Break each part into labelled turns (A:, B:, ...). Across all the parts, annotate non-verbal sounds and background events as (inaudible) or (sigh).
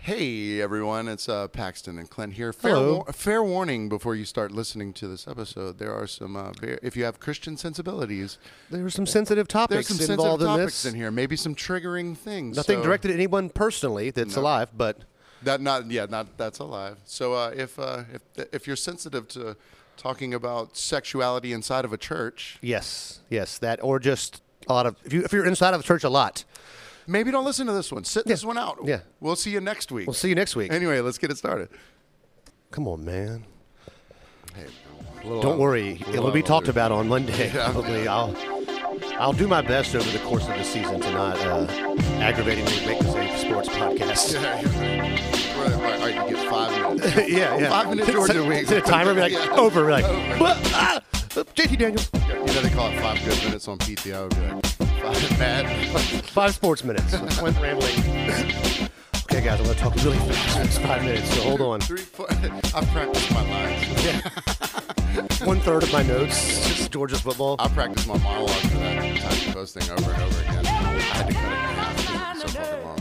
A: Hey everyone, it's uh, Paxton and Clint here. Fair,
B: Hello.
A: war- fair warning before you start listening to this episode, there are some uh, ver- if you have Christian sensibilities,
B: There were some sensitive
A: there's
B: topics
A: some sensitive
B: involved in
A: topics
B: this.
A: in here, maybe some triggering things.
B: Nothing
A: so-
B: directed at anyone personally that's
A: No.
B: alive, but
A: That not yeah not that's alive. So uh, if uh, if if you're sensitive to talking about sexuality inside of a church,
B: yes, yes, that or just a lot of if you if you're inside of a church a lot.
A: maybe don't listen to this one. Sit this one out.
B: Yeah.
A: we'll see you next week.
B: We'll see you next week.
A: Anyway, let's get it started.
B: Come on, man.
A: A little
B: Don't
A: out- a
B: worry,
A: little
B: it'll be
A: out
B: talked
A: there.
B: about on Monday.
A: (laughs) Yeah.
B: Probably, I'll I'll do my best over the course of the season to not uh, aggravatingly make this a sports podcast.
A: (laughs) Yeah, yeah. All right, all right, you get five minutes. Oh,
B: Yeah, (laughs) yeah.
A: Five minute
B: Set-
A: Georgia week.
B: Set a timer, be
A: (laughs)
B: like
A: Yeah.
B: over, be like
A: Over.
B: "Whoa, ah, JT Daniel,
A: You know they call it five good minutes on PTO. It'd be like five (laughs) bad.
B: five sports minutes. That's one rambling. Okay, guys, I'm gonna talk really fast. It's five minutes, so hold on.
A: Three, four. (laughs) I practice my lines.
B: One third of my notes is just Georgia football.
A: I practice my monologue for that type of posting over and over again. I had to cut it in half because it was so fucking long.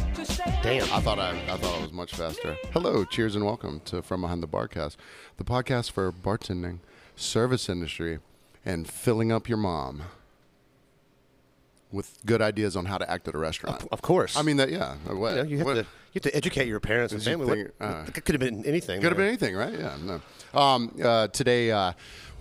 B: Damn.
A: I thought I, I thought it was much faster. Hello, cheers and welcome to From Behind the Barcast, the podcast for bartending, service industry, and filling up your mom with good ideas on how to act at a restaurant.
B: Of course.
A: I mean that, yeah. What,
B: you, know, you have
A: what-
B: to you have to educate your parents and
A: you
B: family. What-
A: think- uh,
B: it could have been anything.
A: Could have
B: there.
A: been anything, right? Yeah. No. Um, uh, today, uh,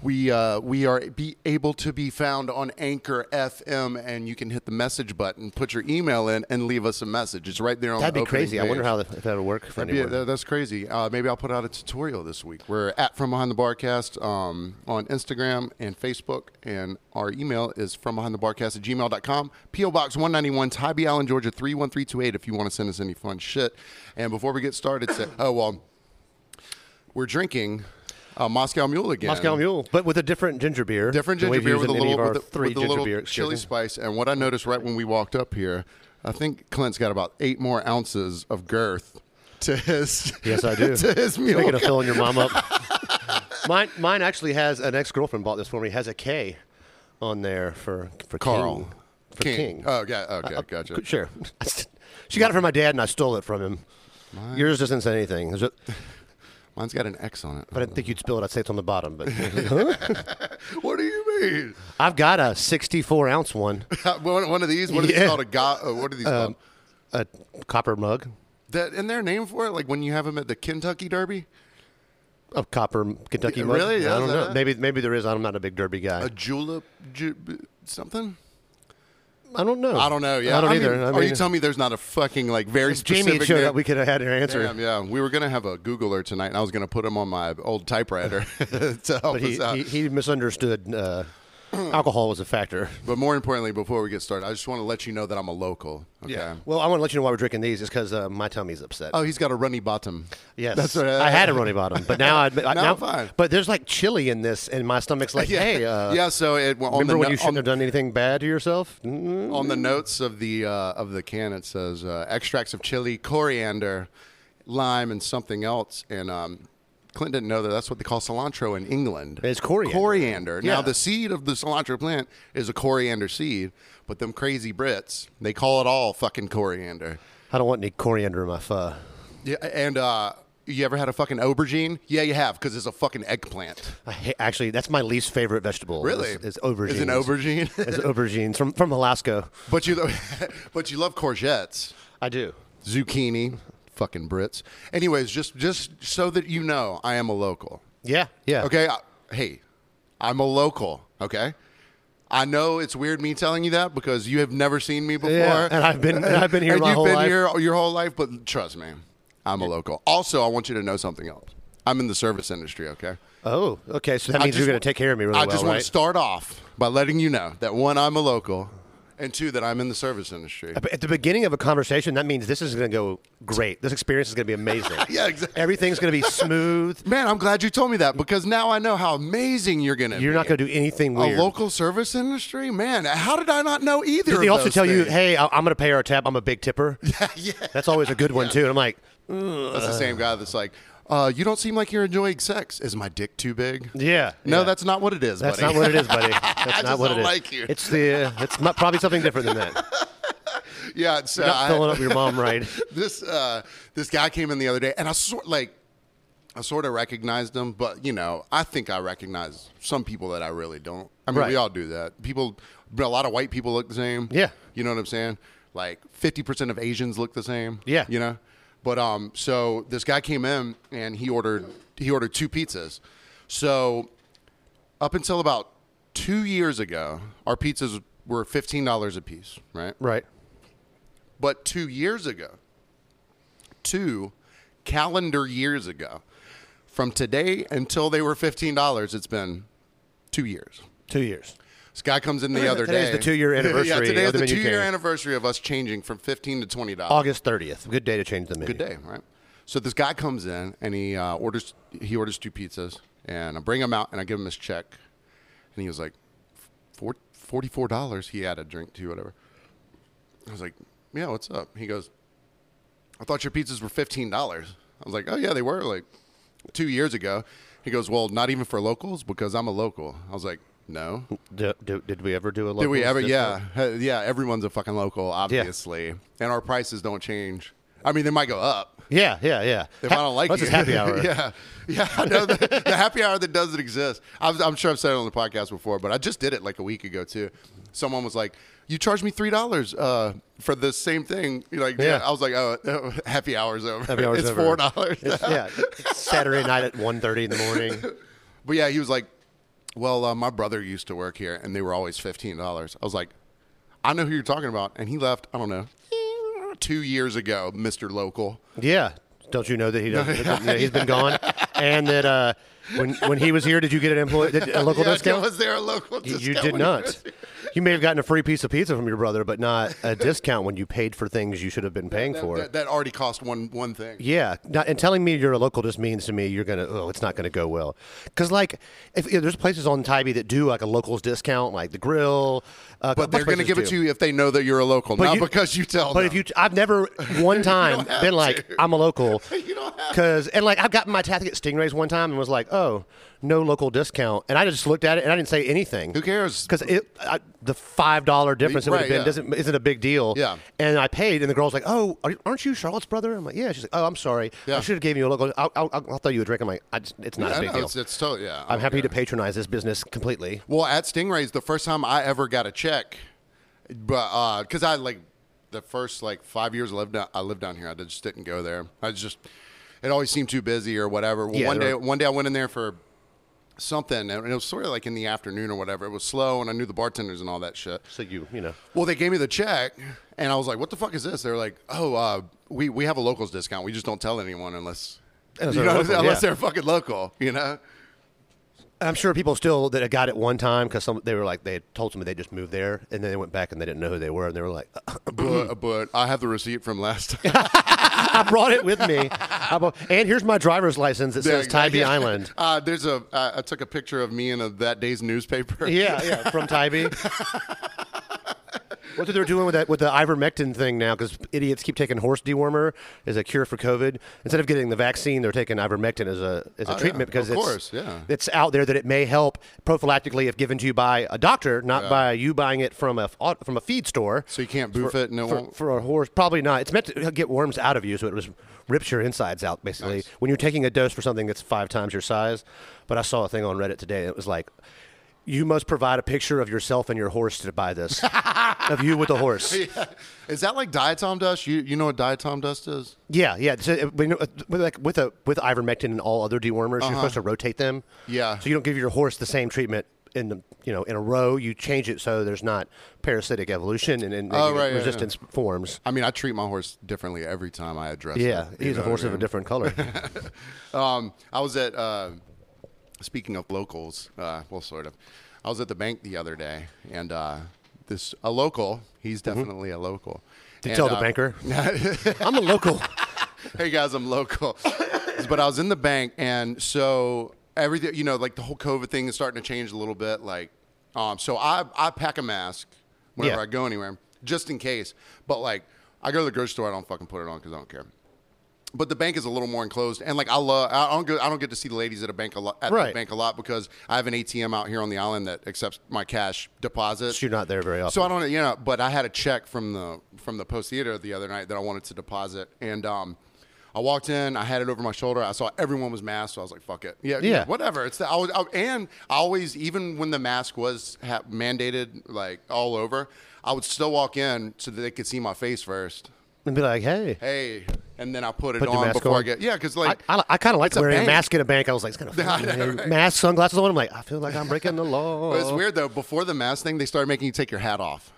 A: we uh, we are be able to be found on Anchor FM, and you can hit the message button, put your email in, and leave us a message. It's right there on.
B: That'd
A: the
B: be
A: opening
B: crazy. I wonder
A: page.
B: how that, if that would work for
A: That'd be-
B: anyone.
A: that- that's crazy. Uh, maybe I'll put out a tutorial this week. We're at From Behind the Barcast um, on Instagram and Facebook, and our email is from behind the barcast at gmail.com. P.O. Box 191, Tybee Allen, Georgia 31328 if you want to send us any fun shit. And before we get started, say, (coughs) oh, well, we're drinking uh, Moscow Mule again.
B: Moscow Mule, but with a different ginger beer.
A: Different
B: than
A: ginger
B: we've
A: beer
B: used
A: with a
B: in any
A: little,
B: of our
A: with a,
B: three
A: with a
B: ginger
A: little
B: beer
A: chili
B: excursions.
A: spice. And what I noticed right when we walked up here, I think Clint's got about eight more ounces of girth to his.
B: Yes, I do.
A: (laughs) to his mule.
B: Speaking of filling your mom
A: (laughs)
B: up, mine mine actually has an ex girlfriend bought this for me. Has a K on there for for
A: Carl.
B: King, for King. Uh,
A: Oh, yeah. Okay, gotcha. (laughs)
B: Sure. she got it from my dad, and I stole it from him. Yours doesn't say
A: (laughs)
B: anything. There's a-
A: Mine's got an X on it.
B: but I think you'd spill it. I'd say it's on the bottom. But
A: (laughs)
B: (laughs)
A: what do you mean? (laughs)
B: I've got a 64 ounce one,
A: one, one of these. What are these
B: Yeah. Um,
A: called? A go- uh, What are these called?
B: a copper mug,
A: That and their name for it, like when you have them at the Kentucky Derby,
B: a copper Kentucky
A: Yeah,
B: mug.
A: really? Yeah,
B: I don't
A: is that
B: know.
A: it?
B: Maybe maybe there is. I'm not a big derby guy.
A: a julep, ju- something.
B: I don't know.
A: I don't know. Yeah,
B: I don't
A: mean,
B: either. I
A: are
B: mean,
A: you telling me there's not a fucking like very
B: if Jamie
A: specific
B: had showed
A: name?
B: up, we could have had her answer.
A: Damn, yeah, we were gonna have a Googler tonight, and I was gonna put him on my old typewriter (laughs) to help
B: but he,
A: us out.
B: he, he misunderstood uh, (clears throat) alcohol was a factor.
A: but more importantly, before we get started, I just want to let you know that I'm a local. Okay?
B: Well, I want to let you know why we're drinking these is because uh, my tummy's upset.
A: Oh, he's got a runny bottom.
B: yes,
A: that's what uh,
B: I had a runny bottom,
A: (laughs)
B: but now I, I
A: Now
B: now,
A: I'm fine.
B: But there's like chili in this, and my stomach's like, hey, uh,
A: yeah. So it on
B: remember
A: the
B: when
A: no-
B: you
A: on
B: shouldn't have done anything bad to yourself? Mm,
A: on the notes of the uh, of the can it says uh, extracts of chili coriander lime and something else and um Clint didn't know that that's what they call cilantro in England.
B: It's coriander.
A: Coriander. Now
B: Yeah.
A: the seed of the cilantro plant is a coriander seed, but them crazy Brits, they call it all fucking coriander.
B: I don't want any coriander in my pho.
A: Yeah, and uh you ever had a fucking aubergine? Yeah, you have because it's a fucking eggplant.
B: I ha- actually, that's my least favorite vegetable.
A: Really?
B: is, is aubergines.
A: Is an
B: (laughs)
A: aubergine? (laughs)
B: is aubergines from from Alaska.
A: but you (laughs) but you love courgettes.
B: I do.
A: zucchini, fucking Brits. Anyways, just just so that you know, I am a local.
B: Yeah, yeah.
A: Okay, I, hey, I'm a local. Okay, I know it's weird me telling you that because you have never seen me before,
B: Yeah, and I've been and I've
A: (laughs)
B: been here
A: and
B: my
A: you've
B: whole
A: been
B: life.
A: here your whole life. But trust me, I'm a local. Also, I want you to know something else. I'm in the service industry. Okay,
B: Oh, okay. So that means
A: just
B: you're going
A: wa-
B: to take care of me really
A: I
B: well,
A: just want
B: right?
A: to start off by letting you know that one, I'm a local, and two, that I'm in the service industry.
B: At the beginning of a conversation, that means this is going to go great. This experience is going to be amazing.
A: (laughs) Yeah, exactly.
B: Everything's going to be smooth.
A: Man, I'm glad you told me that because now I know how amazing you're gonna.
B: You're
A: be.
B: not going to do anything weird.
A: A local service industry? Man, how did I not know either?
B: they
A: of
B: also
A: those
B: tell you,
A: things?
B: "Hey, I- I'm going to pay our tab. I'm a big tipper." Yeah,
A: (laughs) yeah.
B: That's always a good one too. And I'm like,
A: that's the same guy that's like, uh, you don't seem like you're enjoying sex. Is my dick too big?
B: "Yeah,
A: No,
B: yeah.
A: that's not what it is.
B: that's
A: buddy. (laughs)
B: not what it is, uh, buddy. That's
A: I
B: not
A: just
B: what
A: don't
B: it is.
A: like you. (laughs)
B: It's the it's mu- probably something different than that."
A: yeah, uh, so
B: Not
A: I- (laughs)
B: filling up your mom right.
A: this uh, this guy came in the other day, and I sort like I sort of recognized him, but you know, I think I recognize some people that I really don't. I mean,
B: Right.
A: we all do that. People, but a lot of white people look the same.
B: Yeah.
A: you know what I'm saying. Like fifty percent of Asians look the same.
B: Yeah.
A: you know. But um, so this guy came in and he ordered he ordered two pizzas. So up until about two years ago, our pizzas were fifteen dollars a piece, right?
B: Right.
A: But two years ago, two calendar years ago, from today until they were $15, it's been two years.
B: Two years.
A: This guy comes in the other
B: Today's
A: day.
B: the
A: (laughs)
B: two-year
A: yeah,
B: anniversary
A: today
B: of
A: is
B: the
A: the
B: menu
A: two year
B: change.
A: anniversary of us changing from 15 to $20.
B: August 30th. Good day to change the menu.
A: Good day, right? So this guy comes in and he uh, orders he orders two pizzas, and I bring him out and I give him his check, and he was like, Four, forty-four dollars. He had a drink too, whatever. I was like, yeah, what's up? He goes, I thought your pizzas were fifteen dollars. I was like, oh yeah, they were like two years ago. He goes, well, not even for locals because I'm a local. I was like, no.
B: Do, do, did we ever do a local?
A: Did we ever? Yeah, Uh, yeah. Everyone's a fucking local, obviously, and our prices don't change. I mean, they might go up.
B: Yeah, yeah, yeah.
A: If I don't like
B: What's
A: you,
B: this happy hour?
A: (laughs) yeah, yeah. I know the, the happy hour that doesn't exist. I'm, I'm sure I've said it on the podcast before, but I just did it like a week ago too. Someone was like, "You charged me three dollars uh, for the same thing." You're like, yeah.
B: Yeah.
A: I was like, "Oh, (laughs) uh, happy hour's over.
B: Happy hour's
A: it's
B: over.
A: four dollars." (laughs)
B: It's- yeah. It's Saturday night at 1.30 in the morning.
A: But yeah, he was like, "Well, uh, my brother used to work here, and they were always fifteen dollars." I was like, "I know who you're talking about," and he left. I don't know, two years ago, Mister Local.
B: Yeah. Don't you know that he doesn't, yeah, he's been gone? And that uh, when when he was here, did you get an employee did, a local
A: Yeah,
B: discount?
A: (laughs) Was there a local?
B: You- you
A: discount
B: did
A: when he was
B: not. You may have gotten a free piece of pizza from your brother, but not a discount when you paid for things you should have been paying
A: That-
B: for.
A: That, that already cost one one thing.
B: Yeah, not, and telling me you're a local just means to me you're gonna oh it's not gonna go well, because like if, if there's places on Tybee that do like a locals discount like the grill, uh,
A: But they're going to give it to you if they know that you're a local, not
B: you-
A: because you tell
B: But
A: them.
B: if you,
A: (laughs)
B: I've never one time
A: don't have
B: been like I'm a local,
A: (laughs) You don't have
B: because and like I've gotten my tattoo at Stingrays one time and was like oh no local discount and I just looked at it and I didn't say anything.
A: Who cares?
B: Because it I, the five dollar difference it would have
A: Right,
B: been
A: yeah.
B: doesn't isn't a big deal.
A: Yeah.
B: And I paid, and the girl's like, "Oh, are- aren't you Charlotte's brother?" I'm like, "Yeah." She's like, "Oh, I'm sorry. I
A: Yeah.
B: should have gave you a local. I'll, I'll, I'll throw you a drink." I'm like, I just, "It's not
A: I
B: a big
A: know,
B: deal.
A: It's, it's totally, yeah.
B: I'm happy to patronize this business completely."
A: Well, at Stingrays, the first time I ever got a check, but because I like the first like five years I lived down, I lived down here, I just didn't go there. I just it always seemed too busy or whatever. Well,
B: Yeah,
A: one
B: there
A: day,
B: were-
A: one day I went in there for something, and it was sort of like in the afternoon or whatever. It was slow, and I knew the bartenders and all that shit.
B: So you, you know,
A: Well, they gave me the check, and I was like, "What the fuck is this?" They were like, "Oh, uh, we we have a locals discount. We just don't tell anyone unless
B: Unless
A: you
B: they're
A: know,
B: local,
A: unless
B: yeah.
A: they're fucking local, you
B: (clears throat)
A: know."
B: I'm sure people still that got it one time because some they were like they had told somebody they just moved there and then they went back and they didn't know who they were and they were like, (laughs)
A: but, but I have the receipt from last time.
B: "I brought it
A: (laughs)
B: with me, I brought, and here's my driver's license that says Tybee
A: (laughs)
B: Island."
A: Uh, there's a I I took a picture of me in a, that day's newspaper.
B: (laughs) Yeah, yeah, from Tybee. What's what they're doing with that with the ivermectin thing now? Because idiots keep taking horse dewormer as a cure for COVID instead of getting the vaccine. They're taking ivermectin as a as a
A: Oh, yeah,
B: treatment because
A: of
B: it's,
A: course, yeah.
B: it's out there that it may help prophylactically if given to you by a doctor, not by you buying it from a f- from a feed store.
A: (laughs) So you can't boof it, and it (laughs)
B: For,
A: won't.
B: for a horse, probably not. It's meant to get worms out of you, so it was rips your insides out basically. When you're taking a dose for something that's five times your size, but I saw a thing on Reddit today. It was like, you must provide a picture of yourself and your horse to
A: (laughs)
B: buy this. of you with the horse.
A: Is that like diatom dust? You you know what diatom dust is?
B: Yeah, yeah. So uh, when, uh, with, like with a with ivermectin and all other dewormers, you're supposed to rotate them.
A: Uh-huh. Yeah.
B: So you don't give your horse the same treatment. In the you know in a row, you change it so there's not parasitic evolution and, and
A: Oh, right, yeah, yeah.
B: resistance forms.
A: I mean, I treat my horse differently every time I address.
B: Yeah,
A: it, you
B: he's
A: know
B: a
A: what I
B: horse of a
A: mean? (laughs)
B: different color.
A: Um, I was at uh, speaking of locals, uh, well, sort of. I was at the bank the other day, and uh, this a local. He's definitely a local.
B: Mm-hmm. To
A: And,
B: tell the
A: uh, (laughs)
B: banker, I'm a local. (laughs)
A: hey guys, I'm local. but I was in the bank, and so everything, you know, like the whole COVID thing is starting to change a little bit. Like, um, so I I pack a mask whenever
B: Yeah.
A: I go anywhere, just in case. But like, I go to the grocery store, I don't fucking put it on because I don't care. but the bank is a little more enclosed, and like I love, I don't get, I don't get to see the ladies at a bank a lot, at the
B: Right.
A: bank a lot because I have an ATM out here on the island that accepts my cash deposit.
B: You're not there very often.
A: So I don't, you know, but I had a check from the from the post theater the other night that I wanted to deposit, and um, I walked in, I had it over my shoulder, I saw everyone was masked, so I was like, "Fuck it, yeah,
B: Yeah.
A: whatever." It's the, I was, I, and I always, even when the mask was ha- mandated, like all over, I would still walk in so that they could see my face first.
B: and be like, hey.
A: Hey, and then I put it
B: Put your
A: on
B: mask
A: before I
B: on.
A: get yeah, because
B: I,
A: like
B: I, I kind of like
A: It's a
B: wearing a,
A: bank.
B: mask at a bank. I was like, it's
A: (laughs)
B: kind of
A: I know, right?
B: mask, sunglasses on. I'm like, I feel like I'm
A: (laughs)
B: breaking the law.
A: But it's weird though. Before the mask thing, they started making you take your hat off.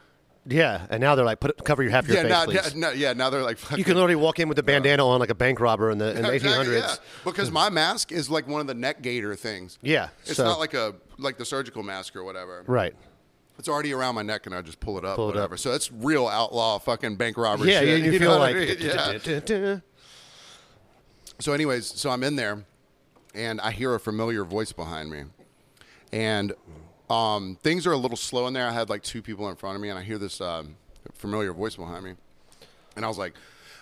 B: Yeah, and now they're like, put cover your half your
A: Yeah,
B: face,
A: now,
B: please.
A: now- yeah. Now they're like, fuck
B: you can literally walk in with a bandana on like a bank robber in the, in the
A: (laughs)
B: 1800s.
A: Exactly, yeah. Because my mask is like one of the neck gaiter things.
B: Yeah,
A: It's
B: so-
A: not like a like the surgical mask or whatever.
B: Right.
A: It's already around my neck and I just pull it up
B: Pull it up.
A: whatever. So it's real outlaw fucking bank robbery
B: Yeah,
A: shit. (laughs)
B: you, you
A: know
B: feel
A: what
B: like. (laughs)
A: I mean? yeah. So anyways, so I'm in there and I hear a familiar voice behind me. And um, things are a little slow in there. I had like two people in front of me and I hear this um, familiar voice behind me. And I was like,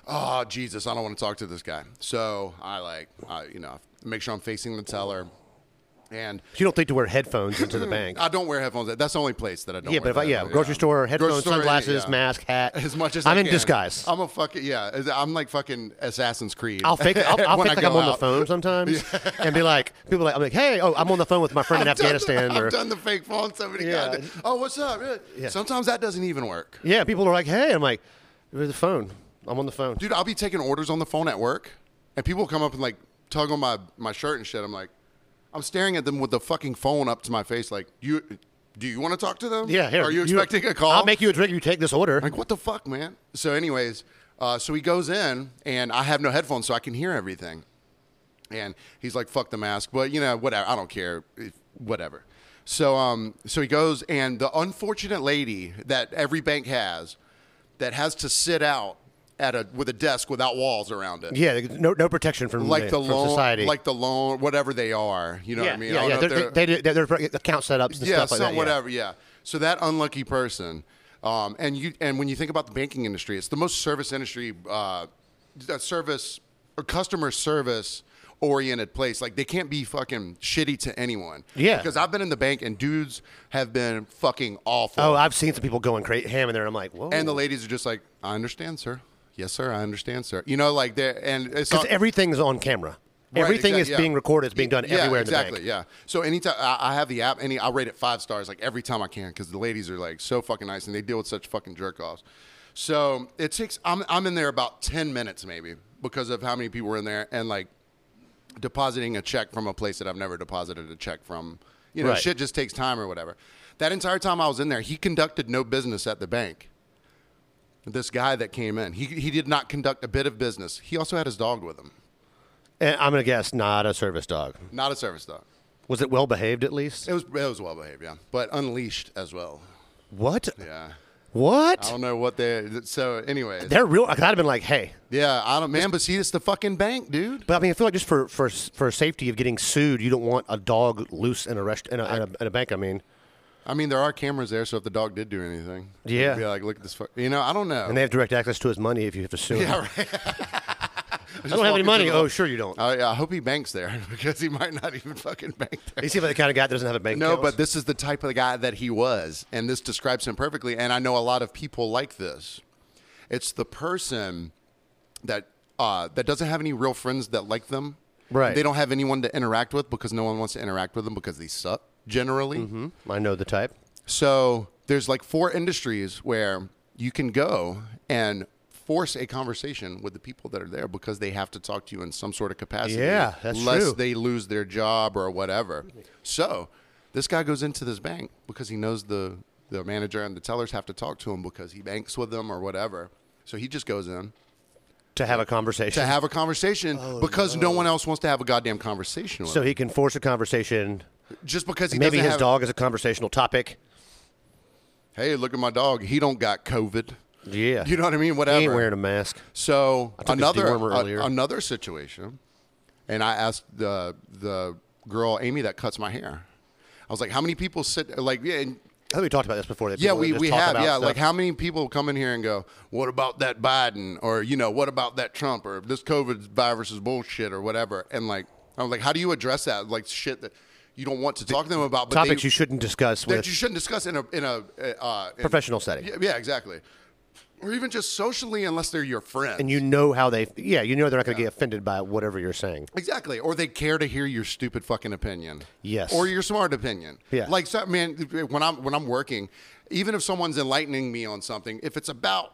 A: oh, Jesus, I don't want to talk to this guy. So I like, I, you know, make sure I'm facing the teller. And
B: You don't think to wear headphones into the
A: (laughs)
B: bank.
A: I don't wear headphones. That's the only place that I don't
B: yeah,
A: wear
B: but if I, yeah,
A: headphones.
B: grocery store, headphones,
A: Grocery store,
B: sunglasses,
A: yeah.
B: mask, hat.
A: As much as
B: I'm
A: I
B: in
A: can.
B: disguise.
A: I'm a fucking, yeah. I'm like fucking Assassin's Creed.
B: I'll fake. I'll,
A: (laughs)
B: I'll
A: When
B: fake
A: I
B: like I'm
A: go
B: on the
A: out.
B: phone sometimes, and be like, people are like, I'm like, hey, oh, I'm on the phone with my
A: (laughs)
B: friend in
A: I've done the-
B: Afghanistan, or
A: I've done the fake phone so many
B: Yeah.
A: goddamn- Oh, what's up? Yeah.
B: Yeah.
A: Sometimes that doesn't even work,
B: yeah, people are like, hey, I'm like, where's the phone? I'm on the phone.
A: dude. I'll be taking orders on the phone at work, and people come up and like tug on my my shirt and shit. I'm like, I'm staring at them with the fucking phone up to my face, like you. Do you want to talk to them?
B: Yeah, here.
A: Are you expecting a call?
B: I'll make you a drink if you take this order.
A: Like, what the fuck, man? So, anyways, uh, so he goes in, and I have no headphones, so I can hear everything. And he's like, "Fuck the mask," but you know, whatever. I don't care, If- whatever. So, um, so he goes, and the unfortunate lady that every bank has, that has to sit out at a with a desk without walls around it,
B: Yeah, no, no protection from
A: like the
B: from
A: loan,
B: society.
A: like the loan, whatever they are. You know
B: yeah,
A: what I mean? I
B: yeah,
A: don't
B: yeah.
A: know
B: They're,
A: if
B: they, they, they're, they're account setups and
A: yeah,
B: stuff like
A: so
B: that. yeah.
A: whatever, yeah. So that unlucky person, um, and you, and when you think about the banking industry, it's the most service industry, uh, that service or customer service oriented place. Like they can't be fucking shitty to anyone.
B: Yeah.
A: because I've been in the bank and dudes have been fucking awful.
B: Oh, I've seen some people going crazy ham in there. and I'm like, whoa.
A: and the ladies are just like, I understand, sir. Yes, sir. I understand, sir. You know, like they and it's
B: because
A: not-
B: everything's on camera.
A: Right,
B: Everything
A: exact-
B: is
A: yeah.
B: being recorded. It's being done
A: Yeah,
B: everywhere
A: exactly,
B: in the bank.
A: Yeah. So anytime I, I have the app, any I rate it five stars like every time I can because the ladies are like so fucking nice and they deal with such fucking jerk offs. So it takes I'm I'm in there about ten minutes maybe because of how many people were in there and like depositing a check from a place that I've never deposited a check from. You know,
B: Right.
A: shit just takes time or whatever. That entire time I was in there, he conducted no business at the bank. This guy that came in, he, he did not conduct a bit of business. He also had his dog with him,
B: And I'm gonna guess not a service dog.
A: not a service dog.
B: Was it well behaved at least?
A: It was it was well behaved, yeah, but unleashed as well.
B: What?
A: Yeah, I
B: What?
A: don't know what they. So, anyways,
B: They're real. I'd have been like, hey.
A: yeah, I don't man, but see, it's the fucking bank, dude.
B: But I mean, I feel like just for for for safety of getting sued, you don't want a dog loose in a rest in a, in a, in a bank. I mean,
A: I mean, there are cameras there, so if the dog did do anything,
B: Yeah.
A: it'd be like, look at this. Fu-. You know, I don't know.
B: and they have direct access to his money if you have to sue.
A: (laughs)
B: him.
A: yeah, right. (laughs)
B: I don't have any money. Oh, sure you don't.
A: I, I hope he banks there (laughs) because he might not even fucking bank there.
B: You see, like the kind of guy that doesn't have a bank.
A: No,
B: account?
A: but this is the type of guy that he was, and this describes him perfectly. And I know a lot of people like this. It's the person that uh, that doesn't have any real friends that like them.
B: Right.
A: They don't have anyone to interact with because no one wants to interact with them because they suck generally.
B: Mm-hmm. I know the type.
A: So there's like four industries where you can go and force a conversation with the people that are there because they have to talk to you in some sort of capacity.
B: Yeah, that's
A: lest
B: true.
A: they lose their job or whatever. So this guy goes into this bank because he knows the the manager and the tellers have to talk to him because he banks with them or whatever. So he just goes in
B: To have a conversation.
A: to have a conversation because no. one else wants to have a goddamn conversation with
B: Oh, so
A: him.
B: he can force a conversation.
A: Just because he
B: Maybe
A: doesn't
B: his
A: have,
B: dog is a conversational topic.
A: Hey, look at my dog. He don't got COVID.
B: Yeah.
A: You know what I mean? Whatever.
B: he ain't wearing a mask.
A: So
B: took his
A: another
B: dewormer
A: a-
B: earlier.
A: another situation, and I asked the the girl Amy that cuts my hair. I was like, "How many people sit like?" Yeah, and
B: I think we talked about this before. that
A: Yeah,
B: people
A: we,
B: just
A: we
B: talk
A: have.
B: about
A: Yeah,
B: stuff.
A: like how many people come in here and go, "What about that Biden?" or you know, "What about that Trump?" or "This COVID virus is bullshit" or whatever. And like, I'm like, how do you address that? Like shit that you don't want to talk to them about, but
B: topics
A: they,
B: you shouldn't discuss
A: that
B: with
A: you shouldn't discuss in a in a uh, in-
B: professional setting.
A: Yeah, yeah, exactly. Or even just socially, unless they're your friend.
B: And you know how they, yeah, you know they're not going to get offended by whatever you're saying.
A: Exactly, or they care to hear your stupid fucking opinion.
B: Yes.
A: or your smart opinion.
B: Yeah.
A: like so, man, when I'm when I'm working, even if someone's enlightening me on something, if it's about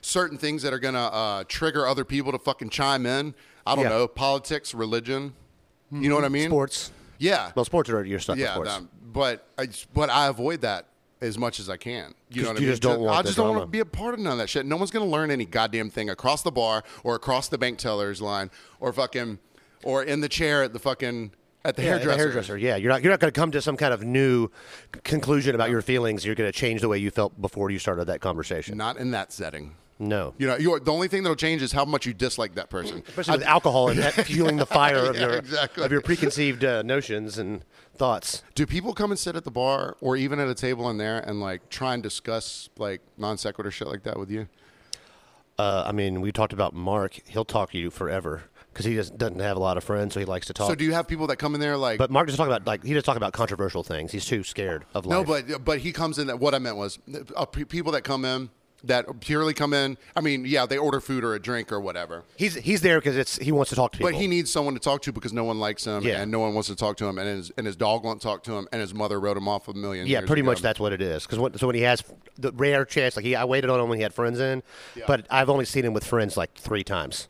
A: certain things that are gonna uh, trigger other people to fucking chime in, I don't
B: Yeah.
A: know, politics, religion, you know what I mean?
B: Sports.
A: Yeah,
B: Well, sports are your stuff,
A: yeah,
B: of course.
A: um, but I just- but I avoid that as much as I can. You know
B: 'Cause
A: what I
B: you
A: mean?
B: just don't want
A: I
B: the
A: just don't want to
B: drama.
A: be a part of none of that shit. No one's gonna learn any goddamn thing across the bar or across the bank teller's line or fucking or in the chair at the fucking at the
B: Yeah,
A: hairdresser.
B: the hairdresser. Yeah, you're not you're not going to come to some kind of new c- conclusion about your feelings. You're going to change the way you felt before you started that conversation.
A: Not in that setting.
B: No,
A: You know, you're, the only thing that'll change is how much you dislike that person.
B: especially with
A: (laughs)
B: alcohol and that fueling the fire of
A: Yeah,
B: your
A: exactly.
B: of your preconceived uh, notions and thoughts.
A: Do people come and sit at the bar or even at a table in there and like try and discuss like non sequitur shit like that with you?
B: Uh, I mean, we talked about Mark. He'll talk to you forever because he just doesn't have a lot of friends, so he likes to talk.
A: So do you have people that come in there like
B: but Mark doesn't talk about like he doesn't talk about controversial things. He's too scared of life.
A: Oh. No, but but he comes in. That what I meant was uh, pe- people that come in that purely come in. I mean, yeah, they order food or a drink or whatever,
B: he's he's there because it's he wants to talk to people.
A: but he needs someone to talk to because no one likes him
B: Yeah.
A: and no one wants to talk to him, and his and his dog won't talk to him, and his mother wrote him off a million.
B: Yeah,
A: years
B: pretty
A: ago.
B: much that's what it is. Because so when he has the rare chance, like he, I waited on him when he had friends in, but I've only seen him with friends like three times,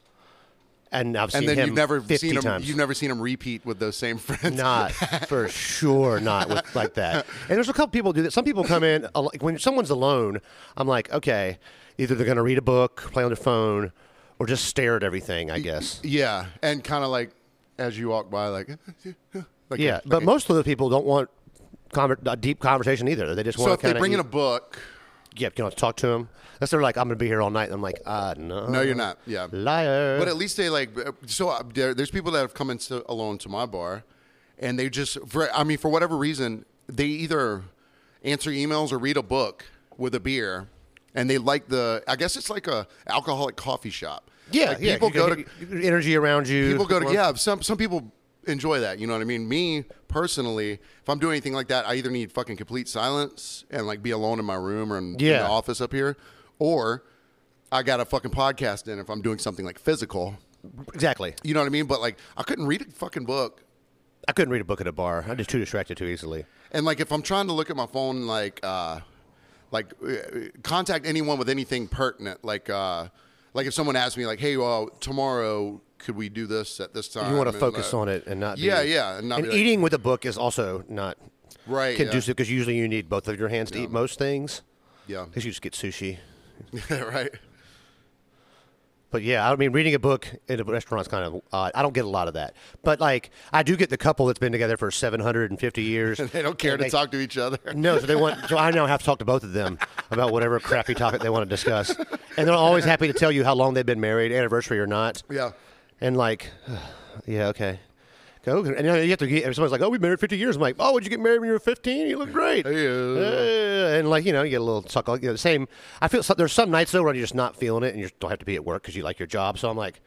B: and I've seen
A: And then
B: him
A: you've never
B: fifty
A: seen him. (laughs)
B: times.
A: You've never seen him repeat with those same (laughs) friends.
B: not for sure, not with,
A: (laughs)
B: like that. And there's a couple people do that. Some people come in al- like, when someone's alone. I'm like, okay, either they're gonna read a book, play on their phone, or just stare at everything. I guess.
A: Yeah, and kind of like as you walk by, like, (laughs) like
B: Yeah, but most of the people don't want conver- a deep conversation either. They just
A: So
B: want to
A: if they
B: kinda
A: bring in
B: eat-
A: a book,
B: yeah, you know, talk to him. That's they're like, I'm gonna be here all night. And I'm like, ah, no,
A: no, you're not. Yeah,
B: liar.
A: But at least they like. So uh, there, there's people that have come in to, alone to my bar, and they just for I mean for whatever reason they either answer emails or read a book with a beer, and they like the. I guess it's like a alcoholic coffee shop.
B: yeah,
A: Like,
B: yeah,
A: people
B: you
A: go
B: can
A: to
B: get energy around you.
A: people go to yeah. Some some people enjoy that. You know what I mean. Me personally, if I'm doing anything like that, I either need fucking complete silence and like be alone in my room or in, in
B: Yeah.
A: the office up here, or I got a fucking podcast in if I'm doing something like physical.
B: exactly.
A: You know what I mean? But like, I couldn't read a fucking book.
B: I couldn't read a book at a bar. I'm just too distracted too easily.
A: And like, if I'm trying to look at my phone, like, uh, like uh, contact anyone with anything pertinent, like, uh, like if someone asks me, like, hey, well, tomorrow could we do this at this time?
B: You want to
A: And,
B: focus
A: uh,
B: on it and not.
A: Yeah,
B: be,
A: yeah, and not be like-
B: eating with a book is also not
A: Right, yeah.
B: conducive because usually you need both of your hands to eat most things.
A: Yeah,
B: Because you just get sushi.
A: (laughs) right.
B: But yeah, I mean, reading a book in a restaurant's kind of odd. I don't get a lot of that. But like, I do get the couple that's been together for 750 years.
A: (laughs) They don't care
B: and
A: to
B: they-
A: talk to each other. (laughs)
B: No, so they want. So I now have to talk to both of them about whatever crappy topic they want to discuss, and they're always happy to tell you how long they've been married, anniversary or not.
A: Yeah.
B: And like, (sighs) yeah, okay, go. And you, know, you have to get. If someone's like, "Oh, we've been married 50 years," I'm like, "Oh, would you get married when you were 15? You look great." Uh, and like, you know, you get a little suck. You know, the same. I feel so, there's some nights though where you're just not feeling it, and you just don't have to be at work because you like your job. So I'm like,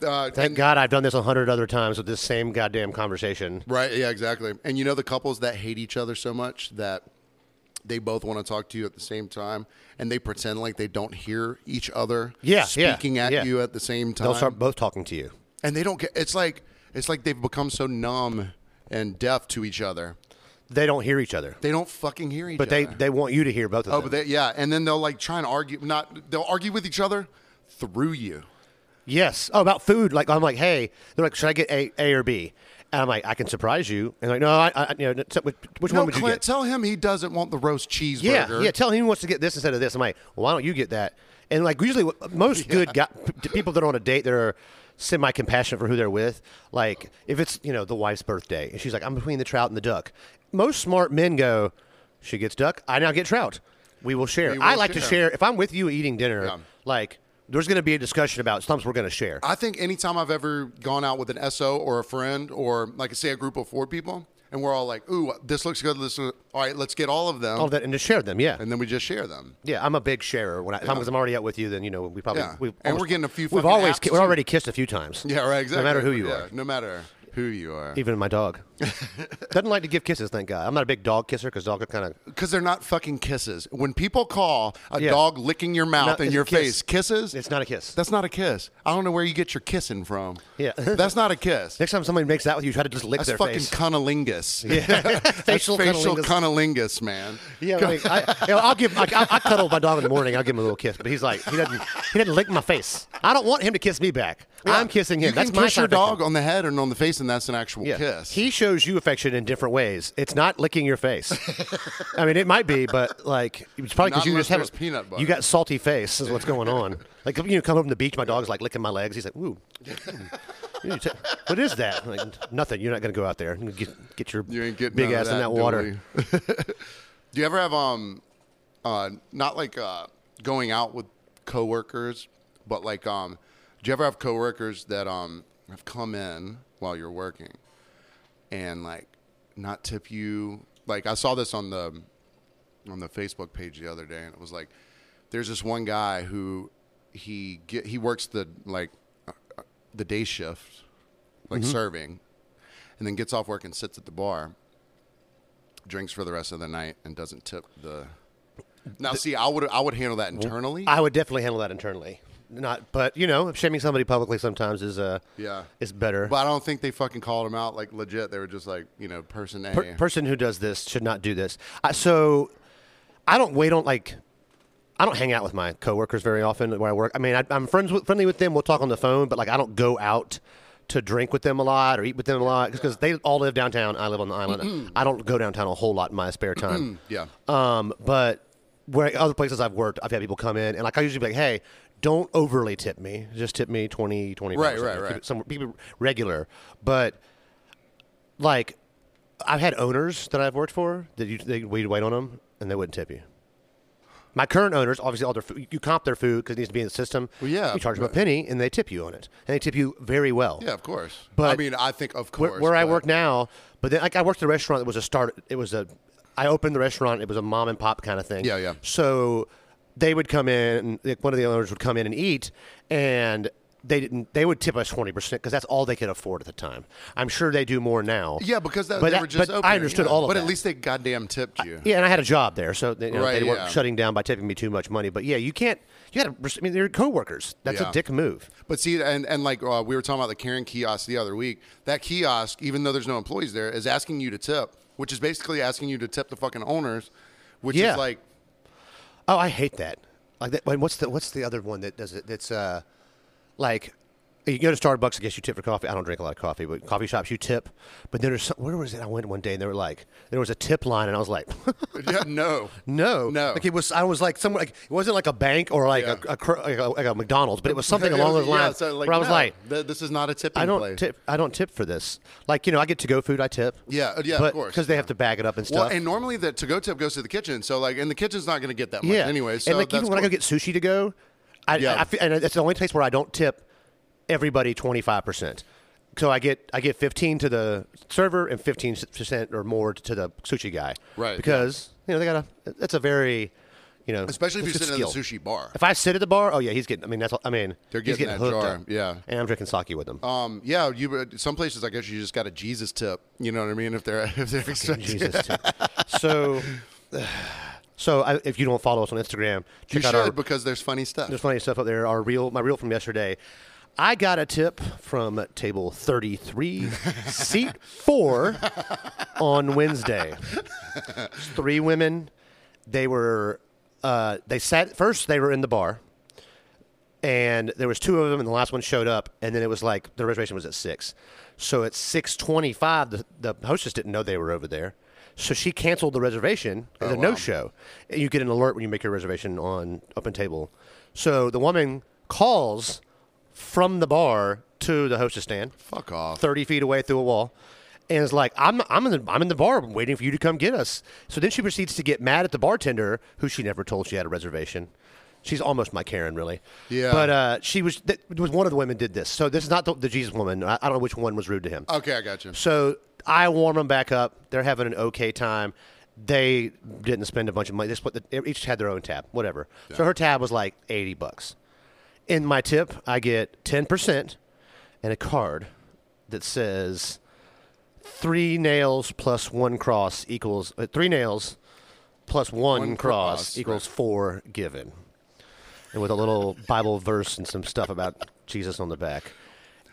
A: Uh,
B: thank God I've done this a hundred other times with this same goddamn conversation.
A: Right. Yeah. Exactly. And you know the couples that hate each other so much that they both want to talk to you at the same time, and they pretend like they don't hear each other.
B: Yeah, yeah,
A: Speaking at
B: yeah.
A: you at the same time,
B: They'll start both talking to you.
A: and they don't get. It's like it's like they've become so numb and deaf to each other.
B: They don't hear each other.
A: They don't fucking hear each
B: But
A: other.
B: they, they want you to hear both of
A: Oh,
B: them.
A: but they, yeah, and then they'll like try and argue. Not they'll argue with each other through you.
B: Yes. Oh, about food. Like I'm like, hey, they're like, should I get A, A or B? And I'm like, I can surprise you. And like, no, I, I you know, so which which
A: No,
B: one would you
A: Clint,
B: get?
A: tell him he doesn't want the roast cheeseburger.
B: Yeah, yeah. Tell him he wants to get this instead of this. I'm like, well, why don't you get that? And like, usually, what- most good guy, p- people that are on a date that are semi-compassionate for who they're with, like if it's you know the wife's birthday and she's like, I'm between the trout and the duck. Most smart men go, she gets duck, I now get trout. We will share.
A: We
B: I
A: will
B: like to
A: share.
B: share. If I'm with you eating dinner,
A: Yeah. Uh,
B: like there's going to be a discussion about something we're going to share.
A: I think anytime I've ever gone out with an SO or a friend or like say a group of four people, and we're all like, "Ooh, this looks good. This looks, all right, let's get all of them."
B: all of that, and to share them. Yeah,
A: and then we just share them. (laughs)
B: yeah. I'm a big sharer. When I, because I'm already out with you, then you know we probably
A: Yeah.
B: we've
A: And we're getting a few
B: We've
A: fucking
B: always
A: apps,
B: ki-
A: too.
B: we're already kissed a few times.
A: Yeah, right. Exactly.
B: No matter who you
A: Yeah,
B: are,
A: No matter who you are,
B: even
A: (laughs)
B: my dog doesn't like to give kisses. Thank God. I'm not a big dog kisser because dogs are kind of
A: because they're not fucking kisses. When people call a
B: Yeah.
A: dog licking your mouth
B: No,
A: and
B: it's
A: your
B: a kiss.
A: face kisses,
B: it's not a kiss.
A: that's not a kiss. I don't know where you get your kissing from.
B: Yeah.
A: that's not a
B: (laughs)
A: kiss.
B: Next time somebody makes that with you, try to just lick
A: That's
B: their
A: fucking
B: face.
A: cunnilingus.
B: yeah, (laughs)
A: (laughs)
B: facial,
A: That's facial
B: cunnilingus.
A: cunnilingus, man.
B: Yeah, like, I, you know, I'll give. Like, I, I cuddle my dog in the morning. I'll give him a little kiss, but he's like, he doesn't. He doesn't lick my face. I don't want him to kiss me back. I'm kissing him.
A: You
B: that's
A: can
B: my
A: kiss your
B: scientific-
A: dog on the head and on the face, and that's an actual kiss.
B: He shows you affection in different ways. It's not licking
A: (laughs)
B: your face. I mean, it might be, but like it's probably
A: Not
B: because you
A: unless
B: just have
A: there's peanut butter.
B: You got salty face is what's
A: (laughs)
B: going on. Like you know, come home from the beach, my dog's like licking my legs. He's like, ooh. (laughs) You ta- what is that? I'm Like nothing. You're not gonna go out there and get, get your
A: you ain't getting
B: big
A: none of
B: ass in that
A: do
B: water.
A: we? (laughs) do you ever have um, uh, not like uh, going out with coworkers, but like um, do you ever have coworkers that um have come in while you're working, and like not tip you? Like I saw this on the on the Facebook page the other day, and it was like, there's this one guy who he get, he works the like uh, uh, the day shift, like
B: Mm-hmm.
A: serving, and then gets off work and sits at the bar, drinks for the rest of the night, and doesn't tip the. Now, see, I would I would handle that internally.
B: I would definitely handle that internally. Not, but you know, shaming somebody publicly sometimes is uh
A: Yeah.
B: is better.
A: but I don't think they fucking called him out like legit. They were just like, you know, person A.
B: per- person who does this should not do this. I, so I don't wait on like I don't hang out with my coworkers very often where I work. I mean, I, I'm friends with, friendly with them. We'll talk on the phone, but like I don't go out to drink with them a lot or eat with them a lot because they all live downtown. I live on the island. I don't go downtown a whole lot in my spare time.
A: yeah.
B: Um, but where other places I've worked, I've had people come in and like I usually be like, hey, don't overly tip me. Just tip me 20, 20
A: Right, right,
B: Keep
A: right.
B: it somewhere- keep it regular. But like I've had owners that I've worked for that you they, we'd wait on them and they wouldn't tip you. My current owners, obviously, all their food, you comp their food because it needs to be in the system.
A: Well, yeah,
B: you charge them a
A: but-
B: penny and they tip you on it, and they tip you very well.
A: Yeah, of course.
B: But-
A: I mean, I think of
B: Where,
A: course.
B: where I
A: but-
B: work now, but then like I worked at a restaurant that was a start. It was a, I opened the restaurant. It was a mom and pop kind of thing.
A: Yeah, yeah.
B: So they would come in, like one of the owners would come in and eat, and they didn't. They would tip us twenty percent because that's all they could afford at the time. I'm sure they do more now.
A: Yeah, because that,
B: But
A: they were just
B: but
A: opening,
B: I understood
A: yeah.
B: all of
A: But
B: that.
A: at least they goddamn tipped you.
B: Yeah, and I had a job there, so they, you know,
A: Right,
B: they weren't
A: yeah.
B: shutting down by tipping me too much money. But yeah, you can't. You got to. I mean, they're coworkers. That's
A: Yeah.
B: a dick move.
A: But see, and, and like uh, we were talking about the Karen kiosk the other week, that kiosk, even though there's no employees there, is asking you to tip, which is basically asking you to tip the fucking owners, which
B: Yeah.
A: is like,
B: Oh, I hate that. Like that. Wait, what's the What's the other one that does it? That's uh, like. You go to Starbucks, I guess you tip for coffee. I don't drink a lot of coffee, but coffee shops you tip. But there was some, where was it? I went one day and they were like, there was a tip line, and I was like, (laughs)
A: yeah, no.
B: no,
A: No.
B: Like it was, I was like, somewhere like it wasn't like a bank or like
A: Yeah.
B: a, a, cr- like a like a
A: (laughs)
B: McDonald's, but it was something
A: It
B: along
A: was-
B: those lines.
A: Yeah, so like,
B: where I was
A: no,
B: like,
A: th- this is not a tipping
B: I don't
A: place.
B: tip. I don't tip for this. Like you know, I get to go food. I tip.
A: Yeah, uh, yeah, of course,
B: Because they have to bag it up and
A: Well,
B: stuff.
A: and normally the to go tip goes to the kitchen, so like, and the kitchen's not going to get that much
B: yeah.
A: anyway. So
B: and like even
A: that's
B: when I
A: cool.
B: go get sushi to go, I,
A: Yeah.
B: I, I feel, and that's the only place where I don't tip everybody twenty five percent. So I get I get fifteen to the server and fifteen percent or more to the sushi guy.
A: Right, yeah.
B: Because you know they got a. That's a very, you know,
A: especially if you're
B: that's a
A: sitting at the
B: skill.
A: sushi bar.
B: If I sit at the bar, oh yeah, he's getting. I mean, that's. all- I mean,
A: They're
B: he's
A: getting
B: getting
A: that
B: hooked
A: jar,
B: up.
A: yeah.
B: and I'm drinking sake with them.
A: Um, yeah, you some places I guess you just got a Jesus tip. You know what I mean? If they're (laughs) if they're expecting,
B: Jesus. too. so, (sighs) so I, if you don't follow us on Instagram,
A: you
B: check out
A: should
B: our
A: because there's funny stuff.
B: there's funny stuff up there. Our reel, my reel from yesterday. I got a tip from
A: (laughs)
B: table 33, seat four, on Wednesday. It's Three women. They were. Uh, they sat first. They were in the bar, and there was two of them, and the last one showed up, and then it was like the reservation was at six, so at six twenty-five, the, the hostess didn't know they were over there, so she canceled the reservation as
A: Oh,
B: a
A: wow.
B: no-show. And You get an alert when you make your reservation on Open Table, so the woman calls from the bar to the hostess stand,
A: Fuck off.
B: 30 feet away through a wall and is like I'm, I'm, in the, I'm in the bar waiting for you to come get us so then she proceeds to get mad at the bartender who she never told she had a reservation she's almost my karen really
A: Yeah.
B: but uh, she was that was one of the women did this so this is not the, the jesus woman I, I don't know which one was rude to him
A: Okay, I got you.
B: so I warm them back up. They're having an okay time. They didn't spend a bunch of money. They split. The, they each had their own tab, whatever. So her tab was like eighty bucks. In my tip, I get ten percent and a card that says three nails plus one cross equals uh, three nails plus one,
A: One
B: cross,
A: cross,
B: equals four given and with a little bible verse and some stuff about jesus on the back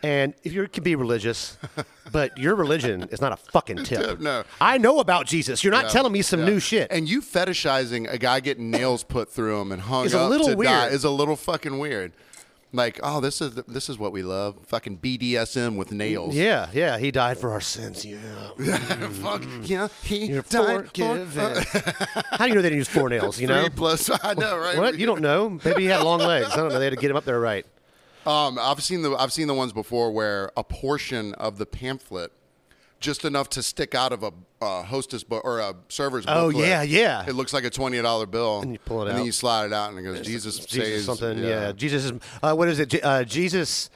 B: and if you can be religious but your religion is not
A: (laughs)
B: a fucking tip
A: No.
B: i know about jesus you're not telling me some new shit
A: And you fetishizing a guy getting nails put through him and hung
B: It's a
A: up
B: little
A: to die
B: weird.
A: is a little fucking weird. Like, oh, this is this is what we love. Fucking BDSM with nails.
B: yeah yeah he died for our sins yeah
A: (laughs) Fuck yeah. He
B: you're
A: died uh, (laughs)
B: forgiven how do you know they didn't use four nails you
A: three
B: know
A: plus. (laughs) I know, right?
B: what you don't know maybe he had long legs i don't know they had to get him up
A: (laughs)
B: there right
A: Um, I've seen the I've seen the ones before where a portion of the pamphlet, just enough to stick out of a, a hostess bu- or a server's.
B: Oh,
A: booklet,
B: yeah, yeah.
A: It looks like a twenty dollar bill, and
B: you pull it
A: and then
B: out.
A: you slide it out, and it goes Jesus, saves
B: Jesus something. Yeah, Jesus is. Uh, what is it? Je- Uh, Jesus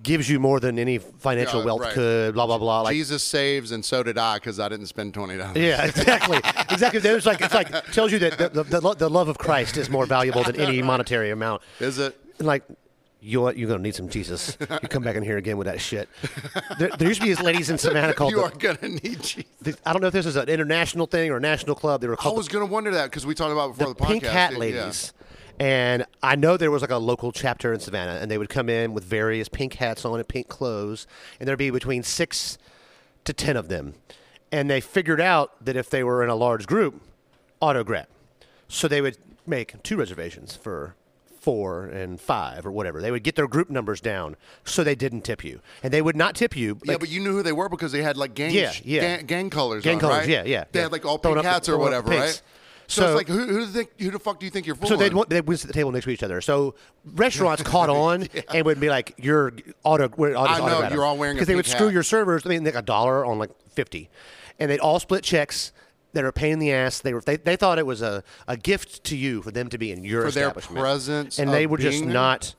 B: gives you more than any financial
A: Yeah,
B: wealth
A: right.
B: could. Blah blah blah. Like.
A: Jesus saves, and so did I because I didn't spend twenty dollars. (laughs)
B: Yeah, exactly, exactly. There's like it's like tells you that the, the, the, lo- the love of Christ is more valuable than any monetary amount.
A: Is it?
B: And like, you know what? You're gonna need some Jesus. You come back in here again with that shit. There, there used to be these ladies
A: (laughs)
B: in Savannah called.
A: You
B: the-
A: are gonna need Jesus.
B: the- I don't know if this is an international thing or a national club. They were
A: I
B: called
A: was gonna wonder that because we talked about it before the, podcast.
B: pink hat
A: Yeah.
B: ladies. And I know there was like a local chapter in Savannah, and they would come in with various pink hats on and pink clothes, and there'd be between six to ten of them. And they figured out that if they were in a large group, autograph. So they would make two reservations for four and five or whatever. They would get their group numbers down so they didn't tip you. And they would not tip you.
A: Yeah,
B: like,
A: but you knew who they were because they had like gang,
B: Yeah, yeah.
A: gang, gang colors,
B: Gang
A: on,
B: colors,
A: right?
B: yeah, yeah,
A: They
B: yeah.
A: had like all
B: Throwing
A: pink
B: up-
A: hats or
B: throwing up
A: whatever,
B: pinks.
A: right? So,
B: So-
A: it's like who, who, do they, who the fuck do you think you're fooling?
B: So they'd, want- they'd sit at the table next to each other.
A: (laughs)
B: So restaurants caught on and would be like, "You're auto." We're auto
A: I know, you're all wearing a
B: because they would
A: pink
B: screw
A: hat.
B: your servers. I mean, like a dollar on like fifty, and they'd all split checks. They were a pain in the ass. They were they, they thought it was a, a gift to you for them to be in your
A: For their
B: establishment.
A: presence
B: and they
A: of
B: were just
A: being there?
B: not.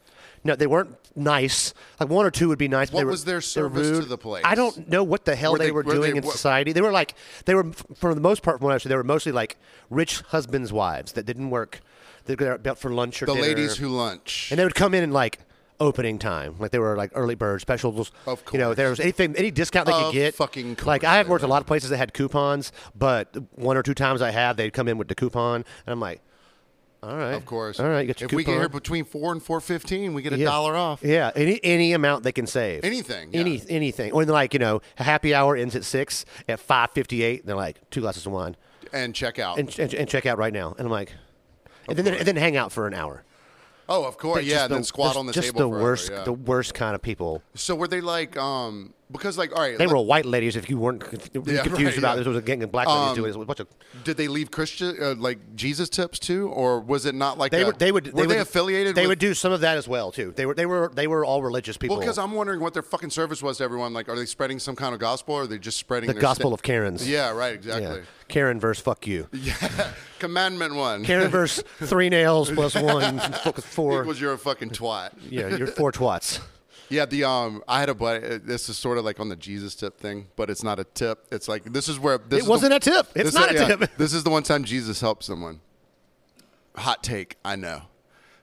B: No, they weren't nice. Like one or two would be nice. but
A: What
B: they were,
A: was their
B: they were
A: service to
B: rude.
A: the place?
B: I don't know what the hell
A: Were
B: they,
A: they-
B: were,
A: were they
B: doing in
A: what-
B: society. They were like they were f- for the most part, from what I've seen, they were mostly like rich husbands' wives that didn't work. They got out for lunch or
A: the
B: dinner.
A: ladies who lunch.
B: and they would come in and like opening time, like they were like early bird specials.
A: Of
B: you know, if there was anything, any discount they
A: Of
B: could get.
A: fucking
B: like
A: course
B: I have
A: they
B: worked a lot of places that had coupons, but one or two times I have, they'd come in with the coupon, and I'm like, all right,
A: of course.
B: all right, you got your
A: if
B: coupon.
A: we get here between four and four fifteen, we get a
B: Yeah.
A: dollar off.
B: Yeah, any any amount they can save.
A: Anything, yeah.
B: Any anything. Or like you know, a happy hour ends at six. At five fifty eight, they're like two glasses of wine
A: And check out.
B: and, and, and check out right now. And I'm like, and then, and then hang out for an hour.
A: oh, of course,
B: Just
A: yeah. And then squat
B: just-
A: on the
B: just
A: table.
B: the
A: forever,
B: worst,
A: yeah.
B: the worst kind of people.
A: so were they like? um Because like, all right,
B: They
A: let-
B: were white ladies. If you weren't conf-
A: (laughs) Yeah, right,
B: confused about
A: yeah. Um,
B: this, it was a gang of black ladies doing this. It was a bunch of
A: did they leave Christian uh, like Jesus tips too, or was it not like
B: they
A: a-
B: would they would
A: were they affiliated?
B: They
A: with,
B: would do some of that as well too. They were they were they were all religious people.
A: Well, because I'm wondering what their fucking service was to everyone. Like, are they spreading some kind of gospel, or are they just spreading
B: the
A: their
B: gospel
A: sta-
B: of Karens.
A: Yeah, right,
B: Yeah.
A: exactly.
B: Karen verse fuck
A: (laughs)
B: you.
A: Commandment one
B: Karen verse three nails plus
A: (laughs)
B: one focus four.
A: equals you're a fucking twat.
B: Yeah, you're four twats.
A: Yeah, the um, I had a buddy. uh, This is sort of like on the Jesus tip thing, but it's not a tip. It's like this is where this
B: It
A: is
B: wasn't
A: the,
B: a tip. It's
A: this-
B: not a
A: yeah,
B: tip.
A: This is the one time Jesus helped someone. Hot take, I know.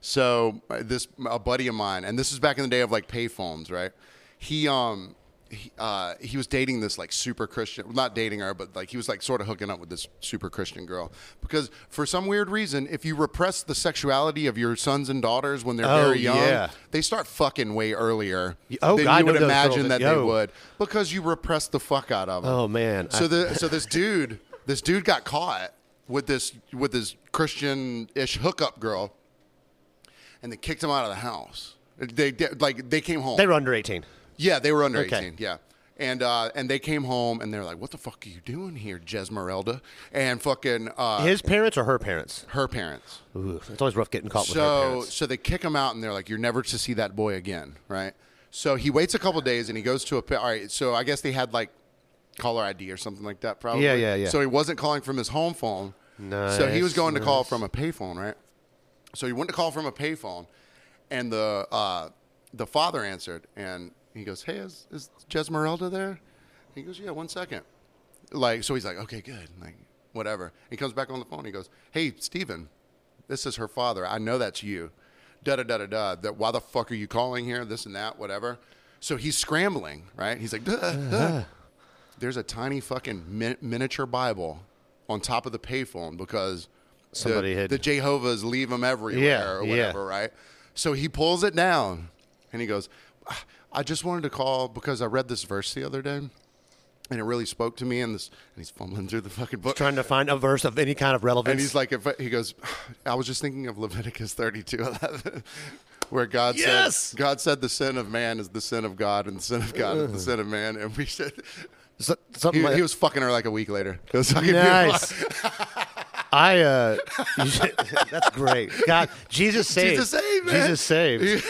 A: So uh, this a buddy of mine, and this is back in the day of like payphones, right? He um. He, uh, he was dating this like super Christian, well, not dating her, but like he was like sort of hooking up with this super Christian girl. Because for some weird reason, if you repress the sexuality of your sons and daughters when they're
B: Oh,
A: very young,
B: yeah.
A: they start fucking way earlier
B: Oh,
A: than
B: God, I
A: you would
B: know those
A: imagine
B: girls.
A: that they
B: Yo.
A: would because you repressed the fuck out of them.
B: Oh, man.
A: So
B: I-
A: the so this dude this dude got caught with this with this Christian ish hookup girl, and they kicked him out of the house. They did like they came home.
B: They were under eighteen.
A: yeah, they were under
B: Okay.
A: eighteen. Yeah. And, uh, and they came home and they're like, "What the fuck are you doing here, Jesmerelda?" And fucking uh,
B: His parents or her parents?
A: her parents.
B: Ooh, it's always rough getting caught with her
A: So
B: parents.
A: so they kick him out, and they're like, "You're never to see that boy again." Right. So he waits a couple days, and he goes to a. pa- All right. So I guess they had like caller ID or something like that. Probably.
B: Yeah, yeah, yeah.
A: So he wasn't calling from his home phone. So he was
B: Nice,
A: going to call from a payphone, right? So he went to call from a payphone, and the uh, the father answered, and he goes, "Hey, is is Jesmerelda there?" He goes, "Yeah, one second. like so he's like okay good like whatever he comes back on the phone he goes hey steven this is her father i know that's you da da da da da that why the fuck are you calling here this and that whatever so he's scrambling right he's like duh, duh. there's a tiny fucking min- miniature bible on top of the payphone because the-
B: Somebody
A: the,
B: had-
A: jehovah's leave them everywhere
B: Yeah,
A: or
B: yeah.
A: whatever right so he pulls it down and he goes "Ah, i just wanted to call because i read this verse the other day and it really spoke to me and this and he's fumbling through the fucking book
B: Trying to find a verse of any kind of relevance.
A: and he's like if, he goes i was just thinking of leviticus 32 (laughs) where god
B: Yes!
A: said god said the sin of man is the sin of god and the sin of god is the sin of man and we said
B: So-
A: he,
B: something like
A: he was fucking her like a week later It was fucking-
B: Nice. (laughs) I uh, (laughs) you should- that's great. God, Jesus
A: (laughs)
B: saved.
A: Jesus saved, man.
B: Jesus saved.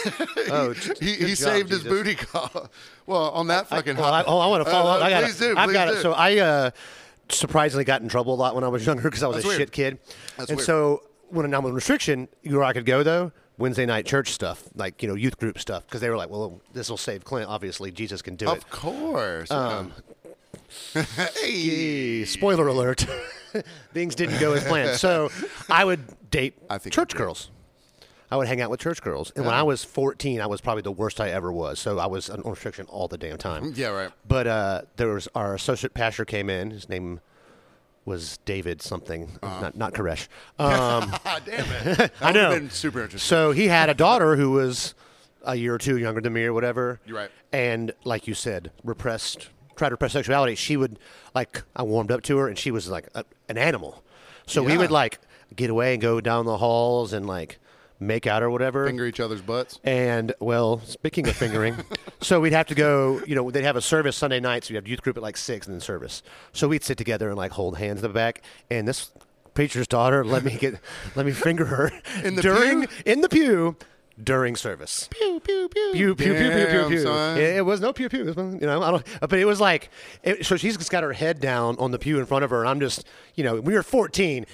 B: oh, j-
A: (laughs) he,
B: good
A: he
B: job,
A: saved his
B: Jesus.
A: booty call (laughs) well on that fucking
B: Well, I,
A: hot-
B: oh, I want to follow
A: Uh,
B: up. I got
A: please do,
B: I've
A: please
B: got
A: do.
B: it. So I uh, surprisingly got in trouble a lot when I was younger because I was
A: That's
B: a
A: weird.
B: shit kid.
A: That's
B: and
A: weird.
B: so when I'm on restriction, you know where I could go though? Wednesday night church stuff, like you know youth group stuff, because they were like, "Well, this will save Clint. Obviously, Jesus can do it."
A: of course
B: Um,
A: Um, (laughs) hey.
B: Eh, Spoiler alert: (laughs) things didn't go as planned. So I would date
A: I think
B: church
A: you did. Uh-huh.
B: girls. I would hang out with church girls, and when I was 14, I was probably the worst I ever was. So I was on restriction all the damn time.
A: Mm-hmm. yeah right
B: But uh, there was our associate pastor came in. His name was David something,
A: Uh-huh.
B: not
A: (laughs)
B: not Koresh. Um,
A: God Ah, damn it that
B: (laughs) I
A: would have
B: know.
A: been super interesting
B: so he had a daughter who was a year or two younger than me or whatever.
A: You're right.
B: And like you said, repressed, tried to repress sexuality. She would, like, I warmed up to her and she was like a, an animal. So we
A: Yeah.
B: would, like, get away and go down the halls and, like, make out or whatever.
A: finger each other's butts
B: And well, speaking of
A: (laughs)
B: fingering, so we'd have to go. You know, they'd have a service Sunday night, so you have youth group at like six, and then service. So we'd sit together and like hold hands in the back. And this preacher's daughter let me get, let me finger her
A: (laughs) In the
B: during
A: pew?
B: in the pew during service.
A: pew pew pew
B: Pew pew pew pew pew
A: Damn,
B: pew.
A: son.
B: It, it was no pew pew. It was, you know, I don't. But it was like, it, so she's just got her head down on the pew in front of her, and I'm just, you know, we were 14.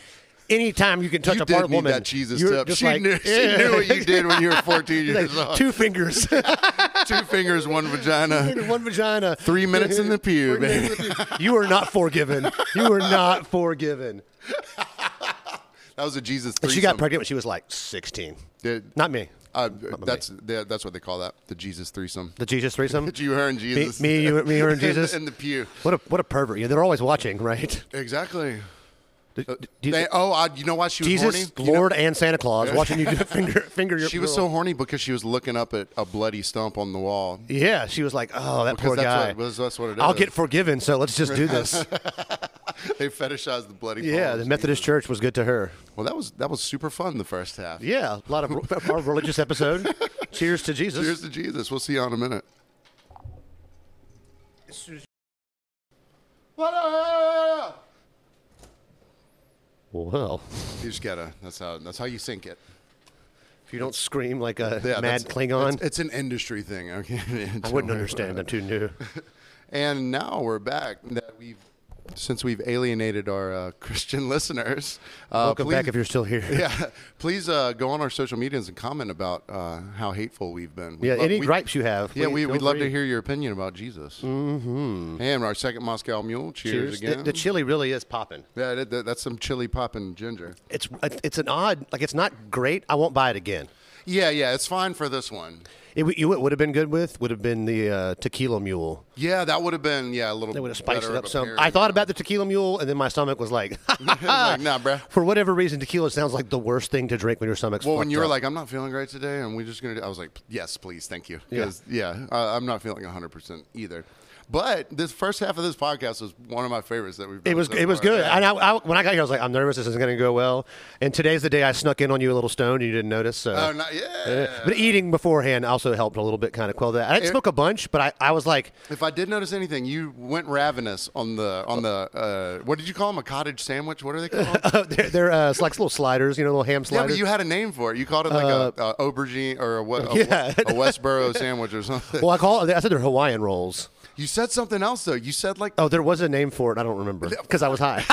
B: Anytime you can touch
A: you
B: a
A: did
B: part
A: need
B: of woman,
A: that Jesus
B: you're
A: tip.
B: just
A: She,
B: like,
A: knew, she
B: "Yeah."
A: knew
B: (laughs)
A: what you did when you were 14
B: Like,
A: years old.
B: two fingers,
A: two fingers, one
B: (laughs)
A: vagina.
B: one vagina.
A: Three minutes in the pew, baby.
B: (laughs) You are not forgiven. You are not forgiven.
A: (laughs) That was a Jesus
B: And
A: threesome.
B: she got pregnant when she was like 16.
A: Did-
B: Not me.
A: Uh, that's yeah, that's what they call that, the Jesus threesome.
B: The Jesus threesome.
A: It's (laughs) you, her, and
B: me,
A: Jesus. (laughs)
B: me, you, me, her, and Jesus.
A: in, the pew.
B: What a what a pervert! Yeah, they're always watching, right?
A: Exactly.
B: Do- do-
A: They, oh, I, you know why she was
B: Jesus,
A: horny? You know-
B: Lord, and Santa Claus watching
A: (laughs)
B: you do finger finger your.
A: she was so
B: girl.
A: horny because she was looking up at a bloody stump on the wall.
B: Yeah, she was like, "Oh, that
A: Because
B: poor guy."
A: that's what, that's what it is.
B: I'll get forgiven, so let's just do
A: (laughs)
B: this.
A: (laughs) they fetishize the bloody.
B: yeah,
A: palms,
B: the Methodist
A: Jesus.
B: Church was good to her.
A: Well, that was that was super fun the first half.
B: Yeah, a lot of our
A: (laughs)
B: religious episode. Cheers to Jesus.
A: Cheers to Jesus. We'll see you in a minute. You
B: Well,
A: just gotta. That's how. That's how you sink it.
B: if you don't scream like a
A: Yeah,
B: mad
A: that's-
B: Klingon,
A: It's, it's an industry thing. Okay. (laughs)
B: I wouldn't understand. I'm too
A: Uh,
B: new.
A: And now we're back. That we've since we've alienated our uh, (laughs) Christian listeners. Uh,
B: Welcome
A: please,
B: back if you're still here.
A: (laughs) Yeah, please uh, go on our social medias and comment about uh, how hateful we've been. We'd
B: (laughs) Yeah,
A: love-
B: any
A: we-
B: gripes you have?
A: Yeah, we,
B: feel
A: we'd love to
B: free.
A: hear your opinion about Jesus. Mm-hmm. And our second Moscow Mule. Cheers,
B: Cheers. The,
A: again.
B: the chili really is popping.
A: yeah, that, that- that's some chili popping ginger.
B: It's it's an odd, like it's not great. I won't buy it again.
A: Yeah, yeah, it's fine for this one.
B: It, w- you, what would have been good with would have been the uh, tequila mule.
A: Yeah, that would have been yeah a little.
B: They would have spiced
A: better of
B: it up
A: a
B: some.
A: pairing.
B: I thought about the tequila mule, and then my stomach was like,
A: (laughs)
B: (laughs)
A: like, nah, bruh.
B: For whatever reason, tequila sounds like the worst thing to drink when your stomach's
A: Well, when
B: fucked
A: you were
B: up.
A: like, "I'm not feeling great today," and we just gonna, do, I was like, "Yes, please, thank you." 'Cause, yeah, I, I'm not feeling 100 percent either. But this first half of this podcast was one of my favorites that we've. Done
B: It was
A: so
B: it was
A: far.
B: good.
A: Yeah.
B: And I, I, when I got here, I was like, I'm nervous. This isn't going to go well. And today's the day I snuck in on you a little stoned, and you didn't notice. So.
A: Oh, not, yeah.
B: But eating beforehand also helped a little bit, kind of quell that. I didn't
A: It-
B: smoke a bunch, but I, I was like, (laughs)
A: if I did notice anything, you went ravenous on the on the uh, what did you call them? A cottage sandwich? What are they
B: (laughs)
A: called?
B: oh, they're, they're uh, it's like little sliders, you know, little ham
A: yeah,
B: sliders.
A: but you had a name for it. You called it like a, a aubergine or a, what? a,
B: Uh, Yeah.
A: (laughs) a Westboro sandwich or something.
B: well, I call I said they're Hawaiian rolls.
A: You said something else though. You said like
B: Oh, there was a name for it. I don't remember because I was high.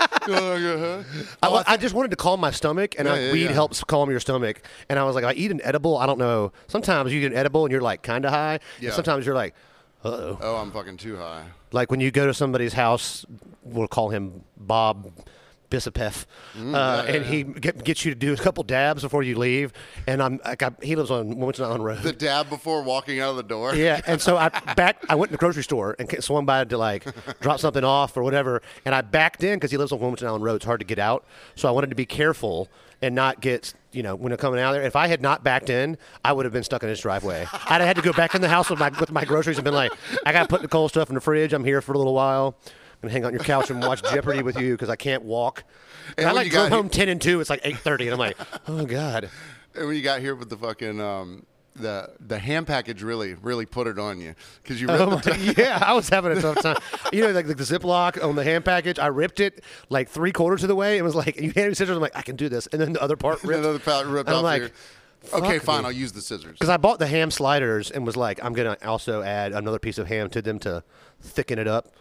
A: (laughs) uh,
B: I, I just wanted to calm my stomach, and
A: Yeah,
B: I,
A: yeah,
B: weed
A: yeah.
B: helps calm your stomach. And I was like, I eat an edible. I don't know. Sometimes you get an edible and you're like kind of high.
A: Yeah.
B: And sometimes you're like, Uh-oh.
A: Oh, I'm fucking too high.
B: Like when you go to somebody's house, we'll call him Bob Bisipef, uh, and he get, gets you to do a couple dabs before you leave. And I'm like, I, he lives on Wilmington Island Road.
A: The dab before walking out of the door. (laughs)
B: Yeah, and so I back. I went to the grocery store and ca- swung by to like drop something off or whatever, and I backed in because he lives on Wilmington Island Road. It's hard to get out, so I wanted to be careful and not get you know when I'm coming out there. If I had not backed in, I would have been stuck in his driveway. I'd have had to go back in the house with my with my groceries and been like, I got to put the cold stuff in the fridge. I'm here for a little while. I'm gonna hang on your couch and watch Jeopardy with you because I can't walk. And
A: And
B: I
A: when
B: like
A: you
B: drove
A: got-
B: home ten and two. It's like eight thirty, and I'm like, oh god.
A: And when you got here with the fucking um, the the ham package, really really put it on you because you ripped
B: (laughs) Oh
A: the
B: my- yeah, I was having a tough time. You know, like, like the Ziploc on the ham package, I ripped it like three quarters of the way. It was like, you handed me scissors. I'm like, I can do this. And then the other part ripped.
A: (laughs) another pallet ripped
B: And
A: off
B: I'm like,
A: your- Okay,
B: fuck
A: fine.
B: me.
A: I'll use the scissors.
B: Because I bought the ham sliders and was like, I'm going to also add another piece of ham to them to thicken it up.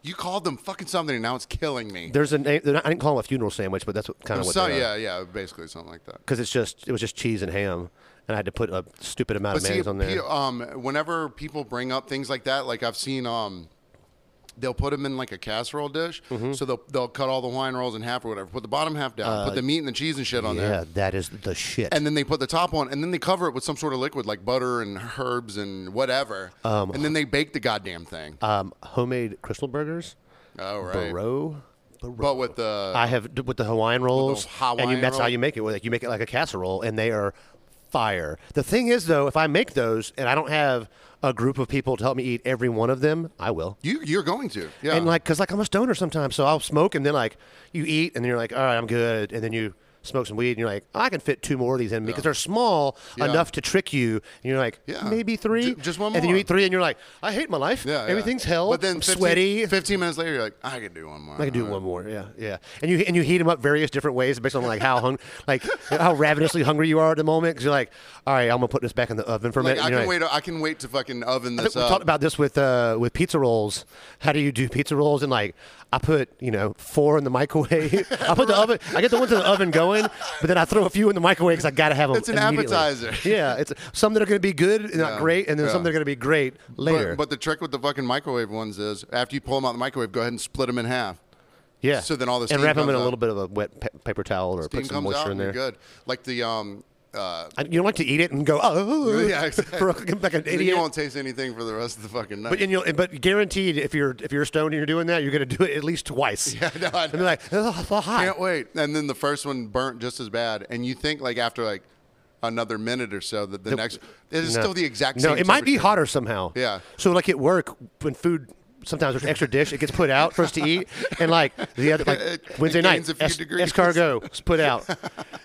A: You called them fucking something, and now it's killing me.
B: There's a name, they're not- I didn't call them a funeral sandwich, but that's what, kind of what
A: So
B: they
A: yeah, yeah, basically something like that.
B: Because it's just, it was just cheese and ham. And I had to put a stupid amount
A: But
B: of
A: see,
B: mayonnaise on there.
A: pe- um, whenever people bring up things like that, like I've seen, um, they'll put them in like a casserole dish.
B: Mm-hmm.
A: So they'll they'll cut all the wine rolls in half or whatever. Put the bottom half down. put the meat and the cheese and shit on
B: Uh, yeah,
A: there.
B: that is the shit.
A: And then they put the top on, and then they cover it with some sort of liquid like butter and herbs and whatever. and then they bake the goddamn thing.
B: um, homemade crystal burgers,
A: oh right.
B: baro,
A: But with the
B: I have d- with the Hawaiian rolls, and
A: Hawaiian
B: you, that's how
A: roll?
B: you make it. where, Like you make it like a casserole, and they are fire. The thing is, though, if I make those and I don't have a group of people to help me eat every one of them, I will.
A: you you're going to yeah.
B: And like, cause like I'm a stoner sometimes, so I'll smoke and then like you eat and then you're like, all right, I'm good, and then you smoke some weed and you're like, I can fit two more of these in me because they're small
A: Yeah.
B: enough to trick you. And you're like,
A: Yeah.
B: maybe
A: Ju-
B: three,
A: just one
B: and then you
A: more.
B: eat three and you're like, I hate my life.
A: yeah, yeah.
B: everything's hell.
A: But then
B: I'm
A: 15
B: sweaty.
A: Fifteen minutes later, you're like, I could do one more.
B: I can do one more. Yeah, yeah. And you and you heat them up various different ways based on like how hung, like how ravenously hungry you are at the moment. Because you're like, all right, I'm gonna put this back in the oven for a
A: Like
B: minute.
A: I can
B: And you're like-
A: wait. I can wait to fucking oven
B: I think
A: this
B: we
A: up.
B: talked about this with uh, with pizza rolls. How do you do pizza rolls? And like, I put you know four in
A: (laughs)
B: the microwave. I put the oven. I get the ones in the oven going, but then I throw a few in the microwave because I gotta have them.
A: It's an appetizer. (laughs)
B: Yeah, it's some that are gonna be good and not
A: Yeah,
B: great, and then some
A: yeah.
B: that are gonna be great later.
A: But, but the trick with the fucking microwave ones is after you pull them out of the microwave, go ahead and split them in half.
B: yeah.
A: so then all the
B: and
A: steam
B: wrap them in
A: comes
B: a
A: out.
B: little bit of a wet pa- paper towel or
A: Steam
B: put some
A: comes out
B: moisture in
A: and
B: there.
A: you're good. Like the um, uh,
B: I, you don't like to eat it and go, oh,
A: (laughs) Yeah, exactly.
B: for a- like an
A: then you
B: idiot.
A: won't taste anything for the rest of the fucking night.
B: but and you'll, but guaranteed, if you're if you're stoned and you're doing that, you're gonna do it at least twice. Yeah,
A: no, I
B: and be like, oh, so hot.
A: can't wait. And then the first one burnt just as bad. And you think like after like another minute or so that the, next it is
B: No.
A: still the exact
B: No,
A: same.
B: it might be
A: temperature.
B: hotter somehow.
A: Yeah.
B: So like at work, when food sometimes there's an extra dish, it gets put out for us to eat, and like the other like
A: It- it
B: Wednesday night,
A: gains a few
B: es-
A: degrees.
B: escargot is put out,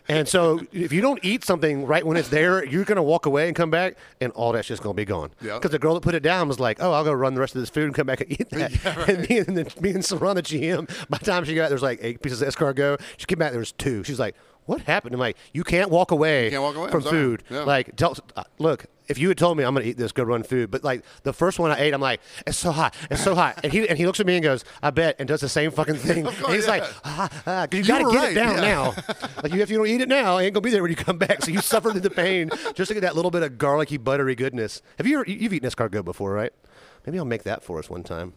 B: and so if you don't eat something right when it's there, you're gonna walk away and come back, and all that's just gonna be gone.
A: Yeah.
B: Because the girl that put it down was like, "Oh, I'll go run the rest of this food and come back and eat
A: (laughs)
B: that." And me and the, me and Saran, the GM, by the time she got there's like eight pieces of escargot. She came back there was two. She's like. What happened? I'm like, you can't walk away,
A: can't walk away, I'm
B: from
A: sorry."
B: food.
A: Yeah.
B: Like, like, tell, uh, look, if you had told me I'm gonna eat this good run food, but like the first one I ate, I'm like, it's so hot, it's so hot, and he and he looks at me and goes, I bet, and does the same fucking thing.
A: course,
B: and he's like,
A: yeah.
B: ah, ah, 'cause you,
A: were
B: gotta get
A: right,
B: it down
A: yeah.
B: now. like you, if you don't eat it now, it ain't gonna be there when you come back. So you suffer through the pain just to get that little bit of garlicky, buttery goodness. Have you ever, you- you've eaten escargot before, right? Maybe I'll make that for us one time.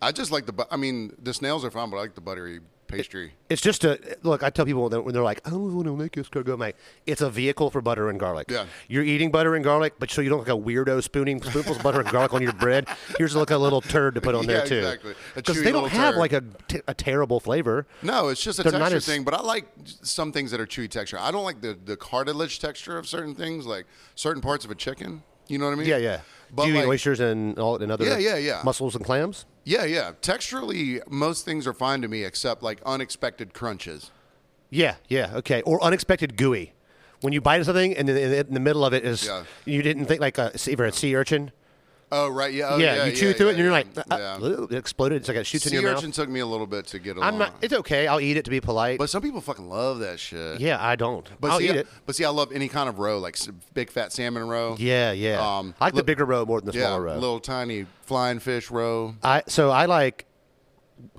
A: I just like the. bu- I mean, the snails are fine, but I like the buttery pastry.
B: It's just a look. I tell people that when they're like, "I don't want to make escargot," I'm like, it's a vehicle for butter and garlic.
A: Yeah.
B: you're eating butter and garlic, but so you don't look like a weirdo spooning spoonfuls of butter and garlic on your bread. Here's like a little turd to put on
A: Yeah,
B: there too,
A: exactly. A
B: because
A: chewy
B: they don't
A: little
B: have
A: turd.
B: like a, t- a terrible flavor.
A: No, it's just a
B: They're not
A: texture
B: as-
A: thing. But I like some things that are chewy texture. I don't like the the cartilage texture of certain things, like certain parts of a chicken. You know what I mean?
B: Yeah, yeah.
A: But
B: Do you
A: like-
B: eat oysters and all and other
A: Yeah, yeah, yeah.
B: mussels and clams?
A: Yeah, yeah. Texturally, most things are fine to me except like unexpected crunches.
B: Yeah, yeah, okay. Or unexpected gooey. When you bite into something and then in the middle of it is
A: Yeah.
B: you didn't think like a either a sea urchin.
A: Oh right, yeah, oh,
B: yeah,
A: yeah.
B: you chew
A: yeah,
B: through it
A: yeah,
B: and you're like,
A: yeah.
B: "Ah,
A: Yeah.
B: ah," it exploded. It's like it shoots in
A: sea
B: your mouth.
A: urchin took me a little bit to get along.
B: I'm not. It's okay. I'll eat it to be polite.
A: but some people fucking love that shit.
B: yeah, I don't.
A: but
B: I'll
A: see, uh,
B: eat
A: I,
B: it.
A: But see, I love any kind of roe, like s- big fat salmon roe.
B: Yeah, yeah.
A: Um,
B: I like
A: li-
B: the bigger row more than the
A: yeah,
B: smaller row.
A: little tiny flying fish roe.
B: I so I like.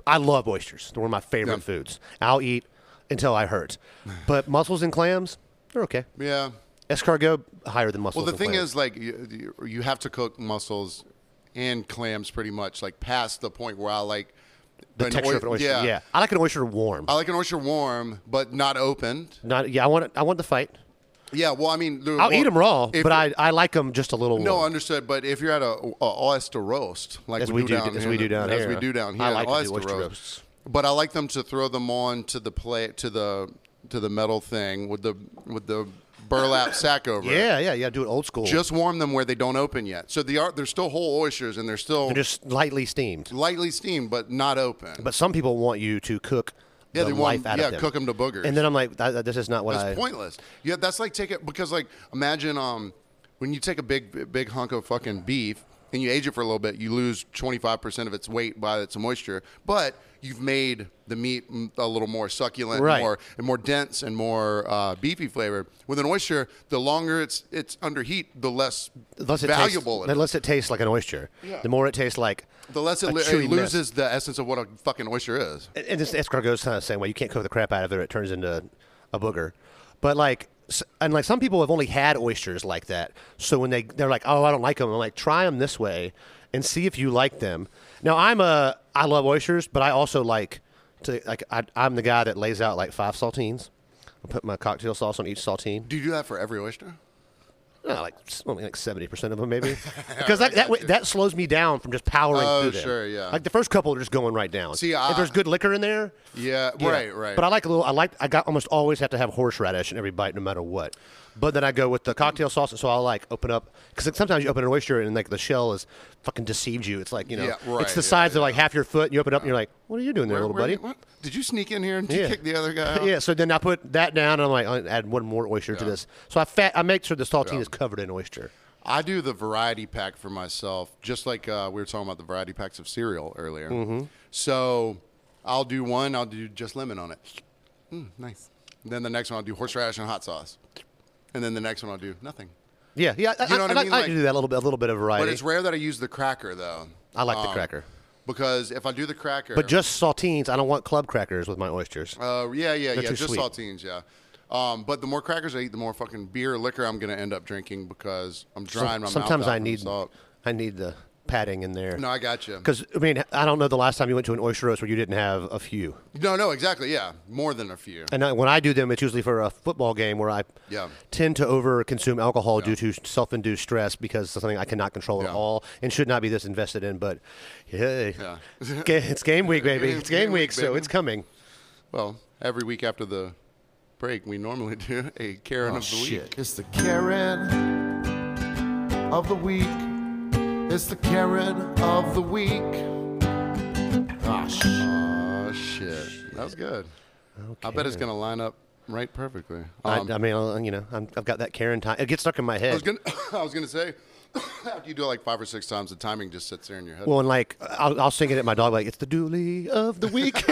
B: I love oysters. They're one of my favorite
A: Yeah.
B: foods. I'll eat until
A: (sighs)
B: I hurt. But mussels and clams, they're okay.
A: Yeah.
B: Escargot higher than mussels.
A: Well, the
B: and
A: thing
B: clams.
A: is, like, you, you- you have to cook mussels and clams pretty much like past the point where I like
B: The
A: an
B: texture
A: oy-
B: of an oyster. Yeah. I like an oyster warm.
A: I like an oyster warm but not opened.
B: Not yeah. I want it, I want the fight.
A: Yeah, well, I mean, the-
B: I'll 'em
A: well,
B: eat them raw,
A: if-
B: but I, I like them just a little.
A: No,
B: warm.
A: understood. But if you're at a, a oyster roast, like
B: As
A: we,
B: we do-
A: down
B: as
A: here,
B: we do down
A: as
B: here.
A: we do down here,
B: I like to do
A: oyster,
B: oyster
A: roast.
B: roasts.
A: But I like them to throw them on to the plate to the to the metal thing with the with the burlap
B: (coughs)
A: sack over. it.
B: yeah, yeah, yeah. Do it old school.
A: Just warm them where they don't open yet. So they are they're still whole oysters and they're still
B: They're just lightly steamed.
A: lightly steamed but not open.
B: But some people want you to cook
A: Yeah,
B: the
A: they
B: life
A: want-
B: out
A: yeah,
B: of them.
A: cook 'em to boogers.
B: And then I'm like, that, that- this is not what
A: That's
B: I.
A: pointless. Yeah, that's like take it because like imagine um when you take a big big hunk of fucking beef and you age it for a little bit, you lose twenty five percent of its weight by its moisture, but you've made the meat mm, a little more succulent,
B: Right.
A: more and more dense and more uh, beefy flavored. With an oyster, the longer it's it's under heat, the less
B: Unless it
A: valuable.
B: Tastes,
A: it is.
B: unless it tastes like an oyster.
A: Yeah.
B: The more it tastes like.
A: the less it,
B: a
A: lo- it
B: chewy
A: loses the essence of what a fucking oyster is.
B: And- And this escargot's kind of the same way. You can't cook the crap out of it; or it turns into a booger. But like, s- and like some people have only had oysters like that. So when they they're like, "Oh, I don't like them," I'm like, "Try them this way, and see if you like them." Now I'm a I love oysters, but I also like to like I, I'm the guy that lays out like five saltines. I put my cocktail sauce on each saltine.
A: Do you do that for every oyster?
B: No, like s- only like seventy percent of
A: (laughs)
B: them, maybe, because that that, way, that slows me down from just powering
A: Oh,
B: through them.
A: sure, yeah.
B: Like the first couple are just going right down.
A: See, I-
B: if there's good liquor in there,
A: Yeah,
B: yeah.
A: right, right.
B: But I like a little. I like. I got almost always have to have horseradish in every bite, no matter what. But then I go with the cocktail sauce, so I'll like open up because like, sometimes you open an oyster and like the shell is fucking deceived you. It's like you know,
A: Yeah, right,
B: it's the
A: yeah,
B: size of like half your foot. And you open up and you're like, what are you doing there, little buddy?
A: what? Did you sneak in here and
B: Yeah.
A: kick the other
B: (laughs)
A: guy out?
B: yeah. So then I put that down and I'm like, I'll add one more oyster to this. So I fat. I make sure the saltine is covered in oyster.
A: I do the variety pack for myself, just like uh, we were talking about the variety packs of cereal earlier.
B: Mm-hmm.
A: So I'll do one, I'll do just lemon on it. Mm, nice. Then the next one, I'll do horseradish and hot sauce. And then the next one, I'll do nothing.
B: Yeah, yeah. I,
A: You know
B: I,
A: what I
B: I like-
A: mean?
B: I
A: Like-
B: do that a little bit, a little bit of variety.
A: But
B: But,
A: it's Oh. rare that I use the cracker, though.
B: I like the cracker.
A: Because if I do the cracker.
B: just saltines. I don't want club crackers with my oysters.
A: Uh, yeah, yeah, yeah.
B: too
A: Just
B: sweet.
A: saltines, yeah. Um, but the more crackers I eat, the more fucking beer or liquor I'm going to end up drinking because I'm
B: Some-
A: drying my mouth
B: sometimes
A: out
B: I
A: from
B: need,
A: salt.
B: I need the padding in there.
A: No, I got you.
B: because I mean, I don't know the last time you went to an oyster roast where you didn't have a few.
A: No, no, exactly. Yeah, more than a few.
B: And I, when I do them, it's usually for a football game where I
A: Yeah.
B: tend to over-consume alcohol due to self-induced stress because it's something I cannot control
A: Yeah.
B: at all and should not be this invested in. But yeah,
A: Yeah.
B: it's game week,
A: (laughs)
B: baby.
A: It is
B: It's game,
A: game
B: week,
A: week,
B: so
A: baby.
B: it's coming.
A: Well, every week after the break, we normally (laughs) do a Karen of the week.
C: It's the Karen of the week. It's the Karen of the week. Ah, sh-
A: Oh shit, that was good. I bet it's gonna line up right perfectly. Um,
B: I, I mean, I'll- you know, I'm, I've got that Karen time. It gets stuck in my head.
A: I was gonna, (coughs) I was gonna say, after you do it like five or six times, the timing just sits there in your head.
B: Well, and like I'll, I'll sing it at my dog, like it's the dooley of the week.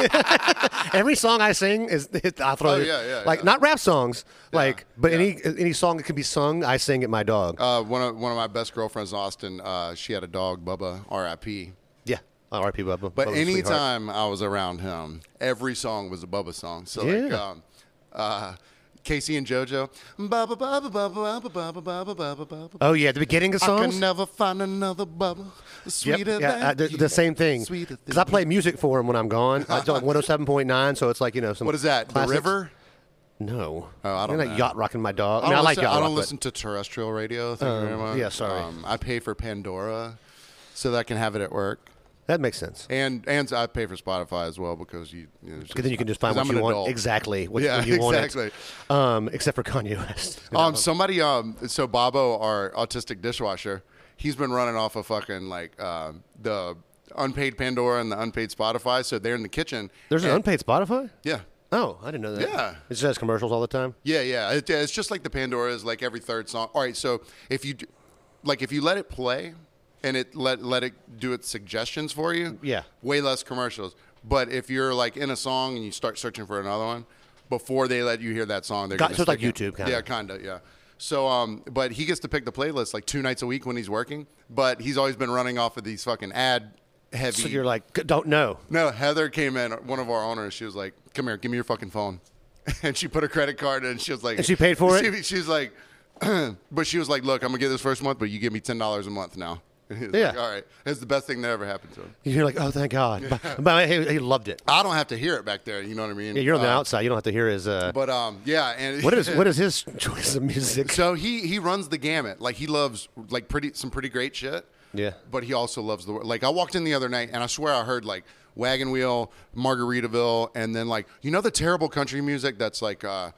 A: (laughs)
B: Every song I sing is I throw
A: Oh,
B: it,
A: yeah, yeah,
B: like
A: yeah.
B: not rap songs, like but any any song that can be sung, I sing at my dog.
A: uh, one of one of my best girlfriends, in Austin, uh, she had a dog, Bubba, R.I.P.
B: yeah, R.P. Bubba.
A: But
B: Bubba's sweetheart.
A: anytime I was around him, every song was a Bubba song. So like,
B: Yeah.
A: um, uh, Casey and JoJo, Bubba, Bubba, Bubba, Bubba, Bubba, Bubba, Bubba, Bubba.
B: oh yeah, the beginning of
A: I
B: songs.
A: can never find another bubble
B: Yep,
A: sweeter than
B: yeah, I- the,
A: you.
B: the same thing.
A: Sweeter
B: Because I play music for him when I'm gone.
A: (laughs)
B: I oh do like 107.9, so it's like you know some.
A: What is that?
B: classics.
A: The river?
B: No.
A: Oh, I don't
B: You're not
A: know.
B: yacht rocking my dog. I, mean, I
A: don't
B: like
A: listen,
B: yacht
A: I
B: rock,
A: don't
B: but- Oh,
A: listen to terrestrial radio. Thank you very much. Um,
B: yeah, sorry.
A: I pay for Pandora so that I can have it at work.
B: That makes sense.
A: And and I pay for Spotify as well because you. you know, it's
B: Because then you can just find
A: 'cause
B: what
A: I'm
B: you
A: an
B: want
A: adult.
B: exactly what,
A: Yeah,
B: when you
A: exactly.
B: want it. Um, except for Kanye
A: (laughs)
B: West.
A: Um, somebody, um, so Babo, our autistic dishwasher, he's been running off of fucking like uh, the unpaid Pandora and the unpaid Spotify. So they're in the kitchen.
B: There's an
A: and-
B: unpaid Spotify?
A: yeah.
B: Oh, I didn't know that.
A: Yeah.
B: It just has commercials all the time.
A: Yeah, yeah. It, it's just like the Pandora is like every third song. All right, so if you d- like if you let it play and it let let it do its suggestions for you,
B: Yeah.
A: way less commercials. But if you're like in a song and you start searching for another one before they let you hear that song, they're
B: Got-
A: gonna
B: so it's like
A: stick it.
B: YouTube, kinda.
A: Yeah, kinda. Yeah. So, um, but he gets to pick the playlist like two nights a week when he's working. But he's always been running off of these fucking ad heavy.
B: So you're like, "G- don't know.
A: No, Heather came in, one of our owners. She was like, "Come here, give me your fucking phone," (laughs) and she put her credit card in. And she was like,
B: And she paid for it?
A: (laughs) (clears throat) She, she's like, but she was like, "Look, I'm gonna get this first month, but you give me ten dollars a month now." (laughs) And he was
B: Yeah.
A: like, all right. It's the best thing that ever happened to him.
B: You're like, oh, thank God. But, but he, he loved it.
A: I don't have to hear it back there. You know what I mean?
B: Yeah, you're on the
A: Uh,
B: outside. You don't have to hear his. Uh,
A: But (laughs) um, yeah. And
B: what is what is his (laughs) choice of
A: (laughs)
B: music?
A: So he he runs the gamut. Like he loves like pretty some pretty great shit.
B: Yeah.
A: But he also loves the like I walked in the other night and I swear I heard like Wagon Wheel, Margaritaville, and then like you know the terrible country music that's like uh,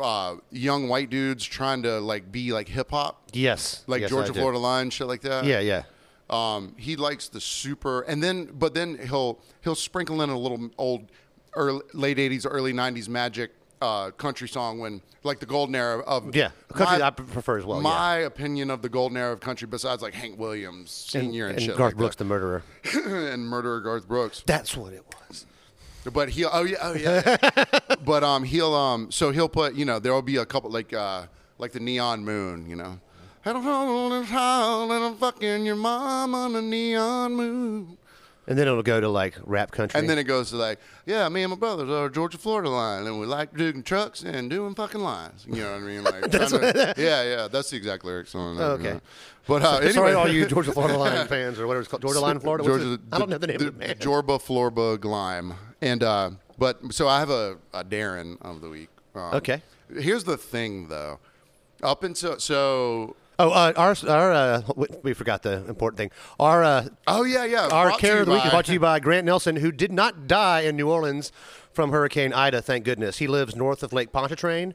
A: uh, young white dudes trying to like be like hip hop,
B: Yes,
A: like
B: yes,
A: Georgia
B: I do.
A: Florida Line shit like that.
B: Yeah, yeah.
A: Um, he likes the super, and then but then he'll he'll sprinkle in a little old, early, late '80s, early '90s magic uh, country song when like the golden era of
B: Yeah, country I pre- prefer as well, yeah.
A: My opinion of the golden era of country, besides like Hank Williams Senior and, shit
B: Garth
A: like
B: Brooks, the murderer.
A: that, (laughs) and murderer Garth Brooks.
B: That's what it was.
A: But he'll oh yeah oh yeah.
B: (laughs)
A: but um he'll um so he'll put you know there will be a couple like uh like the neon moon you know. I don't know and I'm fucking your mom on a neon moon.
B: And then it'll go to like rap country.
A: And then it goes to like, yeah, me and my brothers are Georgia Florida line, and we like doing trucks and doing fucking lines. You know what I mean?
B: (laughs)
A: Like, trying to- (laughs) yeah, yeah, that's the exact lyrics on it.
B: Okay.
A: you know. but uh, anyway,
B: Sorry,
A: (laughs)
B: to all you Georgia (laughs) Florida Line fans or whatever it's called, Georgia Line Florida. What's
A: Georgia,
B: it? I don't know the name of the band.
A: Jorba Florba Glime, and uh, but so I have a, a Darren of the week. Um,
B: Okay.
A: Here's the thing, though. Up until so,
B: Oh, uh, our our uh, we, we forgot the important thing. Our uh,
A: oh yeah, yeah.
B: our
A: brought to
B: care
A: you
B: of the week
A: by-
B: is brought to you by Grant Nelson, who did not die in New Orleans from Hurricane Ida. Thank goodness. He lives north of Lake Pontchartrain.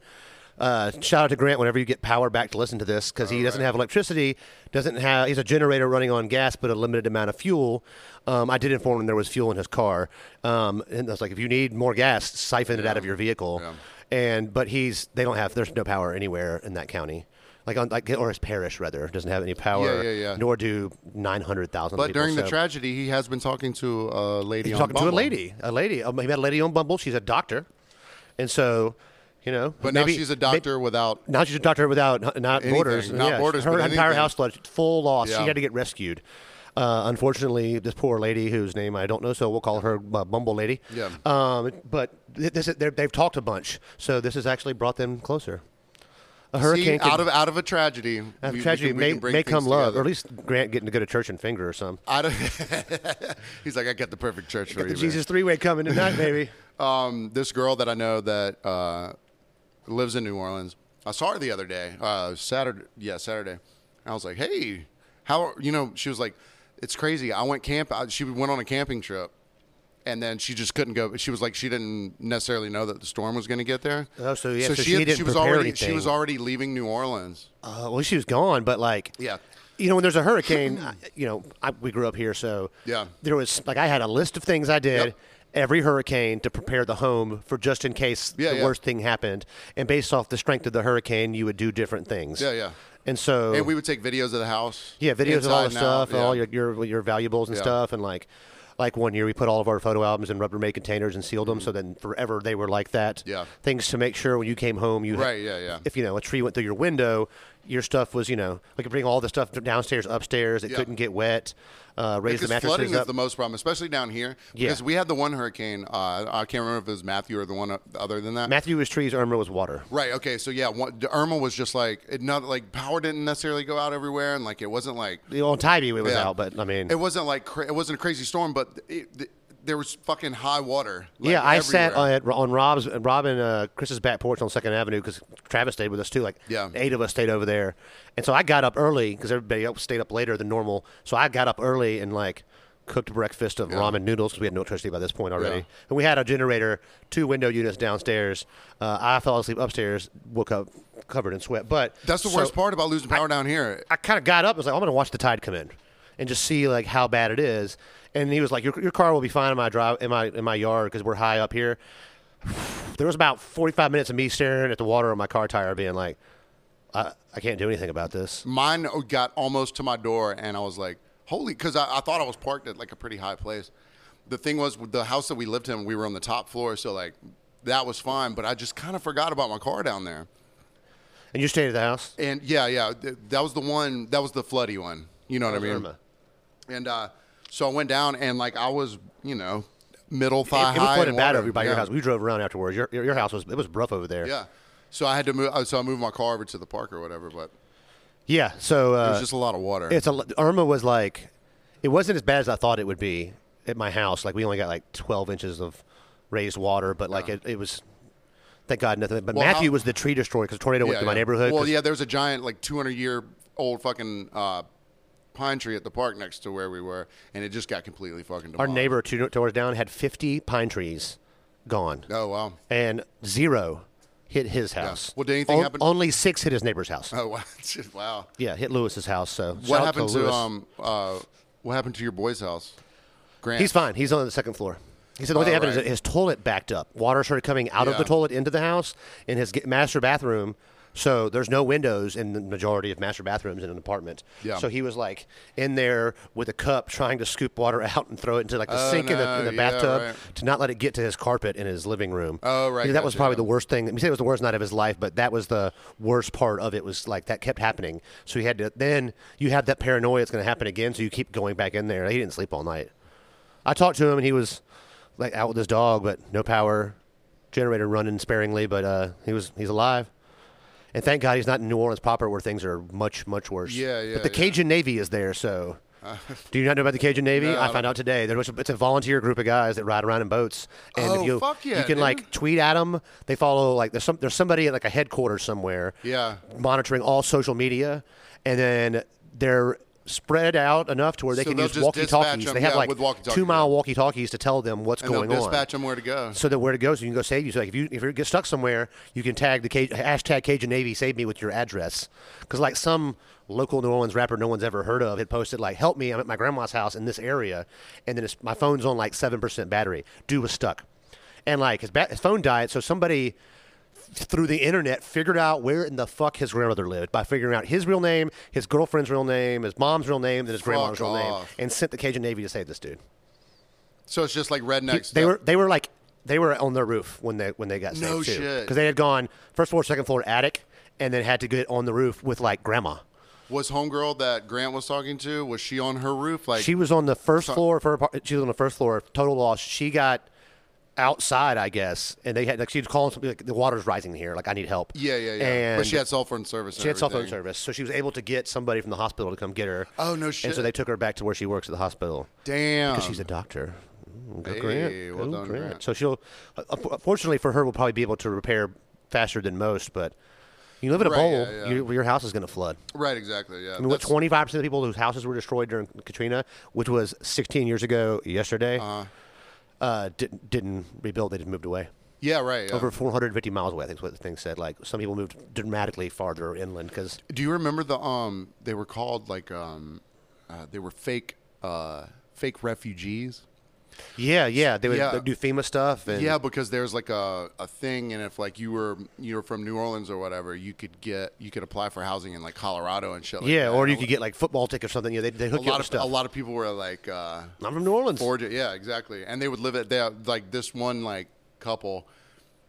B: Uh, shout out to Grant whenever you get power back to listen to this because he doesn't have electricity, doesn't have he's a generator running on gas but a limited amount of fuel. Um, I did inform him there was fuel in his car, um, and I was like, if you need more gas, siphon it out of your vehicle.
A: Yeah.
B: And but he's they don't have there's no power anywhere in that county, like on like or his parish rather doesn't have any power.
A: yeah, yeah.
B: Nor do nine hundred thousand.
A: But during the
B: so.
A: tragedy, he has been talking to a lady.
B: He's
A: on
B: talking to a
A: Bumble.
B: lady. A lady. Um, he met a lady on Bumble. She's a doctor, and so you know.
A: But
B: maybe,
A: now she's a doctor without
B: may- now she's a doctor without not
A: Anything.
B: borders.
A: Not borders,
B: Her
A: but
B: entire
A: anything.
B: house flooded. Full loss.
A: Yeah.
B: She had to get rescued. Uh, unfortunately, this poor lady whose name I don't know, so we'll call her uh, Bumble Lady.
A: Yeah.
B: Um, but th- this is, they're- they've talked a bunch, so this has actually brought them closer. A
A: See,
B: hurricane can-
A: out of out of a tragedy,
B: out of
A: we- we
B: tragedy
A: can- we
B: may,
A: can bring
B: may come
A: things
B: love,
A: together.
B: or at least Grant getting to go to church and finger or some.
A: Out of- (laughs) he's like, I got the perfect church for you.
B: The
A: man."
B: Jesus three way coming
A: (laughs)
B: tonight, baby.
A: Um, this girl that I know that uh, lives in New Orleans, I saw her the other day, uh, Saturday. Yeah, Saturday. And I was like, hey, how you know? She was like, it's crazy. I went camp. I, she went on a camping trip. And then she just couldn't go. She was like, she didn't necessarily know that the storm was going to get there.
B: Oh, so, yeah, so she
A: had-
B: didn't
A: she was
B: prepare
A: already she
B: anything.
A: was already leaving New Orleans.
B: Uh, well, she was gone, but like,
A: Yeah.
B: you know, when there's a
A: (laughs)
B: hurricane, I- you know, I, we grew up here, so
A: Yeah.
B: there was like I had a list of things I did
A: Yep.
B: every hurricane to prepare the home for just in case
A: Yeah,
B: the
A: yeah.
B: worst thing happened, and based off the strength of the hurricane, you would do different things.
A: Yeah, yeah.
B: And so,
A: And we would take videos of the house.
B: yeah, videos of all
A: inside
B: the
A: and out,
B: stuff, and all
A: yeah.
B: your, your your valuables and
A: Yeah.
B: stuff, and like. Like one year, we put all of our photo albums in Rubbermaid containers and sealed them. So then, forever they were like that.
A: Mm-hmm. Yeah.
B: Things to make sure when you came home, you
A: Right, yeah, yeah.
B: if you know a tree went through your window, your stuff was you know we could bring all the stuff downstairs, upstairs. It
A: Yeah.
B: couldn't get wet. Uh, raise the
A: Because flooding
B: mattresses
A: is
B: up.
A: the most problem, especially down here.
B: Yeah.
A: Because we had the one hurricane. Uh, I can't remember if it was Matthew or the one o- other than that.
B: Matthew was trees. Irma was water.
A: right. Okay. So yeah, one, Irma was just like it. Not like power didn't necessarily go out everywhere, and like it wasn't like
B: The old Tybee was
A: Yeah.
B: out, but I mean,
A: it wasn't like cra- it wasn't a crazy storm, but it, th there was fucking high water. like,
B: yeah, I
A: everywhere.
B: sat on, on Rob's Rob and uh, Chris's back porch on Second Avenue because Travis stayed with us too. Like
A: Yeah.
B: eight of us stayed over there, and so I got up early because everybody else stayed up later than normal. So I got up early and like cooked breakfast of ramen noodles because we had no electricity by this point already,
A: Yeah.
B: and we had a generator, two window units downstairs. Uh, I fell asleep upstairs, woke up covered in sweat. But
A: That's the
B: so
A: worst part about losing power down here.
B: I kind of got up. and was like, I'm going to watch the tide come in and just see like how bad it is. And he was like, your, your car will be fine in my drive in my in my yard because we're high up here. (sighs) There was about 45 minutes of me staring at the water on my car tire, being like, I, I can't do anything about this.
A: Mine got almost to my door, and I was like, "Holy!" Because I, I thought I was parked at like a pretty high place. The thing was, with the house that we lived in, we were on the top floor, so like that was fine. But I just kind of forgot about my car down there.
B: And you stayed at the house.
A: And yeah, yeah, th- that was the one. That was the floody one. You know what I mean?
B: Irma.
A: And uh, so I went down, and like I was, you know, middle
B: It,
A: thigh
B: it was
A: high.
B: flooded
A: in
B: bad
A: water.
B: over by
A: yeah.
B: your house. We drove around afterwards. Your, your, your house was it was rough over there.
A: Yeah. So I had to move. uh, So I moved my car over to the park or whatever. But
B: Yeah. So uh,
A: It's just a lot of water.
B: It's a l- Irma was like, it wasn't as bad as I thought it would be at my house. Like we only got like 12 inches of raised water, but like it, it was. Thank God nothing. But
A: Well,
B: Matthew
A: how-
B: was the tree destroyer because a tornado went
A: Yeah,
B: through my
A: yeah.
B: neighborhood.
A: Well,
B: 'cause-
A: yeah, there's a giant like 200 year old fucking uh, pine tree at the park next to where we were, and it just got completely fucking.
B: Our
A: demolished.
B: neighbor two doors down had 50 pine trees gone,
A: Oh wow. (laughs)
B: and zero hit his house.
A: Well, did anything
B: On-
A: happen-
B: Only six hit his neighbor's house.
A: Oh wow. (laughs) Shit, wow.
B: yeah, hit Lewis's house. So shout out
A: What happened to,
B: Lewis.
A: um uh what happened to your boy's house? Grant.
B: He's fine. He's on the second floor. He said the only
A: Oh,
B: thing happened is
A: right.
B: that his toilet backed up. Water started coming out of the
A: Yeah.
B: toilet into the house in his ge- master bathroom. So there's no windows in the majority of master bathrooms in an apartment.
A: Yeah.
B: So he was like in there with a cup trying to scoop water (laughs) out and throw it into like the
A: Oh,
B: sink in the,
A: no.
B: in the
A: Yeah,
B: bathtub
A: right.
B: to not let it get to his carpet in his living room.
A: Oh, right.
B: He said that was
A: Gotcha.
B: probably the worst thing. He said it was the worst night of his life, but that was the worst part of it. Was like that kept happening. So he had to. Then you have that paranoia it's going to happen again. So you keep going back in there. He didn't sleep all night. I talked to him and he was like out with his dog, but no power, generator running sparingly, but uh, he was he's alive. And thank God he's not in New Orleans proper where things are much much worse.
A: Yeah, yeah,
B: But the
A: yeah. Uh,
B: Cajun Navy is there, so.
A: (laughs)
B: Do you not know about the Cajun Navy? I found out today. There was it's a volunteer group of guys that ride around in boats, and
A: Oh,
B: if you
A: fuck yeah,
B: you can like
A: dude.
B: tweet at them. They follow like there's some there's somebody at like a headquarters somewhere.
A: Yeah.
B: monitoring all social media, and then they're spread out enough to where they
A: So
B: can
A: they'll
B: use
A: just
B: walkie
A: dispatch
B: talkies.
A: 'em,
B: They have
A: yeah,
B: like
A: with walkie-talkie,
B: two mile walkie talkies to tell them what's
A: and
B: going
A: they'll
B: on.
A: dispatch them where to go.
B: So that where to go, so you can go save you. So like if you if you get stuck somewhere, you can tag the Caj- hashtag Cajun Navy save me with your address. Because like some local New Orleans rapper no one's ever heard of had posted like help me I'm at my grandma's house in this area, and then it's, my phone's on like seven percent battery. Dude was stuck, and like his, ba- his phone died, so somebody through the internet figured out where in the fuck his grandmother lived by figuring out his real name, his girlfriend's real name, his mom's real name, then his grandma's real name,
A: off.
B: and sent the Cajun Navy to save this dude.
A: So it's just like rednecks.
B: They
A: that-
B: were they were like they were on their roof when they when they got
A: No
B: saved
A: shit.
B: because they had gone first floor, second floor, attic, and then had to get on the roof with like grandma.
A: was homegirl that Grant was talking to. Was she on her roof? Like
B: She was on the first floor of her apart- she was on the first floor. Total loss. She got outside, I guess, and they had like she was calling something like the water's rising here. Like I need help.
A: Yeah, yeah, yeah.
B: And
A: but she had cell phone service. and
B: she had cell phone
A: everything.
B: service, so she was able to get somebody from the hospital to come get her.
A: Oh, no
B: And
A: shit.
B: so they took her back to where she works at the hospital.
A: Damn.
B: because she's a doctor. Mm, Go Grant.
A: Um, Hey, well
B: Go
A: done,
B: Grant.
A: Grant.
B: So she'll, uh, uh, fortunately for her, will probably be able to repair faster than most. But you live in a
A: Right,
B: bowl,
A: yeah, yeah.
B: Your, your house is going to flood.
A: right. Exactly. Yeah.
B: I mean, what
A: That's-
B: twenty five percent of people whose houses were destroyed during Katrina, which was sixteen years ago yesterday,
A: Uh-huh.
B: uh didn't didn't rebuild. They just moved away.
A: yeah. Right. yeah.
B: Over 450 miles away, I think is what the thing said. Like some people moved dramatically farther inland because
A: Do you remember the um? They were called like um, uh, they were fake uh fake refugees.
B: yeah, yeah, they would
A: Yeah.
B: they'd do FEMA stuff and
A: Yeah, because there's like a, a thing, and if like you were you were from New Orleans or whatever, you could get you could apply for housing in like Colorado and shit. Like
B: yeah,
A: that.
B: or
A: And
B: you
A: a-
B: could get like football tickets or something. Yeah, they they
A: a
B: hook you
A: lot
B: up
A: of
B: with stuff.
A: a lot of people were like uh,
B: I'm from New Orleans.
A: Georgia. Yeah, exactly. And they would live at they had, like this one like couple.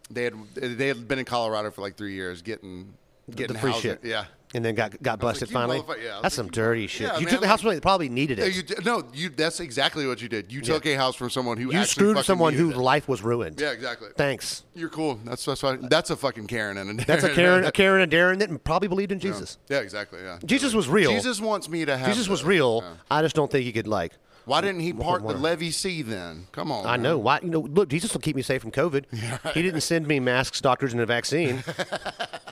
A: They had they had been in Colorado for like three years, getting getting
B: the free
A: housing.
B: shit.
A: Yeah.
B: And then got got
A: was
B: busted
A: like, "You
B: finally.
A: motherfucker." Yeah, I was
B: that's
A: like,
B: some
A: "You
B: dirty
A: motherfucker."
B: shit.
A: Yeah,
B: you
A: man,
B: took the
A: like-
B: house from somebody that probably needed
A: Yeah,
B: it.
A: you
B: you
A: did- no, you. That's exactly what you did. You took a house from someone who actually
B: screwed
A: fucking
B: someone whose
A: needed it.
B: life was ruined.
A: Yeah, exactly. (laughs)
B: Thanks.
A: You're cool. That's that's why, that's a fucking Karen and a
B: Uh, That's a Karen, a Karen and Darren that probably believed in Jesus.
A: Yeah, exactly. Yeah.
B: Jesus was real.
A: Jesus wants me to have.
B: Jesus was
A: the-
B: real.
A: yeah.
B: I just don't think he could like.
A: Why didn't he part the
B: water.
A: Levy Sea then? Come on.
B: I
A: man.
B: know why. You know, look, Jesus will keep me safe from COVID.
A: (laughs)
B: He didn't send me masks, doctors, and a vaccine.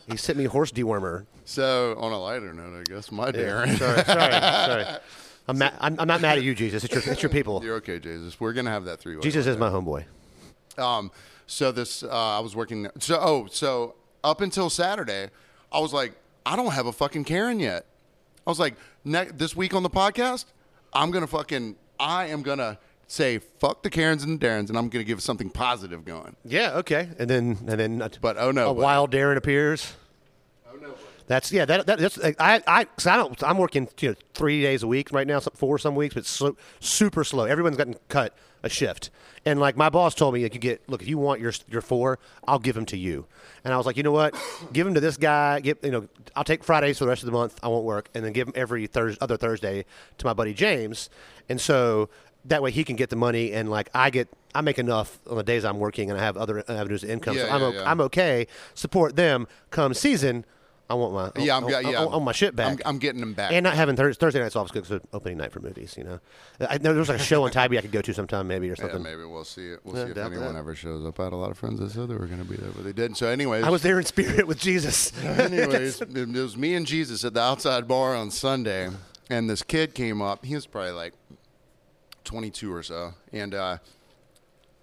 B: he sent me a horse dewormer.
A: So on a lighter note, I guess my
B: Yeah, (laughs)
A: Darren.
B: sorry, sorry, sorry. I'm, ma- I'm, I'm not mad at you, Jesus. It's your, it's your people.
A: You're okay, Jesus. We're gonna have that three way.
B: Jesus is my homeboy.
A: Um, so this, uh, I was working. So oh, so up until Saturday, I was like, I don't have a fucking Karen yet. I was like, ne- this week on the podcast, I'm gonna fucking, I am gonna say fuck the Karens and the Darrens, and I'm gonna give something positive going.
B: Yeah. Okay. And then and then a,
A: But oh no,
B: a
A: but-
B: wild Darren appears.
A: Oh no.
B: That's yeah. That, that that's like, I I cause I don't. I'm working you know three days a week right now, some- four some weeks, but it's so, super slow. Everyone's gotten cut a shift, and like my boss told me, like you get look if you want your your four, I'll give them to you. And I was like, you know what, give them to this guy. Get you know, I'll take Fridays for the rest of the month. I won't work, and then give them every Thursday, other Thursday to my buddy James, and so that way he can get the money, and like I get. I make enough on the days I'm working, and I have other avenues of income.
A: Yeah,
B: so I'm,
A: yeah,
B: o-
A: yeah.
B: I'm okay. Support them. Come season, I want my
A: Yeah, I'm-
B: I,
A: yeah,
B: I- I
A: yeah.
B: want my shit back.
A: I'm- I'm getting them back.
B: And not having Thursday, Thursday nights off is good 'cause it's opening night for movies. You know, I know there was like a show on Tybee I could go to sometime maybe or
A: (laughs) Yeah,
B: something.
A: maybe we'll see it. We'll
B: Yeah,
A: see if
B: doubt
A: anyone
B: that.
A: ever shows up. I had a lot of friends that said they were going to be there, but they didn't. So, anyways,
B: I was there in spirit with Jesus. (laughs)
A: anyways, it was me and Jesus at the outside bar on Sunday, and this kid came up. He was probably like 22 or so, and uh,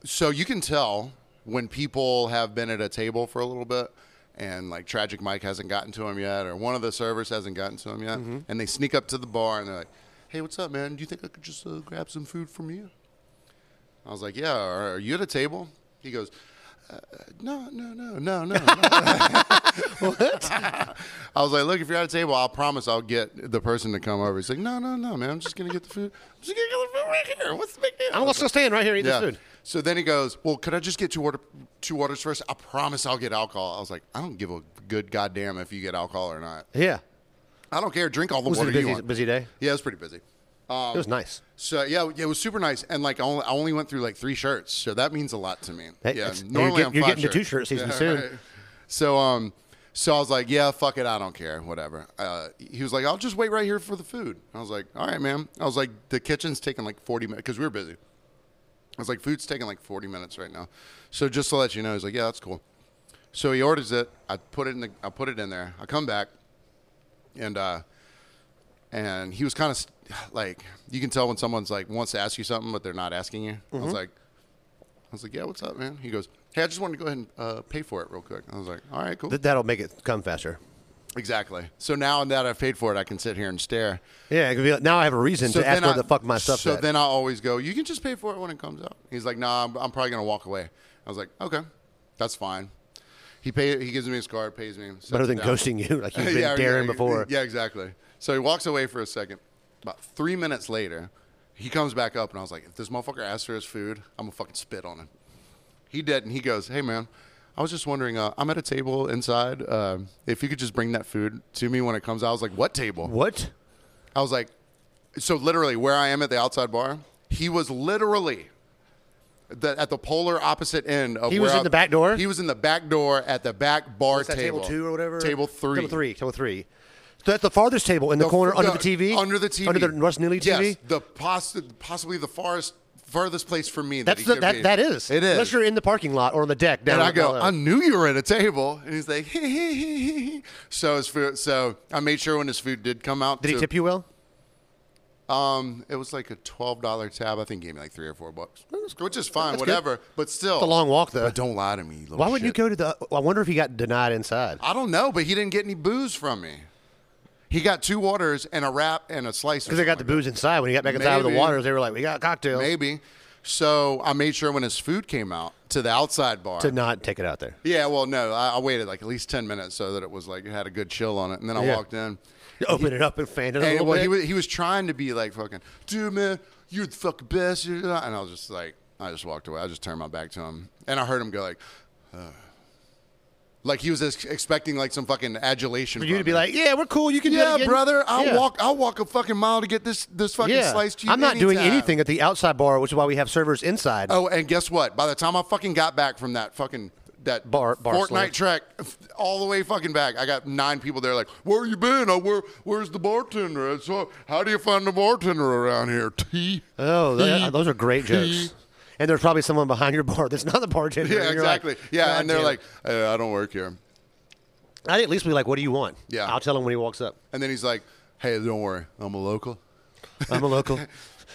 A: so you can tell when people have been at a table for a little bit. And like Tragic Mike hasn't gotten to him yet, or one of the servers hasn't gotten to him yet, and they sneak up to the bar and they're like, "Hey, what's up, man? Do you think I could just uh, grab some food from you?" I was like, "Yeah, are, are you at a table?" He goes, uh, "No, no, no, no, no." no." I was like, look, if you're at a table, I'll promise I'll get the person to come over. He's like, no, no, no, man. I'm just going to get the food. I'm just going to get the food right here. What's the big deal?
B: I'm still staying right here eating
A: yeah.
B: this food.
A: So then he goes, well, could I just get two, water, two waters first? I promise I'll get alcohol. I was like, I don't give a good goddamn if you get alcohol or not.
B: Yeah,
A: I don't care. Drink all the
B: was it
A: water
B: a
A: you
B: busy,
A: want.
B: busy day?
A: Yeah, it was pretty busy.
B: it
A: Um,
B: was nice.
A: So yeah, it was super nice, and like I only, I only went through like three shirts, so that means a lot to me.
B: Hey,
A: yeah,
B: it's- you're
A: normally
B: get-
A: I'm
B: you're
A: five
B: getting to
A: shirts.
B: two-shirt season soon.
A: So um, so I was like, yeah, fuck it, I don't care, whatever. Uh, he was like, I'll just wait right here for the food. I was like, all right, ma'am. I was like, the kitchen's taking like forty minutes because we were busy. I was like, food's taking like 40 minutes right now. So just to let you know, he's like, yeah, that's cool. So he orders it. I put it in the, I put it in there. I come back and, uh, and he was kind of like, you can tell when someone's like wants to ask you something, but they're not asking you. I was like, I was like, yeah, what's up, man? He goes, hey, I just wanted to go ahead and uh, pay for it real quick. I was like, all right, cool.
B: Th- that'll make it come faster.
A: exactly. So now that I've paid for it, I can sit here and stare.
B: Yeah, it could be like, now I have a reason to ask
A: then
B: where the fuck my stuff's
A: So
B: at.
A: then I always go, you can just pay for it when it comes out. He's like, nah, I'm, I'm probably gonna walk away. I was like, okay, that's fine. He pay, he gives me his card, pays me. sets
B: Better
A: it
B: than
A: down.
B: ghosting you,
A: (laughs)
B: like you've been daring before.
A: Yeah, exactly. So he walks away for a second. About three minutes later, he comes back up, and I was like, if this motherfucker asks for his food, I'm gonna fucking spit on him. He did, and he goes, hey man. I was just wondering. Uh, I'm at a table inside. Uh, if you could just bring that food to me when it comes out, I was like, "What table?
B: What?
A: I was like, so literally where I am at the outside bar, he was literally the, at the polar opposite end of
B: He
A: where
B: was in
A: I-
B: the back door?
A: He was in the back door at the back bar
B: Is that table. two or whatever?
A: Table three.
B: Table three. Table three. So that's the farthest table in the, corner under the TV.
A: Under the TV.
B: Under the Russ Neely TV.
A: Yes, the poss- possibly the farthest, furthest place for me.
B: that's
A: that, he
B: the,
A: could be.
B: that that is.
A: It is.
B: Unless you're in the parking lot or on the deck down.
A: And I
B: at
A: go,
B: the-
A: I knew you were at a table. And he's like, hee hee hee hee hee. So his food. So I made sure when his food did come out.
B: Did he
A: to-
B: tip you well?
A: Um, it was like a twelve dollar tab. I think he gave me like three or four bucks, which is fine,
B: That's good.
A: whatever. But still,
B: It's a long walk, though.
A: But don't lie to me. you little
B: Why wouldn't
A: shit.
B: you go to the? I wonder if he got denied inside.
A: I don't know, but he didn't get any booze from me. He got two waters and a wrap and a slice. or
B: Because they got the
A: something like
B: booze inside. When he got back inside with the
A: Maybe.
B: waters, they were like, "We got cocktails."
A: that. Maybe. So I made sure when his food came out to the outside bar.
B: to not take it out there.
A: yeah, well, no, I, I waited like at least ten minutes so that it was like it had a good chill on it, and then I
B: Yeah.
A: walked in.
B: You open it up and fan it a
A: And,
B: little
A: well,
B: bit.
A: he was, he was trying to be like fucking, dude, man, you're the fucking best. You're not. And I was just like, I just walked away. I just turned my back to him, and I heard him go like, Ugh. like he was ex- expecting like some fucking adulation
B: for you to
A: from
B: be
A: me.
B: like, "Yeah, we're cool. You can do it
A: yeah,
B: again."
A: brother, I'll
B: Yeah.
A: walk, I'll walk a fucking mile to get this this fucking
B: Yeah.
A: sliced cheese.
B: I'm not doing
A: anytime."
B: anything at the outside bar, which is why we have servers inside.
A: Oh, and guess what? By the time I fucking got back from that fucking that
B: Bar- bar
A: Fortnite
B: slam.
A: track, f- all the way fucking back, I got nine people there. Like, where you been? Oh, where where's the bartender? And So, how do you find the bartender around here? (laughs) T.
B: Oh,
A: T.
B: th- those are great jokes. And there's probably someone behind your bar that's not the bartender.
A: (laughs) Yeah,
B: and you're like,
A: exactly. yeah,
B: "God
A: and they're
B: damn it."
A: like, uh, I don't work here.
B: I'd at least be like, what do you want?
A: Yeah.
B: I'll tell him when he
A: (laughs)
B: walks up.
A: And then he's like, Hey, don't worry, I'm a local.
B: I'm a local.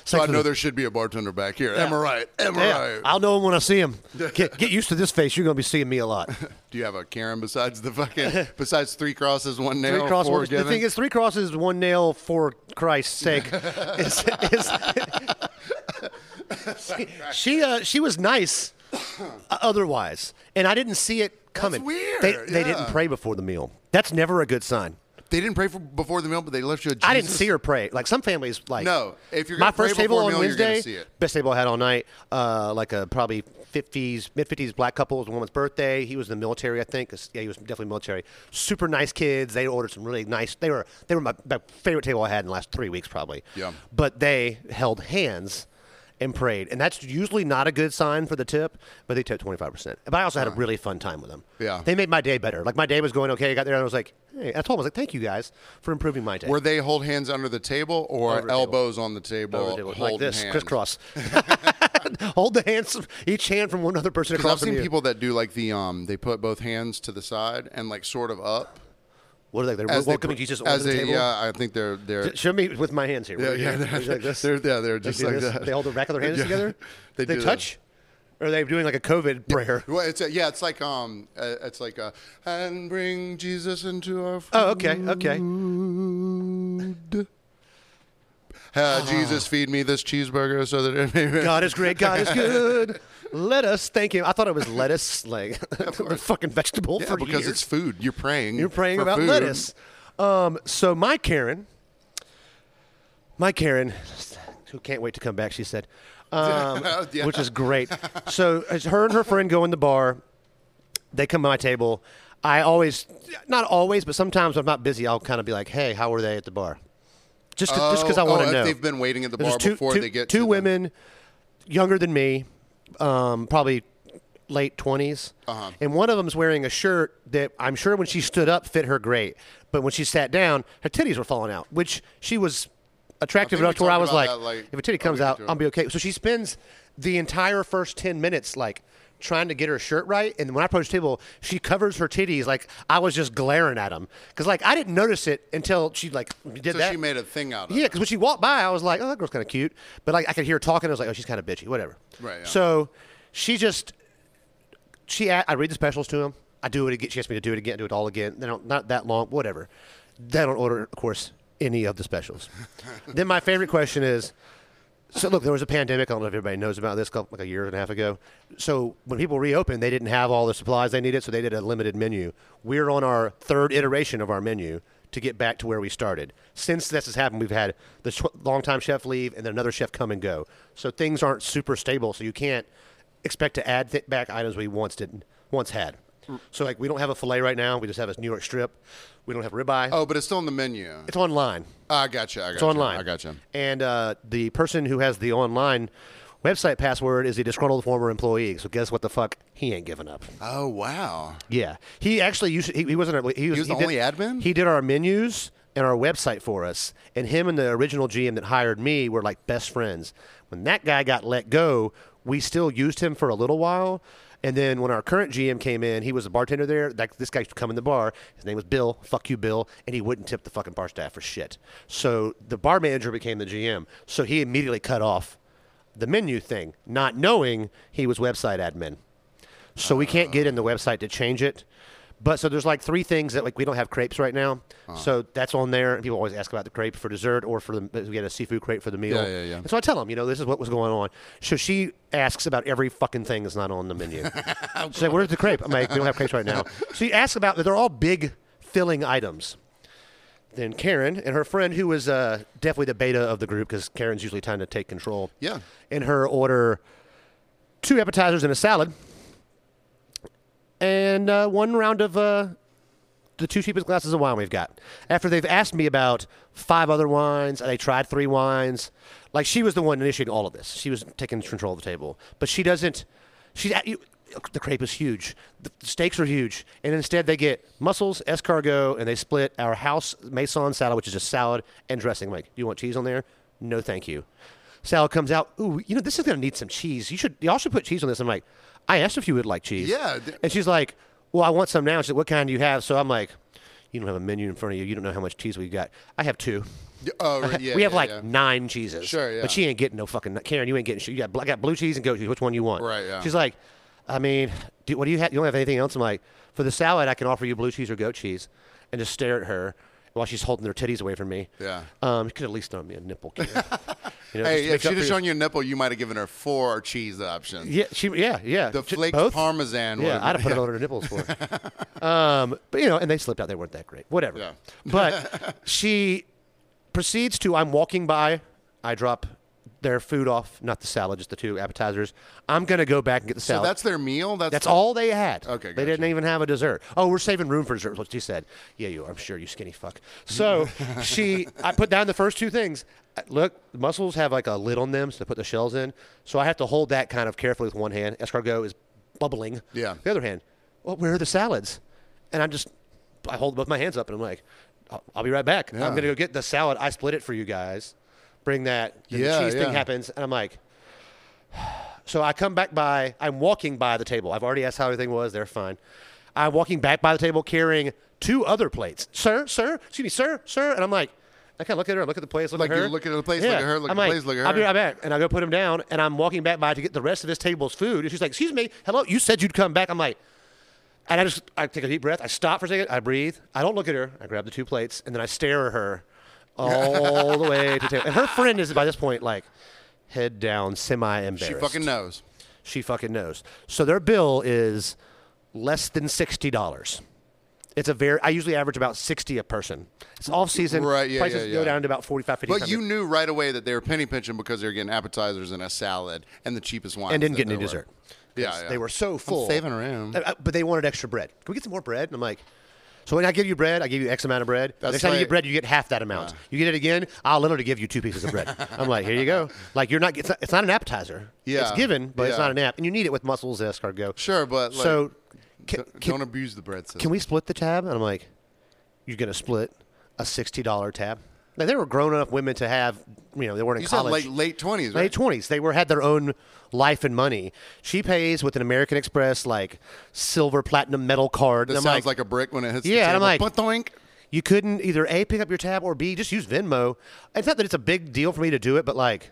A: So I know there should be a bartender back here. Am I right? Am I right?
B: I'll know him when I
A: (laughs)
B: see him. Get, get used to this face. You're going to be seeing me a lot.
A: Do you have a Karen besides the fucking besides three crosses, one nail,
B: Three cross.
A: Oh, four
B: one- The
A: given?
B: thing is, three crosses, one nail for Christ's
A: (laughs)
B: sake. is, is,
A: (laughs)
B: she she, uh, she was nice uh, otherwise, and I didn't see it coming.
A: weird,
B: They, they didn't
A: yeah.
B: pray before the meal. That's never a good sign.
A: they didn't pray for before the meal, but they left you. A Jesus.
B: I didn't see her pray. Like some families, like
A: No, if you're
B: my
A: gonna pray
B: first table
A: before a
B: on
A: meal, you're gonna
B: Wednesday,
A: see it.
B: best table I had all night. Uh, like a probably fifties, mid fifties black couple. It was a woman's birthday. He was in the military, I think. 'cause- Yeah, he was definitely military. Super nice kids. They ordered some really nice. They were they were my, my favorite table I had in the last three weeks probably.
A: Yeah.
B: But they held hands. and prayed. And that's usually not a good sign for the tip, but they tipped 25%. But I also had a really fun time with them.
A: Yeah.
B: They made my day better. Like my day was going okay. I got there and I was like, hey, I told them, I was like, thank you guys for improving my day.
A: Were they hold hands under the table or
B: Over the table.
A: elbows on the table?
B: Over the table, like
A: holding
B: this,
A: hands? (laughs)
B: crisscross. Hold the hands, each hand from one other person
A: 'Cause
B: across
A: I've seen
B: from you.
A: people that do like the um, they put both hands to the side and like sort of up
B: what are they? They're
A: as they
B: welcoming
A: put-
B: Jesus over
A: as
B: the
A: they-
B: table.
A: Yeah, I think they're they're
B: Show me with my hands
A: (laughs)
B: here.
A: yeah,
B: What do you
A: yeah,
B: do?
A: they're,
B: Is it (laughs) like this?
A: they're yeah, they're
B: They
A: just
B: do
A: like
B: this?
A: that.
B: They hold the back
A: (laughs)
B: of their hands
A: Yeah.
B: together.
A: They, do that.
B: touch, or are they doing like a COVID prayer?
A: Well, it's a, yeah, it's like um, uh, it's like uh and bring Jesus into our food.
B: Oh, okay, okay.
A: Uh, Jesus, feed me this cheeseburger so that it may.
B: God is great. God is good. Let us thank Him. I thought it was lettuce, like the (laughs) fucking vegetable
A: (laughs) yeah,
B: for
A: because
B: years.
A: it's food. You're praying.
B: You're praying
A: for
B: about
A: food.
B: lettuce. Um, so my Karen, my Karen, who can't wait to come back, she said,
A: (laughs)
B: um,
A: Oh, Yeah.
B: which is great. So as her and her friend go in the bar. They come to my table. I always, not always, but sometimes when I'm not busy. I'll kind of be like, "Hey, how were they at the bar?" Just, to- just because I
A: Oh,
B: want
A: oh,
B: to
A: if
B: know.
A: They've been waiting at the
B: There's
A: bar
B: two,
A: before
B: two-
A: they get
B: two
A: to the-
B: women younger than me, um, probably late 20s
A: Uh-huh.
B: and one of them's wearing a shirt that I'm sure when she stood up fit her great, but when she sat down, her titties were falling out, which she was attractive
A: I think
B: enough to
A: we
B: where I
A: talked
B: was
A: about
B: like,
A: that, like,
B: if a titty
A: a
B: comes
A: week or
B: out,
A: two
B: I'll be okay. So she spends the entire first 10 minutes like trying to get her shirt right and when i approach the table she covers her titties like i was just glaring at them because like i didn't notice it until she like did
A: So
B: that
A: she made a thing out of
B: yeah,
A: it.
B: because when she walked by, I was like, "Oh, that girl's kind of cute," but like I could hear her talking. I was like, "Oh, she's kind of bitchy." Whatever.
A: Right, yeah.
B: So she just she a- I read the specials to him. I do it again. She asked me to do it again, do it all again. They don't not that long. Whatever. They don't order, of course, any of the
A: (laughs)
B: specials. then my favorite question is. So look, there was a pandemic. I don't know if everybody knows about this, couple- like a year and a half ago. So when people reopened, they didn't have all the supplies they needed, so they did a limited menu. We're on our third iteration of our menu to get back to where we started. Since this has happened, we've had the sh- longtime chef leave and then another chef come and go. So things aren't super stable. So you can't expect to add th- back items we once didn't once had. So like we don't have a fillet right now. We just have a New York strip. We don't have ribeye.
A: Oh, but it's still in the menu.
B: It's online.
A: I gotcha. I gotcha.
B: It's online.
A: I gotcha.
B: And uh, the person who has the online website password is a disgruntled former employee. So guess what the fuck? He ain't giving up.
A: Oh wow.
B: Yeah, he actually used. He, he wasn't. A, he, was,
A: was the only admin?
B: He did our menus and our website for us. And him and the original GM that hired me were like best friends. When that guy got let go, we still used him for a little while. And then when our current GM came in, he was a bartender there. That, this guy used to come in the bar. His name was Bill. Fuck you, Bill. And he wouldn't tip the fucking bar staff for shit. So the bar manager became the GM. So he immediately cut off the menu thing, not knowing he was website admin. So we can't
A: Uh-huh.
B: get in the website to change it. But so there's like three things that like we don't have crepes right now.
A: Uh-huh.
B: So that's on there, and people always ask about the crepe for dessert or for the we get a seafood crepe for the meal.
A: Yeah, yeah, yeah.
B: And so I tell them, you know, this is what was going on. So she asks about every fucking thing that's not on the menu.
A: (laughs) Oh,
B: She's like, "Where's the crepe?" I'm like, "We don't have crepes right now." She asks about they're all big filling items. Then Karen and her friend, who was uh, definitely the beta of the group, because Karen's usually trying to take control.
A: Yeah.
B: In her order, two appetizers and a salad, and uh, one round of uh, the two cheapest glasses of wine we've got. After they've asked me about five other wines, and they tried three wines. Like she was the one initiating all of this. She was taking control of the table, but she doesn't. She's at you. The crepe is huge. The steaks are huge, and instead they get mussels, escargot, and they split our house maison salad, which is just salad and dressing. I'm like, you want cheese on there? No, thank you. Salad comes out. Ooh, you know this is gonna need some cheese. You should, y'all should put cheese on this. I'm like, I asked if you would like cheese.
A: Yeah, th-
B: And she's like, "Well, I want some now." She's like, "What kind do you have?" So I'm like, "You don't have a menu in front of you. You don't know how much cheese we got. I have two.
A: Y- Oh right, yeah.
B: we have
A: yeah,
B: like
A: yeah.
B: nine cheeses.
A: Sure, yeah.
B: But she ain't getting no fucking Karen. You ain't getting. shit. You got bl- I got blue cheese and goat cheese. Which one you want?
A: Right, yeah.
B: She's like, "I mean, do, what do you have? You don't have anything else?" I'm like, "For the salad, I can offer you blue cheese or goat cheese," and just stare at her. While she's holding their titties away from me,
A: Yeah.
B: Um, you could at least throw me a nipple.
A: (laughs)
B: Karen. You know,
A: Hey, if
B: just make
A: she'd
B: up for
A: have
B: your-
A: shown you a nipple, you might have given her four cheese options.
B: yeah, she, yeah, yeah,
A: The
B: J-
A: flaked
B: both?
A: parmesan.
B: Yeah,
A: would've
B: I'd have
A: (laughs)
B: put
A: been-
B: it on her nipples for.
A: (laughs)
B: her. um, but you know, and they slipped out. They weren't that great. Whatever.
A: Yeah. (laughs)
B: But she proceeds to. I'm walking by. I drop their food off, not the salad, just the two appetizers. I'm gonna go back and get the
A: So
B: salad.
A: that's their meal. That's,
B: That's all they had.
A: Okay,
B: They
A: gotcha.
B: didn't even have a dessert. Oh, we're saving room for dessert, is what she said. Yeah, you are. I'm sure you skinny fuck.
A: (laughs)
B: So she, I put down the first two things. I- Look, the mussels have like a lid on them so to put the shells in. So I have to hold that kind of carefully with one hand. Escargot is bubbling.
A: Yeah.
B: The other hand, well, where are the salads? And I'm just, I hold both my hands up and I'm like, I'll, I'll be right back.
A: Yeah.
B: I'm going to go get the salad. I split it for you guys. Bring that. Then
A: Yeah,
B: The cheese
A: yeah.
B: thing happens. And I'm like, so I come back by, I'm walking by the table. I've already asked how everything was. They're fine. I'm walking back by the table carrying two other plates. Sir, sir, excuse me, sir, sir. And I'm like, I kind of look at her, I look at the plates, look
A: Like
B: at her.
A: you're looking at the plates, look at her, look
B: I'm
A: at the
B: like,
A: plates, look at
B: I'll be
A: her.
B: right back. And I go put them down, and I'm walking back by to get the rest of this table's food. And she's like, excuse me, hello, you said you'd come back. I'm like, and I just, I take a deep breath. I stop for a second. I breathe. I don't look at her. I grab the two plates and then I stare at her all the way to the table. And her friend is by this point like head down, semi embarrassed.
A: she fucking knows.
B: She fucking knows. So their bill is less than sixty dollars. It's a very. I usually average about sixty a person. It's off season.
A: Right, yeah,
B: Prices
A: yeah,
B: go
A: yeah.
B: down to about 45 50
A: But you knew right away that they were penny pinching because they were getting appetizers and a salad and the cheapest wine.
B: and didn't get any dessert.
A: Yeah,
B: 'Cause
A: yeah.
B: They were so full.
A: saving room.
B: Uh, uh, But they wanted extra bread. Can we get some more bread? And I'm like, so when I give you bread, I give you X amount of bread.
A: That's
B: Next time you
A: right.
B: get bread, you get half that amount. You get it again, I'll literally give you two pieces of
A: (laughs)
B: bread. I'm like, here you go. Like you're not. It's not, it's not an appetizer. It's
A: Yeah,
B: given, but it's
A: yeah.
B: not an app, and you need it with mussels and escargot.
A: Sure, but like,
B: so. ca-
A: don't,
B: ca-
A: don't abuse the bread system.
B: can we split the tab? And I'm like, you're gonna split a sixty dollar tab? Now they were grown enough women to have, you know, they weren't in
A: you said
B: college.
A: like late twenties, right?
B: Late twenties, they were had their own life and money. She pays with an American Express like silver platinum metal card.
A: that
B: and I'm
A: sounds like, a brick when it hits.
B: Yeah,
A: the
B: and I'm like-
A: table. Ba-doink.
B: you couldn't either a pick up your tab or b just use Venmo. It's not that it's a big deal for me to do it, but like,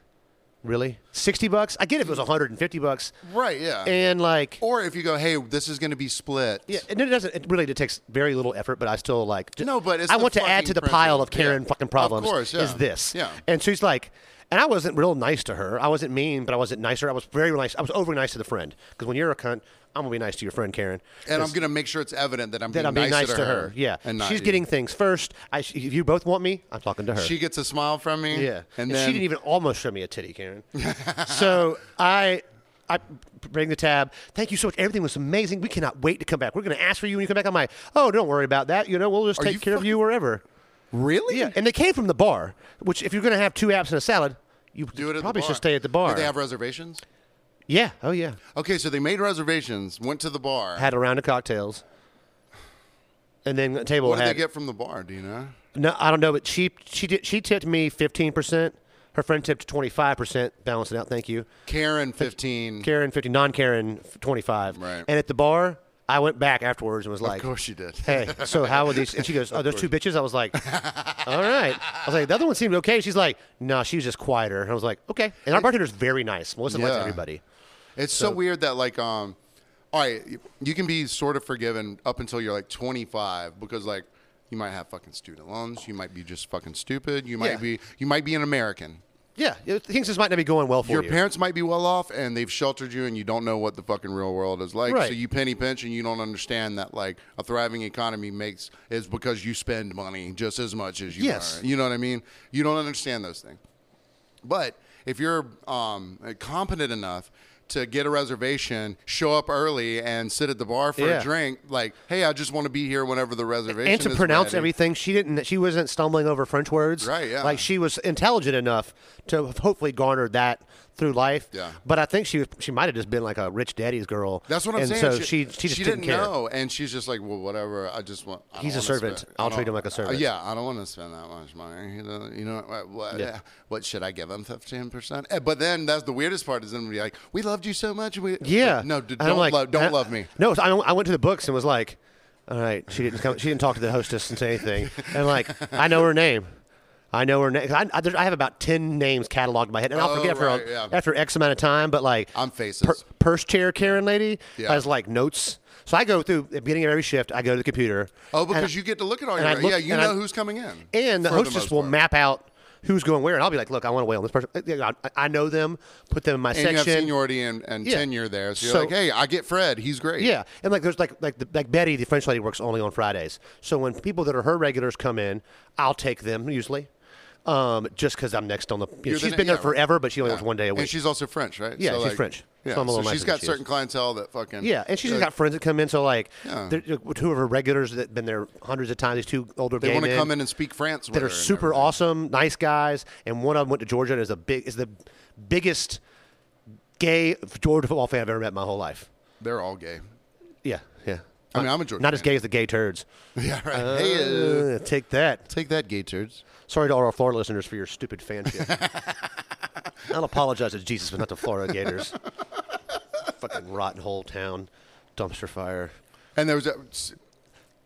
B: really, sixty bucks? I get if it was hundred and fifty bucks,
A: right? Yeah.
B: and like.
A: or if you go, hey, this is going to be split.
B: Yeah, and it doesn't. It really it takes very little effort, but I still like.
A: No, but it's
B: I
A: the
B: want to add
A: fucking
B: to the pile of
A: principle.
B: Karen
A: Yeah.
B: fucking problems.
A: Of course, yeah.
B: is this?
A: Yeah.
B: And she's like, and I wasn't real nice to her. I wasn't mean, but I wasn't nicer. I was very nice. I was over nice to the friend because when you're a cunt, I'm gonna be nice to your friend Karen.
A: And I'm
B: It's-
A: going to make sure it's evident that I'm
B: that
A: being,
B: I'm being nice,
A: nicer
B: to her. Yeah,
A: And not
B: she's
A: you.
B: getting things first. I, if you both want me, I'm talking to her.
A: She gets a smile from me.
B: Yeah,
A: And then
B: she didn't even almost show me a titty, Karen.
A: (laughs)
B: so I, I bring the tab. Thank you so much. Everything was amazing. We cannot wait to come back. We're going to ask for you when you come back. I'm like, oh, don't worry about that. You know, we'll just
A: Are
B: take
A: you
B: care of you wherever.
A: really.
B: Yeah, and they came from the bar, which if you're going to have two apps and a salad, you
A: Do it at
B: probably
A: the bar.
B: should stay at the bar.
A: Did they have reservations?
B: yeah. Oh yeah.
A: Okay, so they made reservations, went to the bar.
B: Had a round of cocktails. And then the table
A: what did
B: had
A: they get from the bar? Do you know?
B: no, I don't know, but she she did, she tipped me fifteen percent. Her friend tipped twenty five percent. Balance it out. Thank you.
A: Karen, fifteen.
B: Karen 50, non Karen 25.
A: Right.
B: And at the bar, I went back afterwards and was like,
A: of course you did.
B: hey, so how
A: (laughs)
B: are these? And she goes, oh, there's two bitches. I was like, all right. I was like, the other one seemed okay. She's like, no, she was just quieter. And I was like, okay. And our bartender's very nice. Melissa likes
A: Yeah.
B: everybody.
A: It's so, weird that like um all right, you- you can be sort of forgiven up until you're like 25 because like you might have fucking student loans, you might be just fucking stupid, you might
B: Yeah.
A: be you might be an American.
B: Yeah, you know, things just might not be going well for
A: Your
B: you.
A: parents might be well off and they've sheltered you and you don't know what the fucking real world is like.
B: Right.
A: So you penny pinch and you don't understand that like a thriving economy makes is because you spend money just as much as you
B: Yes.
A: earn. You know what I mean? You don't understand those things. But if you're um, competent enough to get a reservation, show up early, and sit at the bar for a
B: Yeah.
A: drink, like, hey, I just want to be here whenever the reservation
B: and to
A: is
B: pronounce
A: ready."
B: everything, she didn't. She wasn't stumbling over French words.
A: Right, yeah.
B: Like she was intelligent enough to have hopefully garnered that through life.
A: Yeah.
B: But I think she was. She might have just been like a rich daddy's girl.
A: That's what I'm
B: and
A: saying.
B: So she she, just
A: didn't,
B: care.
A: know, and she's just like, well, whatever. I just want. I don't
B: He's a
A: wanna
B: servant.
A: spend-
B: I'll
A: I don't-
B: treat him like a servant.
A: yeah, I don't want to spend that much money. You know, you know what, what,
B: Yeah.
A: what should I give him? Fifteen percent. Eh, But then that's the weirdest part is them be like, we loved you so much. We
B: Yeah.
A: no, d-
B: And I'm
A: don't
B: like,
A: love,
B: I-
A: don't love me.
B: No, so I, I went to the books and was like, all right, she didn't come, she didn't talk to the hostess and say anything. And like, I know her name. I know her name. I, I, there- I have about 10 names cataloged in my head, and I'll
A: Oh,
B: forget after,
A: right,
B: a-
A: yeah.
B: after X amount of time, but like,
A: I'm faces.
B: purse chair Karen lady
A: Yeah.
B: has like notes. So I go through, at the beginning of every shift, I go to the computer.
A: Oh,
B: and-
A: because you get to look at all
B: and
A: your
B: I look-
A: yeah, you
B: and I-
A: know who's coming in,
B: and the
A: for
B: hostess
A: most
B: will
A: part.
B: map out who's going where, and I'll be like, look, I want to wait on this person. I, I- I know them, put them in my
A: And
B: section.
A: you have seniority and, and
B: Yeah.
A: tenure there, so you're
B: So-
A: like, hey, I get Fred. He's great.
B: Yeah, and like there's like like the, like Betty, the French lady, works only on Fridays. So when people that are her regulars come in, I'll take them usually. um, just because I'm next on the. You know,
A: You're
B: she's
A: the-
B: been there
A: yeah.
B: forever, but she only
A: Yeah.
B: works one day a
A: And
B: week.
A: she's also French, right?
B: Yeah, she's French. So
A: Yeah,
B: I'm a little
A: so
B: nicer
A: she's
B: than
A: got
B: she is.
A: certain clientele that fucking.
B: yeah, and she's
A: like,
B: got friends that come in. So like,
A: Yeah.
B: they're- two of her regulars that have been there hundreds of times. These two older
A: They
B: gay
A: want to
B: men
A: come in and speak France with
B: that
A: her
B: are
A: and
B: super
A: everything.
B: awesome, nice guys, and one of them went to Georgia and is a big is the biggest gay Georgia football fan I've ever met in my whole life.
A: They're all gay.
B: Yeah, yeah.
A: I mean, I'm a Georgia
B: Uh, Not as
A: fan.
B: gay as the gay turds.
A: (laughs) Yeah, right. hey, uh,
B: Uh, take that.
A: take that, gay turds.
B: Sorry to all our Florida listeners for your stupid
A: (laughs)
B: fanship. I'll apologize to Jesus, but not to Florida Gators. (laughs) Fucking rotten whole town, dumpster fire.
A: And there was a,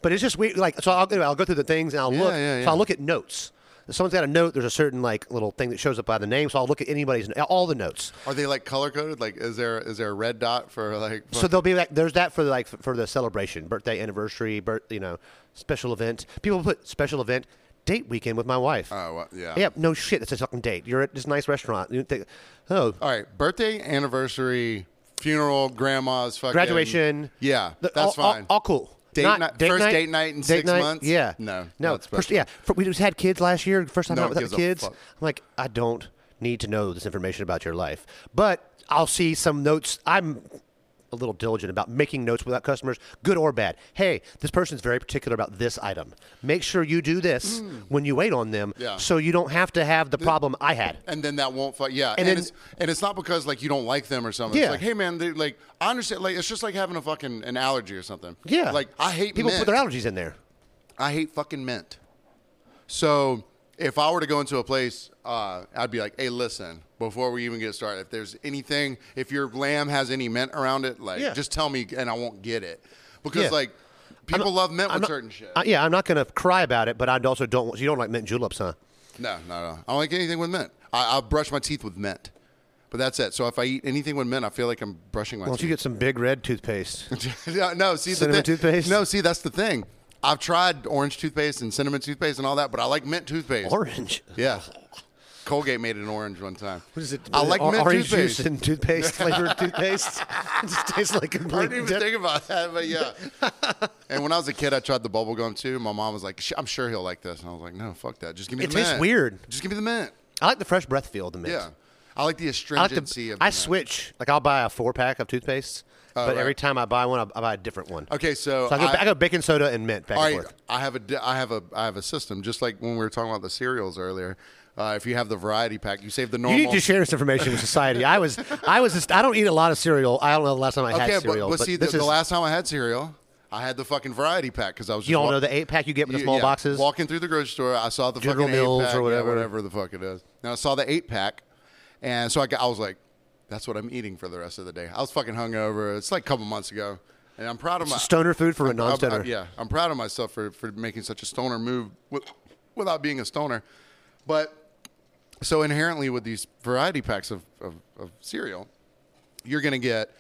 B: But it's just weird. Like, so I'll, anyway, I'll go through the things and I'll
A: Yeah,
B: look.
A: yeah,
B: So I'll
A: yeah.
B: look at notes. If someone's got a note, there's a certain like little thing that shows up by the name. So I'll look at anybody's all the notes.
A: are they like color coded? Like, is there is there a red dot for like?
B: So there'll be like there's that for like for the celebration, birthday, anniversary, birth, you know, special event. People put special event, date weekend with my wife.
A: Oh, well, yeah.
B: Yeah, no shit. That's a fucking date. You're at this nice restaurant. You think, oh,
A: All right, birthday, anniversary, funeral, grandma's fucking
B: graduation.
A: Yeah,
B: The-
A: that's
B: all, all-
A: fine.
B: All, cool.
A: Date night- first date night in six months?
B: Yeah.
A: No,
B: No.
A: not
B: First,
A: special.
B: yeah. fir- we just had kids last year. First time
A: No
B: out
A: one
B: without
A: gives
B: the kids.
A: a
B: I'm
A: fuck.
B: like, I don't need to know this information about your life, but I'll see some notes. I'm a little diligent about making notes without customers, good or bad. Hey, this person's very particular about this item. Make sure you do this when you wait on them,
A: Hmm. Yeah.
B: so you don't have to have the problem I had.
A: and then that won't fuck. Yeah, and,
B: then-
A: it's and it's not because like you don't like them or something.
B: Yeah.
A: It's like, hey man, they like I understand. Like it's just like having a fucking an allergy or something.
B: Yeah.
A: like I hate
B: people
A: mint.
B: put their allergies in there.
A: I hate fucking mint. So if I were to go into a place, uh, I'd be like, hey, listen, before we even get started, if there's anything, if your lamb has any mint around it, like
B: Yeah.
A: just tell me and I won't get it because
B: Yeah.
A: like people love mint with
B: I'm not-
A: certain shit.
B: I- yeah, I'm not gonna cry about it, but I also don't. want You don't like mint juleps, huh?
A: No, no, no. I don't like anything with mint. I, I brush my teeth with mint, but that's it. So if I eat anything with mint, I feel like I'm brushing my
B: Why don't you
A: teeth.
B: get some big red toothpaste? (laughs)
A: (laughs) no, no, see
B: Cinnamon
A: the thing-
B: toothpaste?
A: No, see that's the thing. I've tried orange toothpaste and cinnamon toothpaste and all that, but I like mint toothpaste.
B: Orange.
A: Yeah. Colgate made an orange one time.
B: What is it?
A: I like
B: Or-
A: mint
B: orange
A: toothpaste.
B: juice and
A: (laughs)
B: toothpaste flavored toothpaste. It just tastes like
A: I
B: complete.
A: didn't even think about that, but yeah. (laughs) and when I was a kid, I tried the bubble gum too. My mom was like, "Sh- "I'm sure he'll like this," and I was like, "No, fuck that. Just give me
B: It
A: the
B: tastes
A: mint.
B: weird.
A: Just give me the mint.
B: I like the fresh breath feel of the mint.
A: Yeah, I like the
B: I like
A: astringency
B: the.
A: of. The
B: I
A: mint. Oh,
B: switch. Like I'll buy a four pack of toothpaste, but
A: right.
B: every time I buy one, I, I buy a different one.
A: Okay, so,
B: So I go,
A: I-
B: I go baking soda and mint back
A: All
B: and
A: right,
B: forth.
A: I have a, di- I have a, I have a system. Just like when we were talking about the cereals earlier, uh, if you have the variety pack, you save the
B: You
A: normal.
B: need to share this information with society. I was, I was just, I don't eat a lot of cereal. I don't know the last time I
A: okay,
B: had
A: but,
B: cereal.
A: but see, the,
B: this
A: the
B: is-
A: last time I had cereal, I had the fucking variety pack because I was. Just
B: you all
A: wa-
B: know the eight pack you get with the
A: You-
B: small
A: yeah,
B: boxes.
A: Walking through the grocery store, I saw the
B: General
A: fucking eight
B: Mills
A: pack,
B: or
A: yeah,
B: whatever.
A: whatever the fuck it is. And I saw the eight pack, and so I, got, I was like, "That's what I'm eating for the rest of the day." I was fucking hungover. It's like a couple months ago, and I'm proud of my
B: Stoner food for a
A: I'm- I'm-
B: non-stoner.
A: yeah, I'm proud of myself for for making such a stoner move with, without being a stoner, but so inherently with these variety packs of, of, of cereal, you're going to get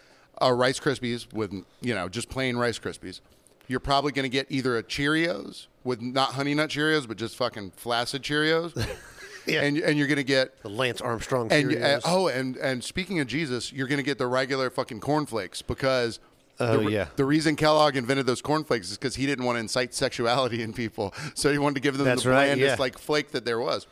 A: uh, Rice Krispies with you know just plain Rice Krispies. You're probably going to get either a Cheerios with not Honey Nut Cheerios, but just fucking flaccid Cheerios,
B: (laughs) Yeah.
A: and and you're going to get
B: The Lance Armstrong
A: and you-
B: Cheerios.
A: uh, oh and and speaking of Jesus, you're going to get the regular fucking cornflakes because.
B: Oh,
A: the, re-
B: yeah.
A: the reason Kellogg invented those cornflakes is because he didn't want to incite sexuality in people, (laughs) so he wanted to give them
B: That's
A: the
B: right,
A: blandest
B: yeah.
A: like flake that there was.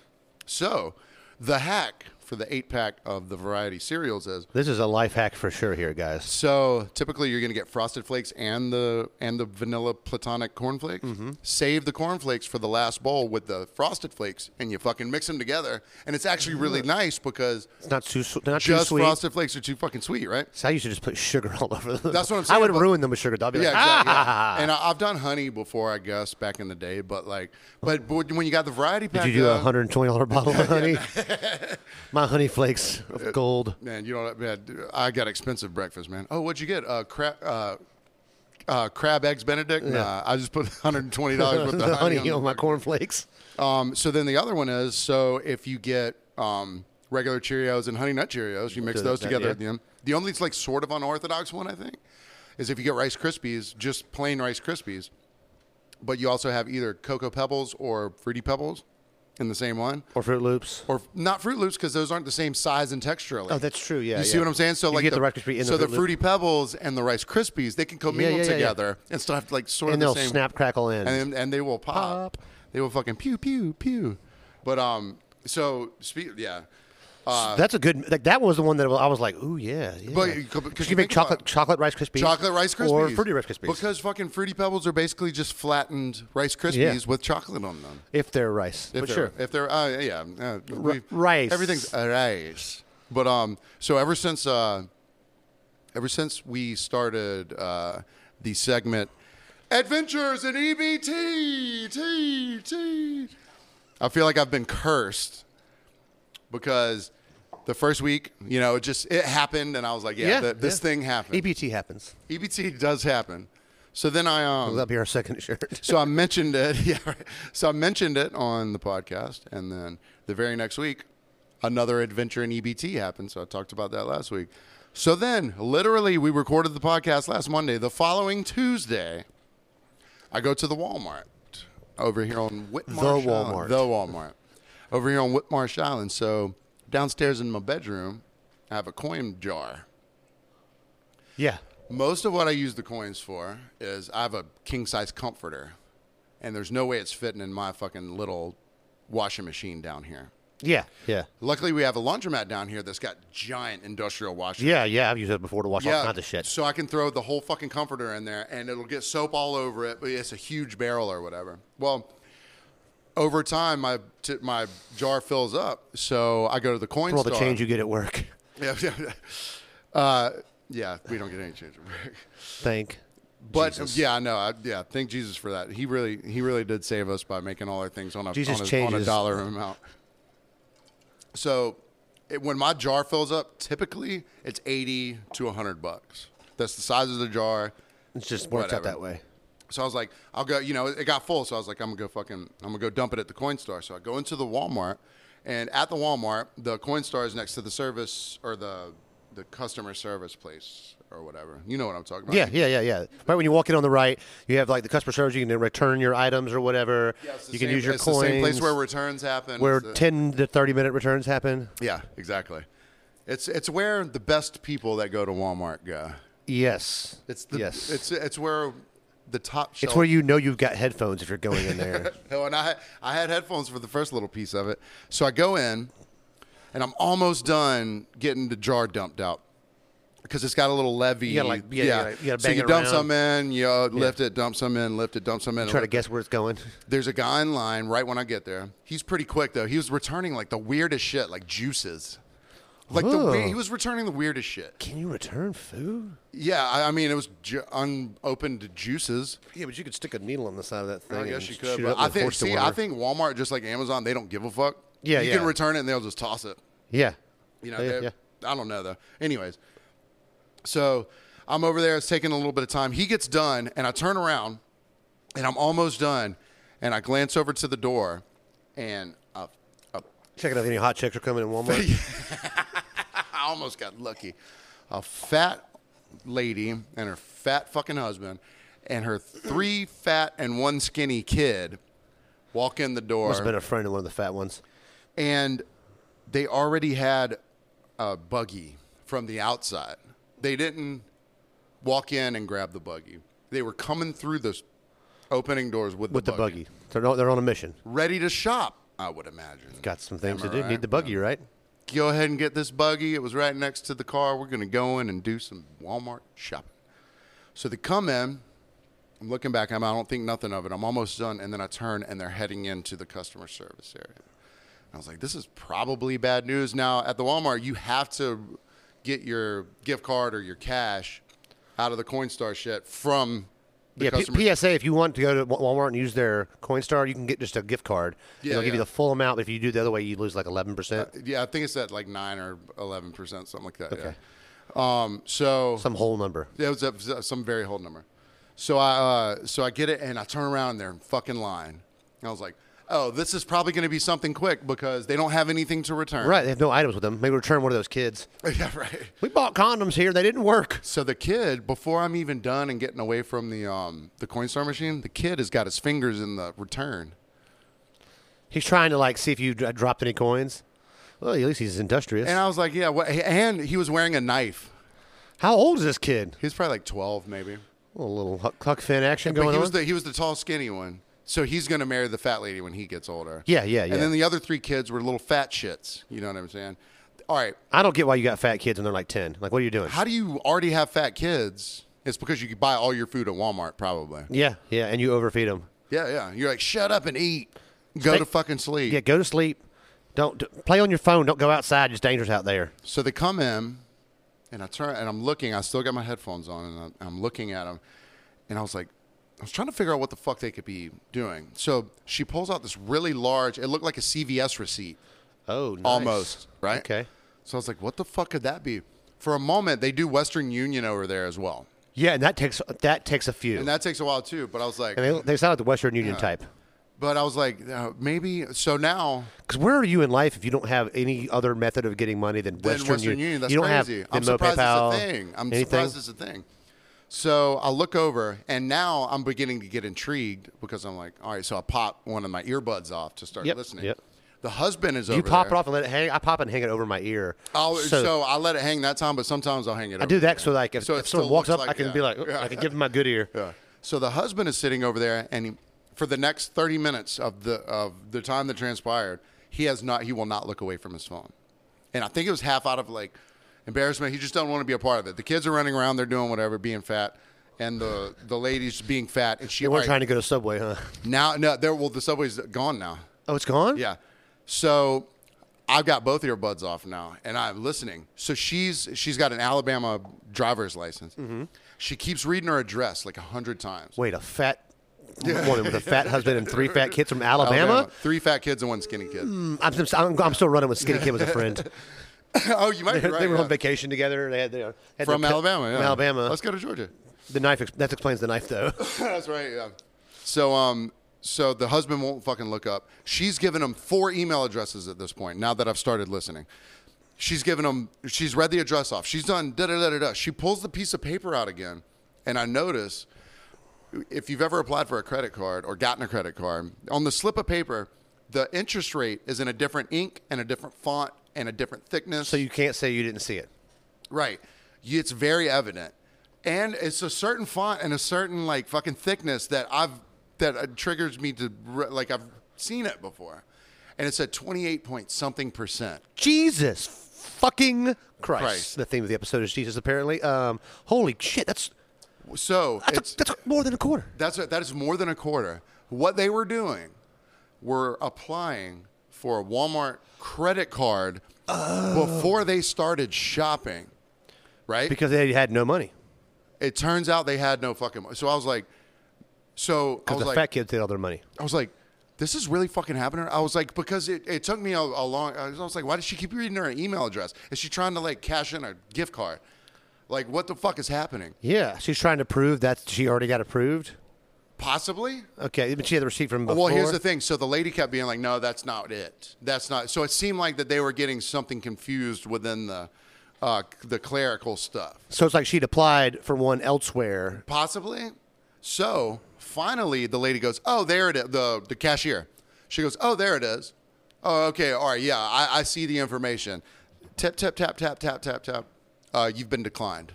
A: So, the hack for the eight pack of the variety cereals is
B: This is a life hack for sure here, guys.
A: so typically you're going to get frosted flakes and the and the vanilla platonic cornflakes.
B: Mm-hmm.
A: Save the cornflakes for the last bowl with the frosted flakes, and you fucking mix them together. And it's actually really nice because
B: Mm-hmm. It's not too su- not
A: just
B: too sweet.
A: frosted flakes are too fucking sweet, right?
B: So I used to just put sugar all (laughs) over them.
A: That's what I'm
B: I
A: saying,
B: would
A: but-
B: ruin them with sugar. I'll be
A: Yeah,
B: like,
A: exactly. yeah.
B: ah! (laughs)
A: And I, I've done honey before, I guess, back in the day. But like, but, but when you got the variety pack,
B: Did you do a
A: though-
B: hundred and twenty dollar bottle
A: (laughs)
B: of honey? My honey flakes of gold.
A: Man, you know, man, I got expensive breakfast, man. Oh, what'd you get? Uh, crab, uh, uh, crab eggs Benedict. Nah, I just put (laughs) 120 dollars
B: (laughs)
A: worth of
B: the honey on
A: on
B: my cornflakes.
A: Um, so then the other one is so if you get um, regular Cheerios and Honey Nut Cheerios, you mix
B: Do
A: those
B: that,
A: together
B: yeah.
A: at the end. The only like sort of unorthodox one I think is if you get Rice Krispies, just plain Rice Krispies, but you also have either Cocoa Pebbles or Fruity Pebbles in the same one,
B: Or Fruit Loops.
A: or not Fruit Loops because those aren't the same size and texture.
B: Oh, that's true. Yeah.
A: You see what I'm saying? So
B: You
A: like
B: get the Rice Krispie and
A: so
B: the
A: the,
B: Froot Loop.
A: fruity pebbles and the Rice Krispies, they can commingle
B: yeah, yeah, yeah.
A: together and still have like sort
B: And
A: of
B: they'll
A: the same
B: snap, crackle, in.
A: and and they will pop.
B: Pop.
A: They will fucking pew pew pew. But um, So, speak, yeah.
B: That's a good. Like that was the one that I was like, ooh yeah, yeah.
A: Uh, But you- 'cause
B: Because
A: you
B: you make
A: think about-
B: chocolate chocolate rice krispies,
A: Chocolate Rice Krispies.
B: or fruity rice krispies,
A: Because fucking Fruity Pebbles are basically just flattened Rice Krispies with chocolate on them.
B: if they're rice,
A: If
B: but
A: they're,
B: sure.
A: If they're, uh, yeah. Uh, we-
B: rice.
A: Everything's uh, rice. But, um, so ever since, uh, ever since we started, uh, the segment Adventures in EBT, T, T, I feel like I've been cursed because the first week, you know, it just, it happened and I was like, yeah, th- this thing happened.
B: EBT E happens.
A: EBT does happen. So then I um
B: That'll be our second (laughs) shirt.
A: so I mentioned it. (laughs) Yeah, right. so I mentioned it on the podcast, and then the very next week, another adventure in EBT happened. So I talked about that last week. So then, literally, we recorded the podcast last Monday. The following Tuesday, I go to the Walmart over here on Whitmarsh
B: The
A: Island.
B: Walmart.
A: The Walmart over here on Whitmarsh Island. So downstairs in my bedroom, I have a coin jar.
B: yeah.
A: Most of what I use the coins for is I have a king size comforter, and there's no way it's fitting in my fucking little washing machine down here.
B: Yeah. Yeah.
A: Luckily, we have a laundromat down here that's got giant industrial washing.
B: Yeah. Yeah. I've used it before to wash all kinds of shit.
A: So I can throw the whole fucking comforter in there, and it'll get soap all over it. But it's a huge barrel or whatever. Well, over time, my t- my jar fills up, so I go to the coin
B: For all the
A: store.
B: change you get at work,
A: (laughs)
B: (laughs)
A: yeah, yeah, yeah. Uh, yeah, we don't get any change.
B: thank.
A: But
B: Jesus.
A: yeah, no, I, yeah. Thank Jesus for that. He really, he really did save us by making all our things on a,
B: Jesus
A: on a, on a
B: changes.
A: dollar amount. So, it, when my jar fills up, typically it's eighty to hundred bucks. That's the size of the jar.
B: It just works
A: Whatever.
B: out that way.
A: So I was like, I'll go. You know, it got full, so I was like, I'm gonna go fucking, I'm gonna go dump it at the coin store. So I go into the Walmart, and at the Walmart, the coin store is next to the service or the the customer service place or whatever. You know what I'm talking about?
B: Yeah, yeah, yeah, yeah. Right when you walk in on the right, you have like the customer service. You can then return your items or whatever.
A: Yeah, it's the
B: you can
A: same-
B: use your
A: it's
B: coins.
A: The same place where returns happen.
B: where
A: It's the-
B: ten to thirty minute returns happen.
A: yeah, exactly. It's it's where the best people that go to Walmart go.
B: Yes.
A: It's the
B: yes.
A: it's it's where the top shelf.
B: It's where you know you've got headphones if you're going in there.
A: (laughs) Oh, and I I had headphones for the first little piece of it, so I go in, and I'm almost done getting the jar dumped out. Because it's got a little levy.
B: gotta, like, yeah, you gotta- you gotta
A: so
B: bang
A: you
B: it
A: dump
B: around.
A: some in, you uh, lift it, dump some in, lift it, dump some in.
B: Try to guess where it's going.
A: There's a guy in line right when I get there. He's pretty quick though. He was returning like the weirdest shit, like juices. Like the
B: Ooh.
A: we- he was returning the weirdest shit.
B: Can you return food?
A: Yeah, I, I mean it was ju- unopened juices.
B: Yeah, but you could stick a needle on the side of that thing.
A: I guess
B: and
A: you could.
B: shoot
A: But
B: up
A: I
B: with a
A: think
B: force to
A: see, I
B: water.
A: think Walmart just like Amazon, they don't give a fuck.
B: Yeah,
A: you
B: yeah.
A: can return it and they'll just toss it.
B: Yeah.
A: You know,
B: yeah,
A: they-
B: yeah.
A: I don't know though. Anyways, so I'm over there. It's taking a little bit of time. He gets done, and I turn around, and I'm almost done, and I glance over to the door, and a, a
B: Check it out. if Any hot chicks are coming in
A: (laughs)
B: Walmart?
A: I almost got lucky. A fat lady and her fat fucking husband and her three fat and one skinny kid walk in the door
B: Must have been a friend of one of the fat ones.
A: and they already had a buggy from the outside. They didn't walk in and grab the buggy. They were coming through the s- opening doors with,
B: With
A: the,
B: the buggy. They're on, they're on a mission.
A: Ready to shop, I would imagine.
B: Got some things
A: Am I
B: to do.
A: right?
B: Need the buggy, right?
A: go ahead and get this buggy. It was right next to the car. We're going to go in and do some Walmart shopping. So they come in. I'm looking back. I'm, I don't think nothing of it. I'm almost done. And then I turn and they're heading into the customer service area. I was like, this is probably bad news. Now, at the Walmart, you have to get your gift card or your cash out of the Coinstar shit from the
B: yeah, P-
A: customer
B: PSA. If you want to go to Wa- Walmart and use their Coinstar, you can get just a gift card.
A: Yeah,
B: Yeah, They'll give
A: yeah. Uh,
B: you the full amount. but If you do the other way, you lose like eleven percent.
A: Yeah, I think it's at like 9 or 11%, something like that.
B: Okay.
A: Yeah. Um, so
B: Some whole number.
A: Yeah, it was a, some very whole number. So I uh, so I get it and I turn around and they're in fucking line. And I was like, oh, this is probably going to be something quick because they don't have anything to return.
B: Right. They have no items with them. Maybe return one of those kids.
A: (laughs) yeah, right.
B: We bought condoms here. They didn't work.
A: So the kid, before I'm even done and getting away from the um the Coinstar machine, the kid has got his fingers in the return.
B: He's trying to like see if you d- dropped any coins. Well, at least he's industrious.
A: And I was like, yeah, what? And he was wearing a knife.
B: How old is this kid?
A: He was probably like 12, maybe.
B: A little Huck, Huck Finn action
A: But
B: going
A: he
B: on.
A: was the he was the tall, skinny one. So he's going to marry the fat lady when he gets older.
B: Yeah, yeah, yeah.
A: And then the other three kids were little fat shits. You know what I'm saying? All right.
B: I don't get why you got fat kids when they're like ten. Like, what are you doing?
A: How do you already have fat kids? It's because you could buy all your food at Walmart, probably.
B: yeah, yeah, and you overfeed them.
A: Yeah, yeah. You're like, shut up and eat. Go
B: Stay-
A: to fucking sleep.
B: Yeah, go to sleep. Don't d- play on your phone. Don't go outside. It's dangerous out there.
A: So they come in, and I turn and I'm looking. I still got my headphones on, and I'm, I'm looking at them. And I was like, I was trying to figure out what the fuck they could be doing. So she pulls out this really large. It looked like a CVS receipt,
B: Oh, nice.
A: almost right.
B: Okay.
A: So I was like, what the fuck could that be? For a moment, they do Western Union over there as well,
B: Yeah, and that takes that takes a few.
A: and
B: And,
A: that takes a while too. But I was like,
B: they, they sound like the Western Union type.
A: but I was like, uh, maybe. So now
B: Because where are you in life if you don't have any other method of getting money than
A: than
B: Western,
A: Western, Union. That's
B: you don't
A: crazy.
B: have
A: I'm
B: Venmo,
A: surprised
B: PayPal,
A: it's a thing. I'm
B: anything.
A: surprised it's a thing. So I look over, and now I'm beginning to get intrigued because I'm like, all right. So I pop one of my earbuds off to start
B: Yep,
A: listening.
B: yep.
A: The husband is over
B: you pop
A: there.
B: it off and let it hang. I pop it and hang it over my ear.
A: I'll- so,
B: so,
A: I let it hang that time, but sometimes I'll hang it.
B: I do that so like if,
A: So it
B: if someone
A: still
B: walks up,
A: looks
B: I
A: like-
B: can
A: yeah,
B: be like, "Oh,"
A: yeah.
B: I can give them my good ear.
A: Yeah. So the husband is sitting over there, and he, for the next 30 minutes of the of the time that transpired, he has not. He will not look away from his phone. And I think it was half out of like embarrassment. He just doesn't want to be a part of it. The kids are running around. They're doing whatever, being fat. And the, the lady's being fat, and she
B: They weren't
A: all right,
B: trying to go to Subway, huh?
A: now no there well the subway's gone now
B: Oh, it's gone.
A: yeah so i've got both earbuds off now and i'm listening so she's she's got an alabama driver's license
B: Mm-hmm.
A: she keeps reading her address like a hundred times
B: Wait, a fat
A: (laughs)
B: woman with a fat husband and three fat kids from Alabama. Hmm. Mm,
A: three fat kids and one skinny kid
B: I'm, I'm, I'm, I'm still running with Skinny Kid was a friend.
A: (laughs) oh you might be right
B: (laughs) they were
A: yeah.
B: on vacation together. They had, their had
A: from
B: their,
A: alabama yeah.
B: From Alabama.
A: let's go to
B: (laughs)
A: georgia
B: The knife ex- that explains the knife
A: (laughs)
B: though.
A: that's right yeah so um so the husband won't fucking look up she's given him four email addresses at this point now that i've started listening she's given him she's read the address off she's done da da da da da she pulls the piece of paper out again and i notice if you've ever applied for a credit card or gotten a credit card on the slip of paper the interest rate is in a different ink and a different font and a different thickness
B: so you can't say you didn't see it.
A: Right. You- It's very evident. And it's a certain font and a certain like fucking thickness that I've that uh, triggers me to re- like I've seen it before. And it's at 28 point something percent.
B: Jesus fucking Christ.
A: Christ.
B: The theme of the episode is Jesus apparently. Um, holy shit, that's
A: So
B: that's,
A: it's
B: a, that's a- more than a quarter.
A: that's a, that is more than a quarter. What they were doing were applying for a Walmart credit card
B: Oh.
A: before they started shopping. Right?
B: Because they had no money.
A: it turns out they had no fucking mo- So I was like so I
B: Because
A: was
B: the
A: like
B: fat kids did all their money.
A: I was like, this is really fucking happening. I was like, because it, it took me a, a long. I was, I was like, why does she keep reading her email address? Is she trying to like cash in a gift card? Like, what the fuck is happening?
B: Yeah, she's trying to prove that she already got approved.
A: Possibly.
B: Okay, but she had the receipt from before.
A: Well, here's the thing. So the lady kept being like, no, that's not it. That's not. So it seemed like that they were getting something confused within the uh, the clerical stuff.
B: so it's like she'd applied for one elsewhere.
A: Possibly. So finally, the lady goes, "Oh, there it is." The the cashier, she goes, "Oh, there it is." Oh, okay, all right, yeah, I, I see the information. Tap tap tap tap tap tap tap. Uh, you've been declined.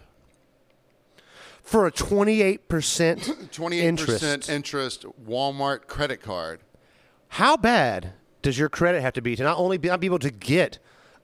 B: for a 28%
A: (clears throat) Twenty-eight percent
B: interest.
A: interest Walmart credit card.
B: How bad does your credit have to be to not only be, not be able to get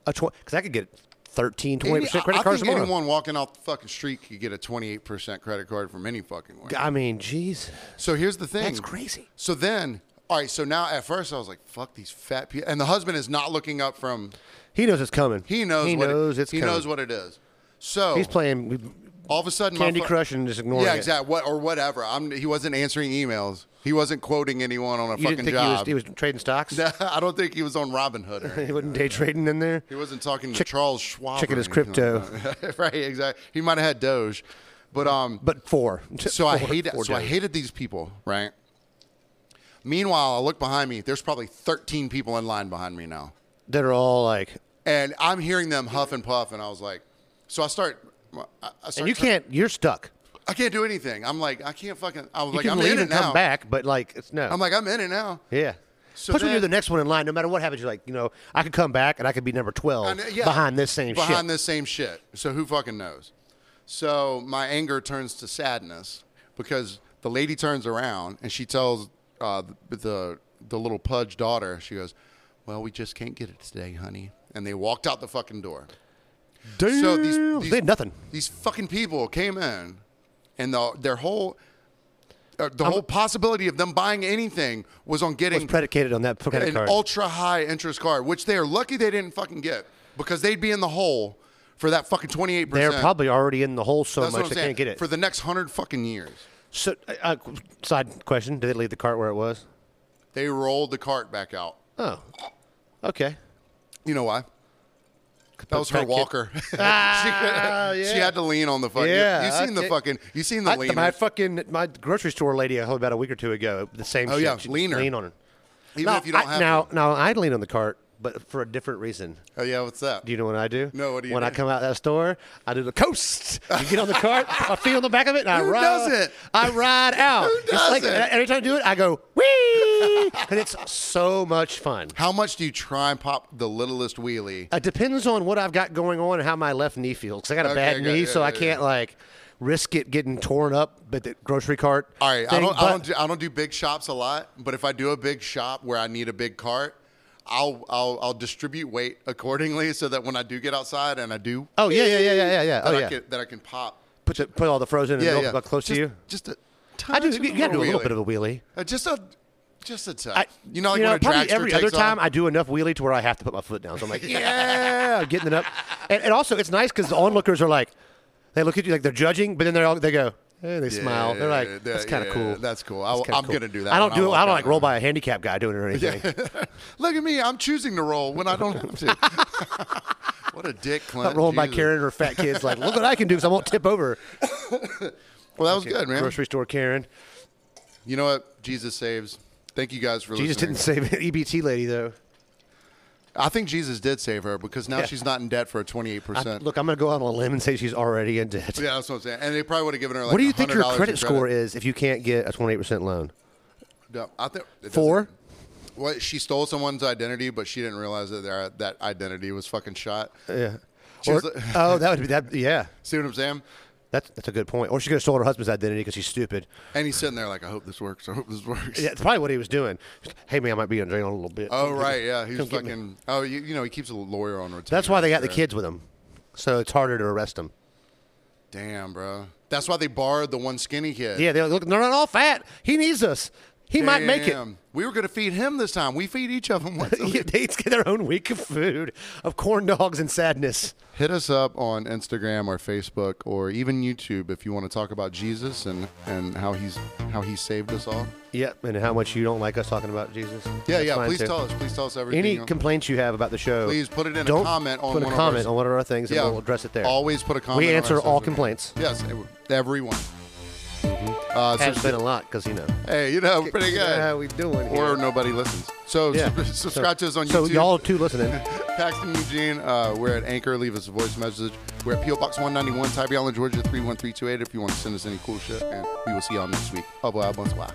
B: a 20 cuz I could get 13 20%
A: Any- I-
B: credit
A: I
B: cards
A: think
B: tomorrow.
A: anyone walking off the fucking street could get a twenty-eight percent credit card from any fucking one.
B: I mean, jeez.
A: So here's the thing.
B: That's crazy.
A: So then, all right. So now, at first, I was like, "Fuck these fat people," and the husband is not looking up from
B: He knows it's coming.
A: He knows.
B: He
A: what
B: knows
A: it,
B: it's
A: He
B: coming.
A: knows what it is. So
B: He's playing with
A: all of a sudden, my
B: Candy
A: pho-
B: Crush and just ignoring
A: Yeah,
B: it.
A: exactly. What or whatever. I'm. He wasn't answering emails. He wasn't quoting anyone on a
B: You
A: fucking
B: didn't think
A: job.
B: he was he was trading stocks?
A: (laughs) I don't think he was on Robinhood.
B: (laughs)
A: Or
B: he wasn't day trading in there.
A: he wasn't talking to Charles Schwab.
B: checking
A: or
B: his
A: anything like that. (laughs) right. Exactly. He might have had Doge, but um.
B: But four. (laughs)
A: so I
B: Four-
A: hate it.
B: four
A: So I
B: days.
A: hated these people. Right. Meanwhile, I look behind me. There's probably 13 people in line behind me now.
B: that are all like
A: and I'm hearing them huff and puff, and I was like, so I start, I I start
B: and you can't you're stuck.
A: I can't do anything. I'm like, I can't fucking. I was
B: You
A: like,
B: can
A: I'm
B: leave
A: in it
B: and come
A: now.
B: back, but like it's no.
A: I'm like, I'm in it now.
B: Yeah.
A: So
B: Plus, when you're the
A: then-
B: next one in line, no matter what happens, you're like, you know, I could come back and I could be number 12
A: And, uh, yeah,
B: behind this same
A: behind
B: shit.
A: this same shit. So who fucking knows? So my anger turns to sadness because the lady turns around and she tells uh, the the little pudge daughter. She goes, "Well, we just can't get it today, honey." And they walked out the fucking door.
B: Damn.
A: So these, these-
B: they had nothing.
A: These fucking people came in, and the, their whole uh, the whole possibility of them buying anything was on
B: It was
A: getting
B: predicated on that credit
A: an
B: card.
A: ultra high interest card, which they are lucky they didn't fucking get because they'd be in the hole for that fucking twenty eight
B: They're
A: percent.
B: probably already in the hole so
A: That's what
B: much
A: I'm
B: they
A: saying.
B: can't get it.
A: for the next hundred fucking years.
B: so, uh, uh, side question: Did they leave the cart where it was?
A: They rolled the cart back out.
B: Oh,
A: (laughs)
B: okay.
A: You know why? That was her
B: Thank you. (laughs)
A: walker. (laughs)
B: Ah,
A: she,
B: yeah.
A: she had to lean on the fucking.
B: Yeah,
A: you seen the
B: okay.
A: fucking. You seen the
B: I,
A: leaner.
B: my fucking my grocery store lady I heard about a week or two ago. The same.
A: Oh,
B: shit.
A: yeah,
B: She-
A: leaner.
B: Lean on her.
A: Even
B: No,
A: if you don't
B: I,
A: have
B: now,
A: to.
B: now I lean on the cart, but for a different reason.
A: Oh yeah, what's that?
B: Do you know what I do?
A: No, what do you
B: When I
A: do?
B: come out of that store, I do the coast. You get on
A: (laughs)
B: the cart, I feel the back of it, and I
A: Who
B: ride.
A: does it?
B: I ride out.
A: Who
B: it's like
A: does it?
B: every time I do it, I go
A: (laughs)
B: wee, and it's so much fun.
A: How much do you try and pop the littlest wheelie?
B: It depends on what I've got going on and how my left knee feels. 'Cause I got a
A: Okay,
B: bad
A: okay,
B: knee,
A: yeah,
B: so
A: yeah,
B: I can't like risk it getting torn up. But the grocery cart.
A: All right, I
B: thing,
A: don't, I
B: but-
A: don't, do, I don't do big shops a lot, but if I do a big shop where I need a big cart, I'll, I'll, I'll distribute weight accordingly so that when I do get outside and I do,
B: Oh yeah, yeah, yeah, yeah, yeah, yeah.
A: that,
B: Oh
A: I
B: yeah.
A: can, that I can pop.
B: Put the- put all the frozen and
A: Yeah,
B: milk
A: yeah.
B: back close
A: just,
B: to you.
A: Just a
B: I do.
A: touch
B: You gotta do a little
A: wheelie.
B: bit of a wheelie.
A: Uh, just a, just a touch.
B: I,
A: you know, like when a
B: probably
A: dragster
B: every
A: takes
B: other time
A: off?
B: I do enough wheelie to where I have to put my foot down.
A: (laughs)
B: So I'm like, yeah, I'm getting it up. And, and also, it's nice because the onlookers are like, they look at you like they're judging, but then they are all they go, hey, they smile. They're like,
A: yeah,
B: that's kind of
A: yeah,
B: cool.
A: that's cool.
B: That's
A: I-
B: kinda
A: I'm gonna do that
B: I don't
A: when I
B: do. I
A: walk
B: don't
A: out
B: like
A: now.
B: roll by a handicap guy doing
A: (laughs)
B: it or anything.
A: Look at me. I'm choosing to roll when I don't have to.
B: (laughs)
A: what a dick, Clint.
B: Not rolling by
A: Jesus.
B: Karen or fat kids. Like, look what I can do because I won't tip over.
A: Well, that was good, man.
B: Grocery store Karen.
A: You know what? Jesus saves. Thank you guys for
B: Jesus
A: listening.
B: didn't save an EBT lady though.
A: I think Jesus did save her because now
B: Yeah.
A: she's not in debt for a
B: I-
A: 28%.
B: look, I'm gonna go out on a limb and say she's already in debt.
A: yeah, that's what I'm saying. And they probably would have given her like
B: what do you think your
A: $100 in
B: credit score is if you can't get a 28% loan?
A: No, I think it doesn't-
B: Four?
A: What she stole someone's identity, but she didn't realize that their, that identity was fucking shot.
B: Yeah.
A: She was
B: Or-
A: like- (laughs)
B: oh, that would be that. Yeah,
A: See what I'm saying?
B: that's that's a good point. Or she could have stolen her husband's identity because she's stupid.
A: And he's sitting there like, I hope this works. I hope this works.
B: Yeah, that's probably what he was doing. Just, hey man, I might be in jail a little bit.
A: Oh
B: Come
A: right,
B: get me.
A: yeah. He was
B: Come get me."
A: fucking. Oh, you, you know, he keeps a lawyer on retainer.
B: That's why they got the
A: Sure.
B: kids with him, so it's harder to arrest them.
A: Damn, bro. That's why they borrowed the one skinny kid.
B: Yeah, they're look. They're not all fat. He needs us. He might make (laughs) it.
A: Damn. We were gonna feed him this time. We feed each of them once. a week.
B: Yeah, they each get their own week of food of corn dogs and sadness.
A: (laughs) Hit us up on Instagram or Facebook or even YouTube if you want to talk about Jesus and, and how he's how he saved us all.
B: Yep, and how much you don't like us talking about Jesus.
A: Yeah,
B: That's
A: yeah.
B: fine,
A: Please
B: too.
A: tell us. Please tell us everything.
B: Any
A: you know.
B: complaints you have about the show,
A: Please put it in a
B: don't
A: comment on
B: put
A: one
B: a
A: of
B: comment
A: ours.
B: on one of our things, and we'll address it there.
A: Always put a comment.
B: we
A: on our
B: answer all
A: social media.
B: complaints. Mm-hmm.
A: Yes, e-, everyone. Uh, so
B: Has
A: just-
B: been a lot because you know.
A: hey, you know, pretty
B: How
A: good.
B: we doing?
A: Or
B: here?
A: nobody listens. So
B: Yeah.
A: sub- (laughs) subscribe to us on
B: So
A: YouTube.
B: y'all too
A: (laughs)
B: listening.
A: Paxton Eugene, uh, we're at Anchor. Leave us a voice message. We're at P.O. Box 191, Tybee Island, Georgia 31328 if you want to send us any cool shit. And we will see y'all next week. Au revoir, bonsoir.